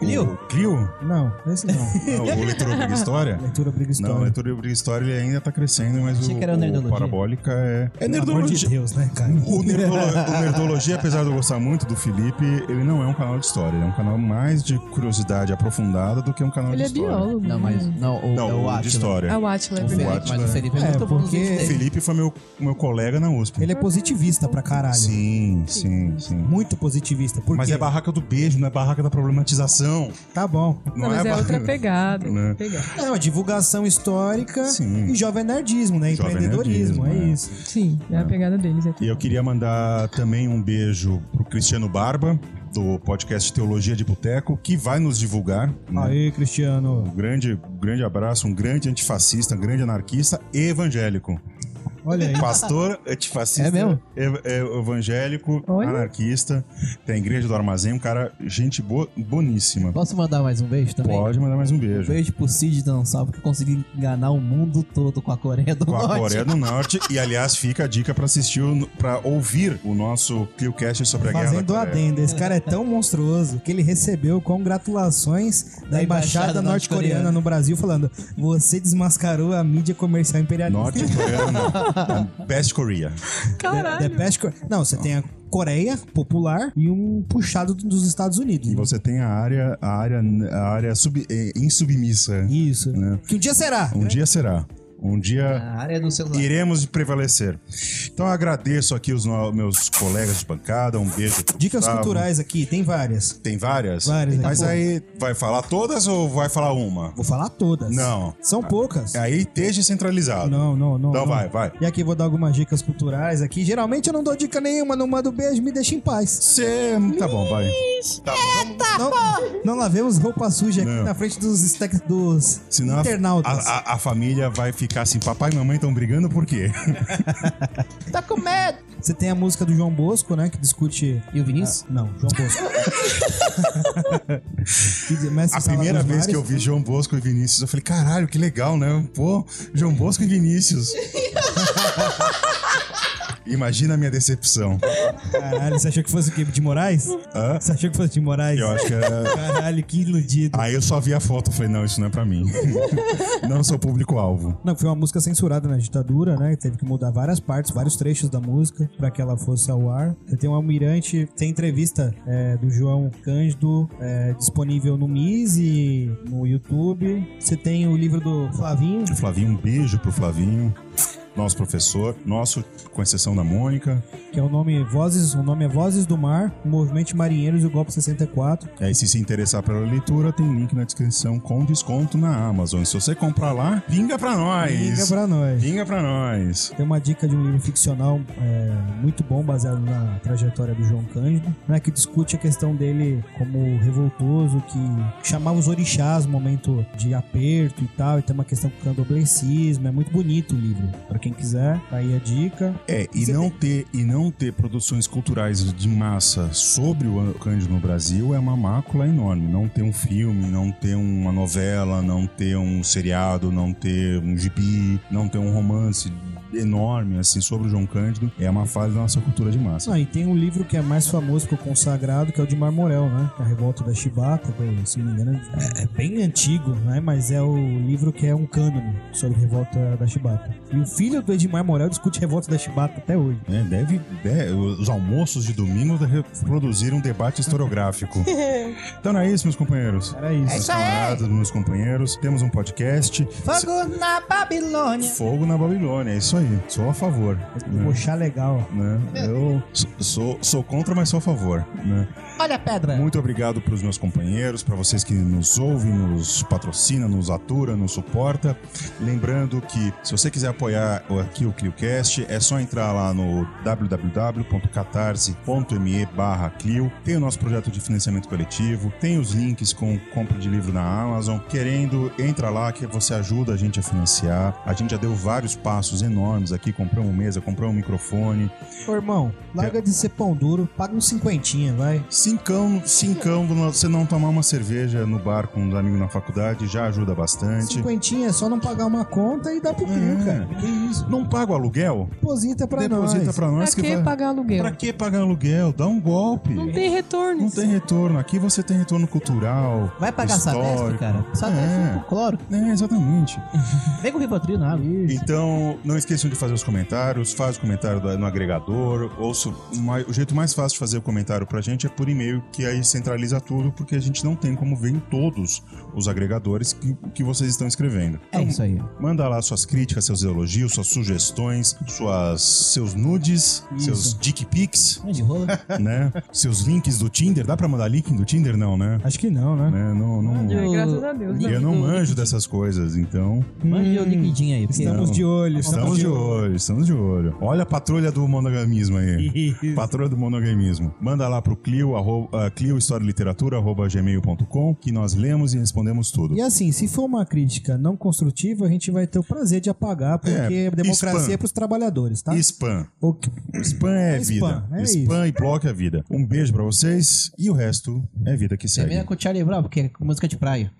[SPEAKER 3] Clio?
[SPEAKER 2] O Clio?
[SPEAKER 4] Não, esse não.
[SPEAKER 2] Não, o Leitura Obriga História?
[SPEAKER 4] Leitura
[SPEAKER 2] Não,
[SPEAKER 4] briga
[SPEAKER 2] é
[SPEAKER 4] história.
[SPEAKER 2] Leitura Obriga História ele ainda tá crescendo, mas
[SPEAKER 3] Achei
[SPEAKER 2] o,
[SPEAKER 3] que era
[SPEAKER 2] o
[SPEAKER 3] Nerdologia.
[SPEAKER 2] Parabólica é... É
[SPEAKER 4] Pelo amor de Deus, né, cara?
[SPEAKER 2] O, Nerdolo- o Nerdologia, apesar de eu gostar muito do Felipe, ele não é um canal de história. Ele é um canal mais de curiosidade aprofundada do que um canal
[SPEAKER 5] Ele
[SPEAKER 2] de
[SPEAKER 5] é
[SPEAKER 2] história.
[SPEAKER 5] biólogo.
[SPEAKER 3] Não, mas. Não, o,
[SPEAKER 2] Não,
[SPEAKER 3] é o
[SPEAKER 2] o de
[SPEAKER 3] Átila.
[SPEAKER 2] história.
[SPEAKER 5] Ah, o Atila, é
[SPEAKER 3] O Felipe,
[SPEAKER 5] verdade.
[SPEAKER 3] mas o Felipe é,
[SPEAKER 4] É,
[SPEAKER 3] muito bom nos
[SPEAKER 4] porque-
[SPEAKER 3] vídeos
[SPEAKER 2] O
[SPEAKER 3] dele.
[SPEAKER 2] Felipe foi meu, meu colega na USP.
[SPEAKER 4] Ele é um positivista pra caralho.
[SPEAKER 2] Sim, sim, sim.
[SPEAKER 4] Muito positivista. Por
[SPEAKER 2] Mas
[SPEAKER 4] quê?
[SPEAKER 2] é barraca do beijo, não é barraca da problematização.
[SPEAKER 4] Tá bom.
[SPEAKER 2] Não,
[SPEAKER 5] mas é
[SPEAKER 2] barraca-
[SPEAKER 5] outra pegada.
[SPEAKER 2] Né?
[SPEAKER 5] pegada.
[SPEAKER 4] Não, é divulgação histórica
[SPEAKER 2] Sim.
[SPEAKER 4] e jovem nerdismo, né?
[SPEAKER 2] Jovem
[SPEAKER 4] Empreendedorismo,
[SPEAKER 2] nerdismo,
[SPEAKER 4] é
[SPEAKER 2] é.
[SPEAKER 4] isso.
[SPEAKER 5] Sim, é a pegada deles. É
[SPEAKER 2] E eu queria mandar também um beijo pro Cristiano Barba, do podcast Teologia de Boteco, que vai nos divulgar. né?
[SPEAKER 4] Aí, Cristiano.
[SPEAKER 2] Um grande, um grande abraço, um grande antifascista, um grande anarquista e evangélico.
[SPEAKER 4] Olha aí.
[SPEAKER 2] Pastor antifascista,
[SPEAKER 4] É mesmo?
[SPEAKER 2] ev- é evangélico,
[SPEAKER 5] Olha.
[SPEAKER 2] anarquista, tem a igreja do armazém, um cara, gente boa, boníssima.
[SPEAKER 3] Posso mandar mais um beijo também?
[SPEAKER 2] Pode mandar mais um
[SPEAKER 3] Um
[SPEAKER 2] beijo.
[SPEAKER 3] beijo pro Cid Dançalvo que conseguiu enganar o mundo todo com a Coreia do
[SPEAKER 2] Com a
[SPEAKER 3] Norte.
[SPEAKER 2] Coreia do Norte. E aliás, fica a dica pra assistir, o- pra ouvir o nosso ClioCast sobre a guerra.
[SPEAKER 4] Fazendo
[SPEAKER 2] da Coreia.
[SPEAKER 4] adenda, esse cara é tão monstruoso que ele recebeu congratulações da
[SPEAKER 3] Da
[SPEAKER 4] Embaixada
[SPEAKER 3] Embaixada
[SPEAKER 4] Norte-Coreana
[SPEAKER 3] Norte-Coreana.
[SPEAKER 4] no Brasil, falando: Você desmascarou a mídia comercial imperialista.
[SPEAKER 2] Norte coreana. Best Korea.
[SPEAKER 4] The
[SPEAKER 5] Caralho.
[SPEAKER 4] Best Core- Não, você tem a Coreia Popular e um puxado dos Estados Unidos.
[SPEAKER 2] E você tem a área, a área, a área sub, eh, insubmissa.
[SPEAKER 4] Isso.
[SPEAKER 2] Né?
[SPEAKER 4] Que um dia será.
[SPEAKER 2] Um dia será. Um dia
[SPEAKER 3] A área do celular.
[SPEAKER 2] iremos prevalecer. Então eu agradeço aqui os no- meus colegas de bancada. Um beijo. pro
[SPEAKER 4] Dicas
[SPEAKER 2] Gustavo.
[SPEAKER 4] culturais aqui, tem várias.
[SPEAKER 2] Tem várias?
[SPEAKER 4] Várias,
[SPEAKER 2] Mas
[SPEAKER 4] tá bom.
[SPEAKER 2] aí vai falar todas ou vai falar uma?
[SPEAKER 4] Vou falar todas.
[SPEAKER 2] Não. É,
[SPEAKER 4] São poucas.
[SPEAKER 2] Aí esteja centralizado.
[SPEAKER 4] Não, não, não.
[SPEAKER 2] Então vai, vai.
[SPEAKER 4] E aqui eu vou dar algumas dicas culturais aqui. Geralmente eu não dou dica nenhuma, não mando beijo, me deixa em paz.
[SPEAKER 2] Cê... Tá bom, vai. Tá bom.
[SPEAKER 4] Não, não lavemos roupa suja aqui
[SPEAKER 2] Não.
[SPEAKER 4] na frente dos, stec- dos
[SPEAKER 2] Senão a-
[SPEAKER 4] internautas.
[SPEAKER 2] a, a, a família vai ficar assim, papai e mamãe estão brigando por quê?
[SPEAKER 3] Tá com medo!
[SPEAKER 4] Você tem a música do João Bosco, né? Que discute.
[SPEAKER 3] E o Vinícius?
[SPEAKER 4] Ah, Não, João Bosco. Que de- Mestre
[SPEAKER 2] A
[SPEAKER 4] Sala
[SPEAKER 2] primeira
[SPEAKER 4] dos
[SPEAKER 2] vez que
[SPEAKER 4] Mares.
[SPEAKER 2] eu vi João Bosco e Vinícius, eu falei, caralho, que legal, né? Pô, João Bosco e Vinícius. Imagina a minha decepção.
[SPEAKER 4] Caralho, você achou que fosse o quê? De Moraes?
[SPEAKER 2] Hã?
[SPEAKER 4] Você achou que fosse de Moraes?
[SPEAKER 2] Eu acho que é- era...
[SPEAKER 4] Caralho, que iludido.
[SPEAKER 2] Aí eu só vi a foto e falei, não, isso não é pra mim. não sou público-alvo.
[SPEAKER 4] Não, foi uma música censurada na ditadura, né? Teve que mudar várias partes, vários trechos da música pra que ela fosse ao ar. Tem um almirante, tem entrevista é, do João Cândido é, disponível no MIS e no YouTube. Você tem o livro do Flavinho.
[SPEAKER 2] O Flavinho, um beijo pro Flavinho. Nosso professor, nosso, com exceção da Mônica.
[SPEAKER 4] que é o nome Vozes, o nome é Vozes do Mar, o Movimento de Marinheiros e o Golpe 64.
[SPEAKER 2] Aí, É, se se interessar pela leitura, tem link na descrição com desconto na Amazon. Se você comprar lá, pinga pra nós!
[SPEAKER 4] Liga pra nós.
[SPEAKER 2] Pinga pra nós!
[SPEAKER 4] Tem uma dica de um livro ficcional é, muito bom, baseado na trajetória do João Cândido, né, que discute a questão dele como revoltoso, que chamava os orixás no momento de aperto e tal, e tem uma questão com candomblecismo, é muito bonito o livro. Pra quem quiser, tá aí a dica.
[SPEAKER 2] É, e
[SPEAKER 4] Você
[SPEAKER 2] não, ter, e não ter produções culturais de massa sobre o Cândido no Brasil é uma mácula enorme. Não ter um filme, não ter uma novela, não ter um seriado, não ter um gibi, não ter um romance enorme assim sobre o João Cândido é uma falha da nossa cultura de massa.
[SPEAKER 4] Ah, e tem um livro que é mais famoso que o consagrado, que é o de Marmorel, né? A Revolta da Chibata, que, se não me engano, é, é bem antigo, né? Mas é o livro que é um cânone sobre a Revolta da Chibata. E o filho do Edmar Morel discute a Revolta da Chibata até hoje.
[SPEAKER 2] Né, deve, de- os almoços de domingo deve produzir um debate historiográfico. então não é isso, meus companheiros.
[SPEAKER 4] Era isso.
[SPEAKER 3] É
[SPEAKER 2] Meus camaradas, meus companheiros, temos um podcast
[SPEAKER 3] Fogo na Babilônia!
[SPEAKER 2] Fogo na Babilônia, é isso aí. Sou a favor.
[SPEAKER 4] Vou
[SPEAKER 2] É.
[SPEAKER 4] achar legal.
[SPEAKER 2] né? Eu so- sou, sou contra, mas sou a favor. né?
[SPEAKER 3] Olha a pedra!
[SPEAKER 2] Muito obrigado para os meus companheiros, para vocês que nos ouvem, nos patrocina, nos atura, nos suporta. Lembrando que se você quiser apoiar o- aqui o ClioCast, é só entrar lá no www.catarse.me barra Clio. Tem o nosso projeto de financiamento coletivo, tem os links com compra de livro na Amazon. Querendo, entra lá que você ajuda a gente a financiar. A gente já deu vários passos enormes enormes aqui, compramos mesa, compramos microfone.
[SPEAKER 4] Ô, irmão,
[SPEAKER 2] É.
[SPEAKER 4] larga de ser pão duro, paga uns cinquentinha, vai.
[SPEAKER 2] Cincão, cincão, do nosso- você não tomar uma cerveja no bar com uns amigos na faculdade já ajuda bastante.
[SPEAKER 4] Cinquentinha é só não pagar uma conta e dá pro
[SPEAKER 2] É.
[SPEAKER 4] fio, cara. Que isso?
[SPEAKER 2] Não paga o aluguel?
[SPEAKER 4] Deposita pra
[SPEAKER 2] Deposita
[SPEAKER 4] nós.
[SPEAKER 2] pra
[SPEAKER 5] Pra
[SPEAKER 2] nós é que
[SPEAKER 5] que
[SPEAKER 2] vai...
[SPEAKER 5] pagar aluguel?
[SPEAKER 2] Pra que pagar aluguel? Dá um golpe.
[SPEAKER 5] Não tem retorno.
[SPEAKER 2] Não tem retorno. Aqui você tem retorno cultural.
[SPEAKER 3] Vai pagar Sabesp,
[SPEAKER 2] histórico.
[SPEAKER 3] cara? Sabesp
[SPEAKER 2] É.
[SPEAKER 3] com cloro.
[SPEAKER 2] É, exatamente.
[SPEAKER 3] Vem com o Rivotril na água. É
[SPEAKER 2] Então, não esqueçam de fazer os comentários, faz o comentário da- no agregador, ouço. O jeito mais fácil de fazer o comentário pra gente é por e-mail, que aí centraliza tudo, porque a gente não tem como ver em todos os agregadores que, que vocês estão escrevendo.
[SPEAKER 3] É isso aí.
[SPEAKER 2] Manda lá suas críticas, seus elogios, suas sugestões, suas, seus nudes,
[SPEAKER 3] Isso.
[SPEAKER 2] seus dick pics,
[SPEAKER 3] Grande rola.
[SPEAKER 2] né? seus links do Tinder. Dá pra mandar link do Tinder? Não, né?
[SPEAKER 4] Acho que não, né?
[SPEAKER 2] Né? Não, não-
[SPEAKER 5] Ai, É, graças a Deus. né? Tipo,
[SPEAKER 2] eu não manjo dessas coisas, então.
[SPEAKER 3] Mande o
[SPEAKER 4] Hum,
[SPEAKER 3] liquidinho aí. Porque
[SPEAKER 4] Estamos
[SPEAKER 2] Não.
[SPEAKER 4] de olho.
[SPEAKER 2] Estamos de olho, estamos de olho. Olha a patrulha do monogamismo aí. Patrulha do monogamismo. Manda lá pro Clio, arroba, ah, Clio História e Literatura, arroba gmail.com, que nós lemos e respondemos tudo.
[SPEAKER 4] E assim, se for uma crítica não construtiva, a gente vai ter o prazer de apagar, porque
[SPEAKER 2] É,
[SPEAKER 4] democracia
[SPEAKER 2] spam.
[SPEAKER 4] é pros trabalhadores, tá?
[SPEAKER 2] E spam.
[SPEAKER 4] Ok.
[SPEAKER 2] Spam é,
[SPEAKER 4] É
[SPEAKER 2] vida.
[SPEAKER 4] spam, é
[SPEAKER 2] spam e bloco é vida. Um beijo pra vocês e o resto é vida que segue.
[SPEAKER 3] Termina com o Charlie Brown, porque é música de praia.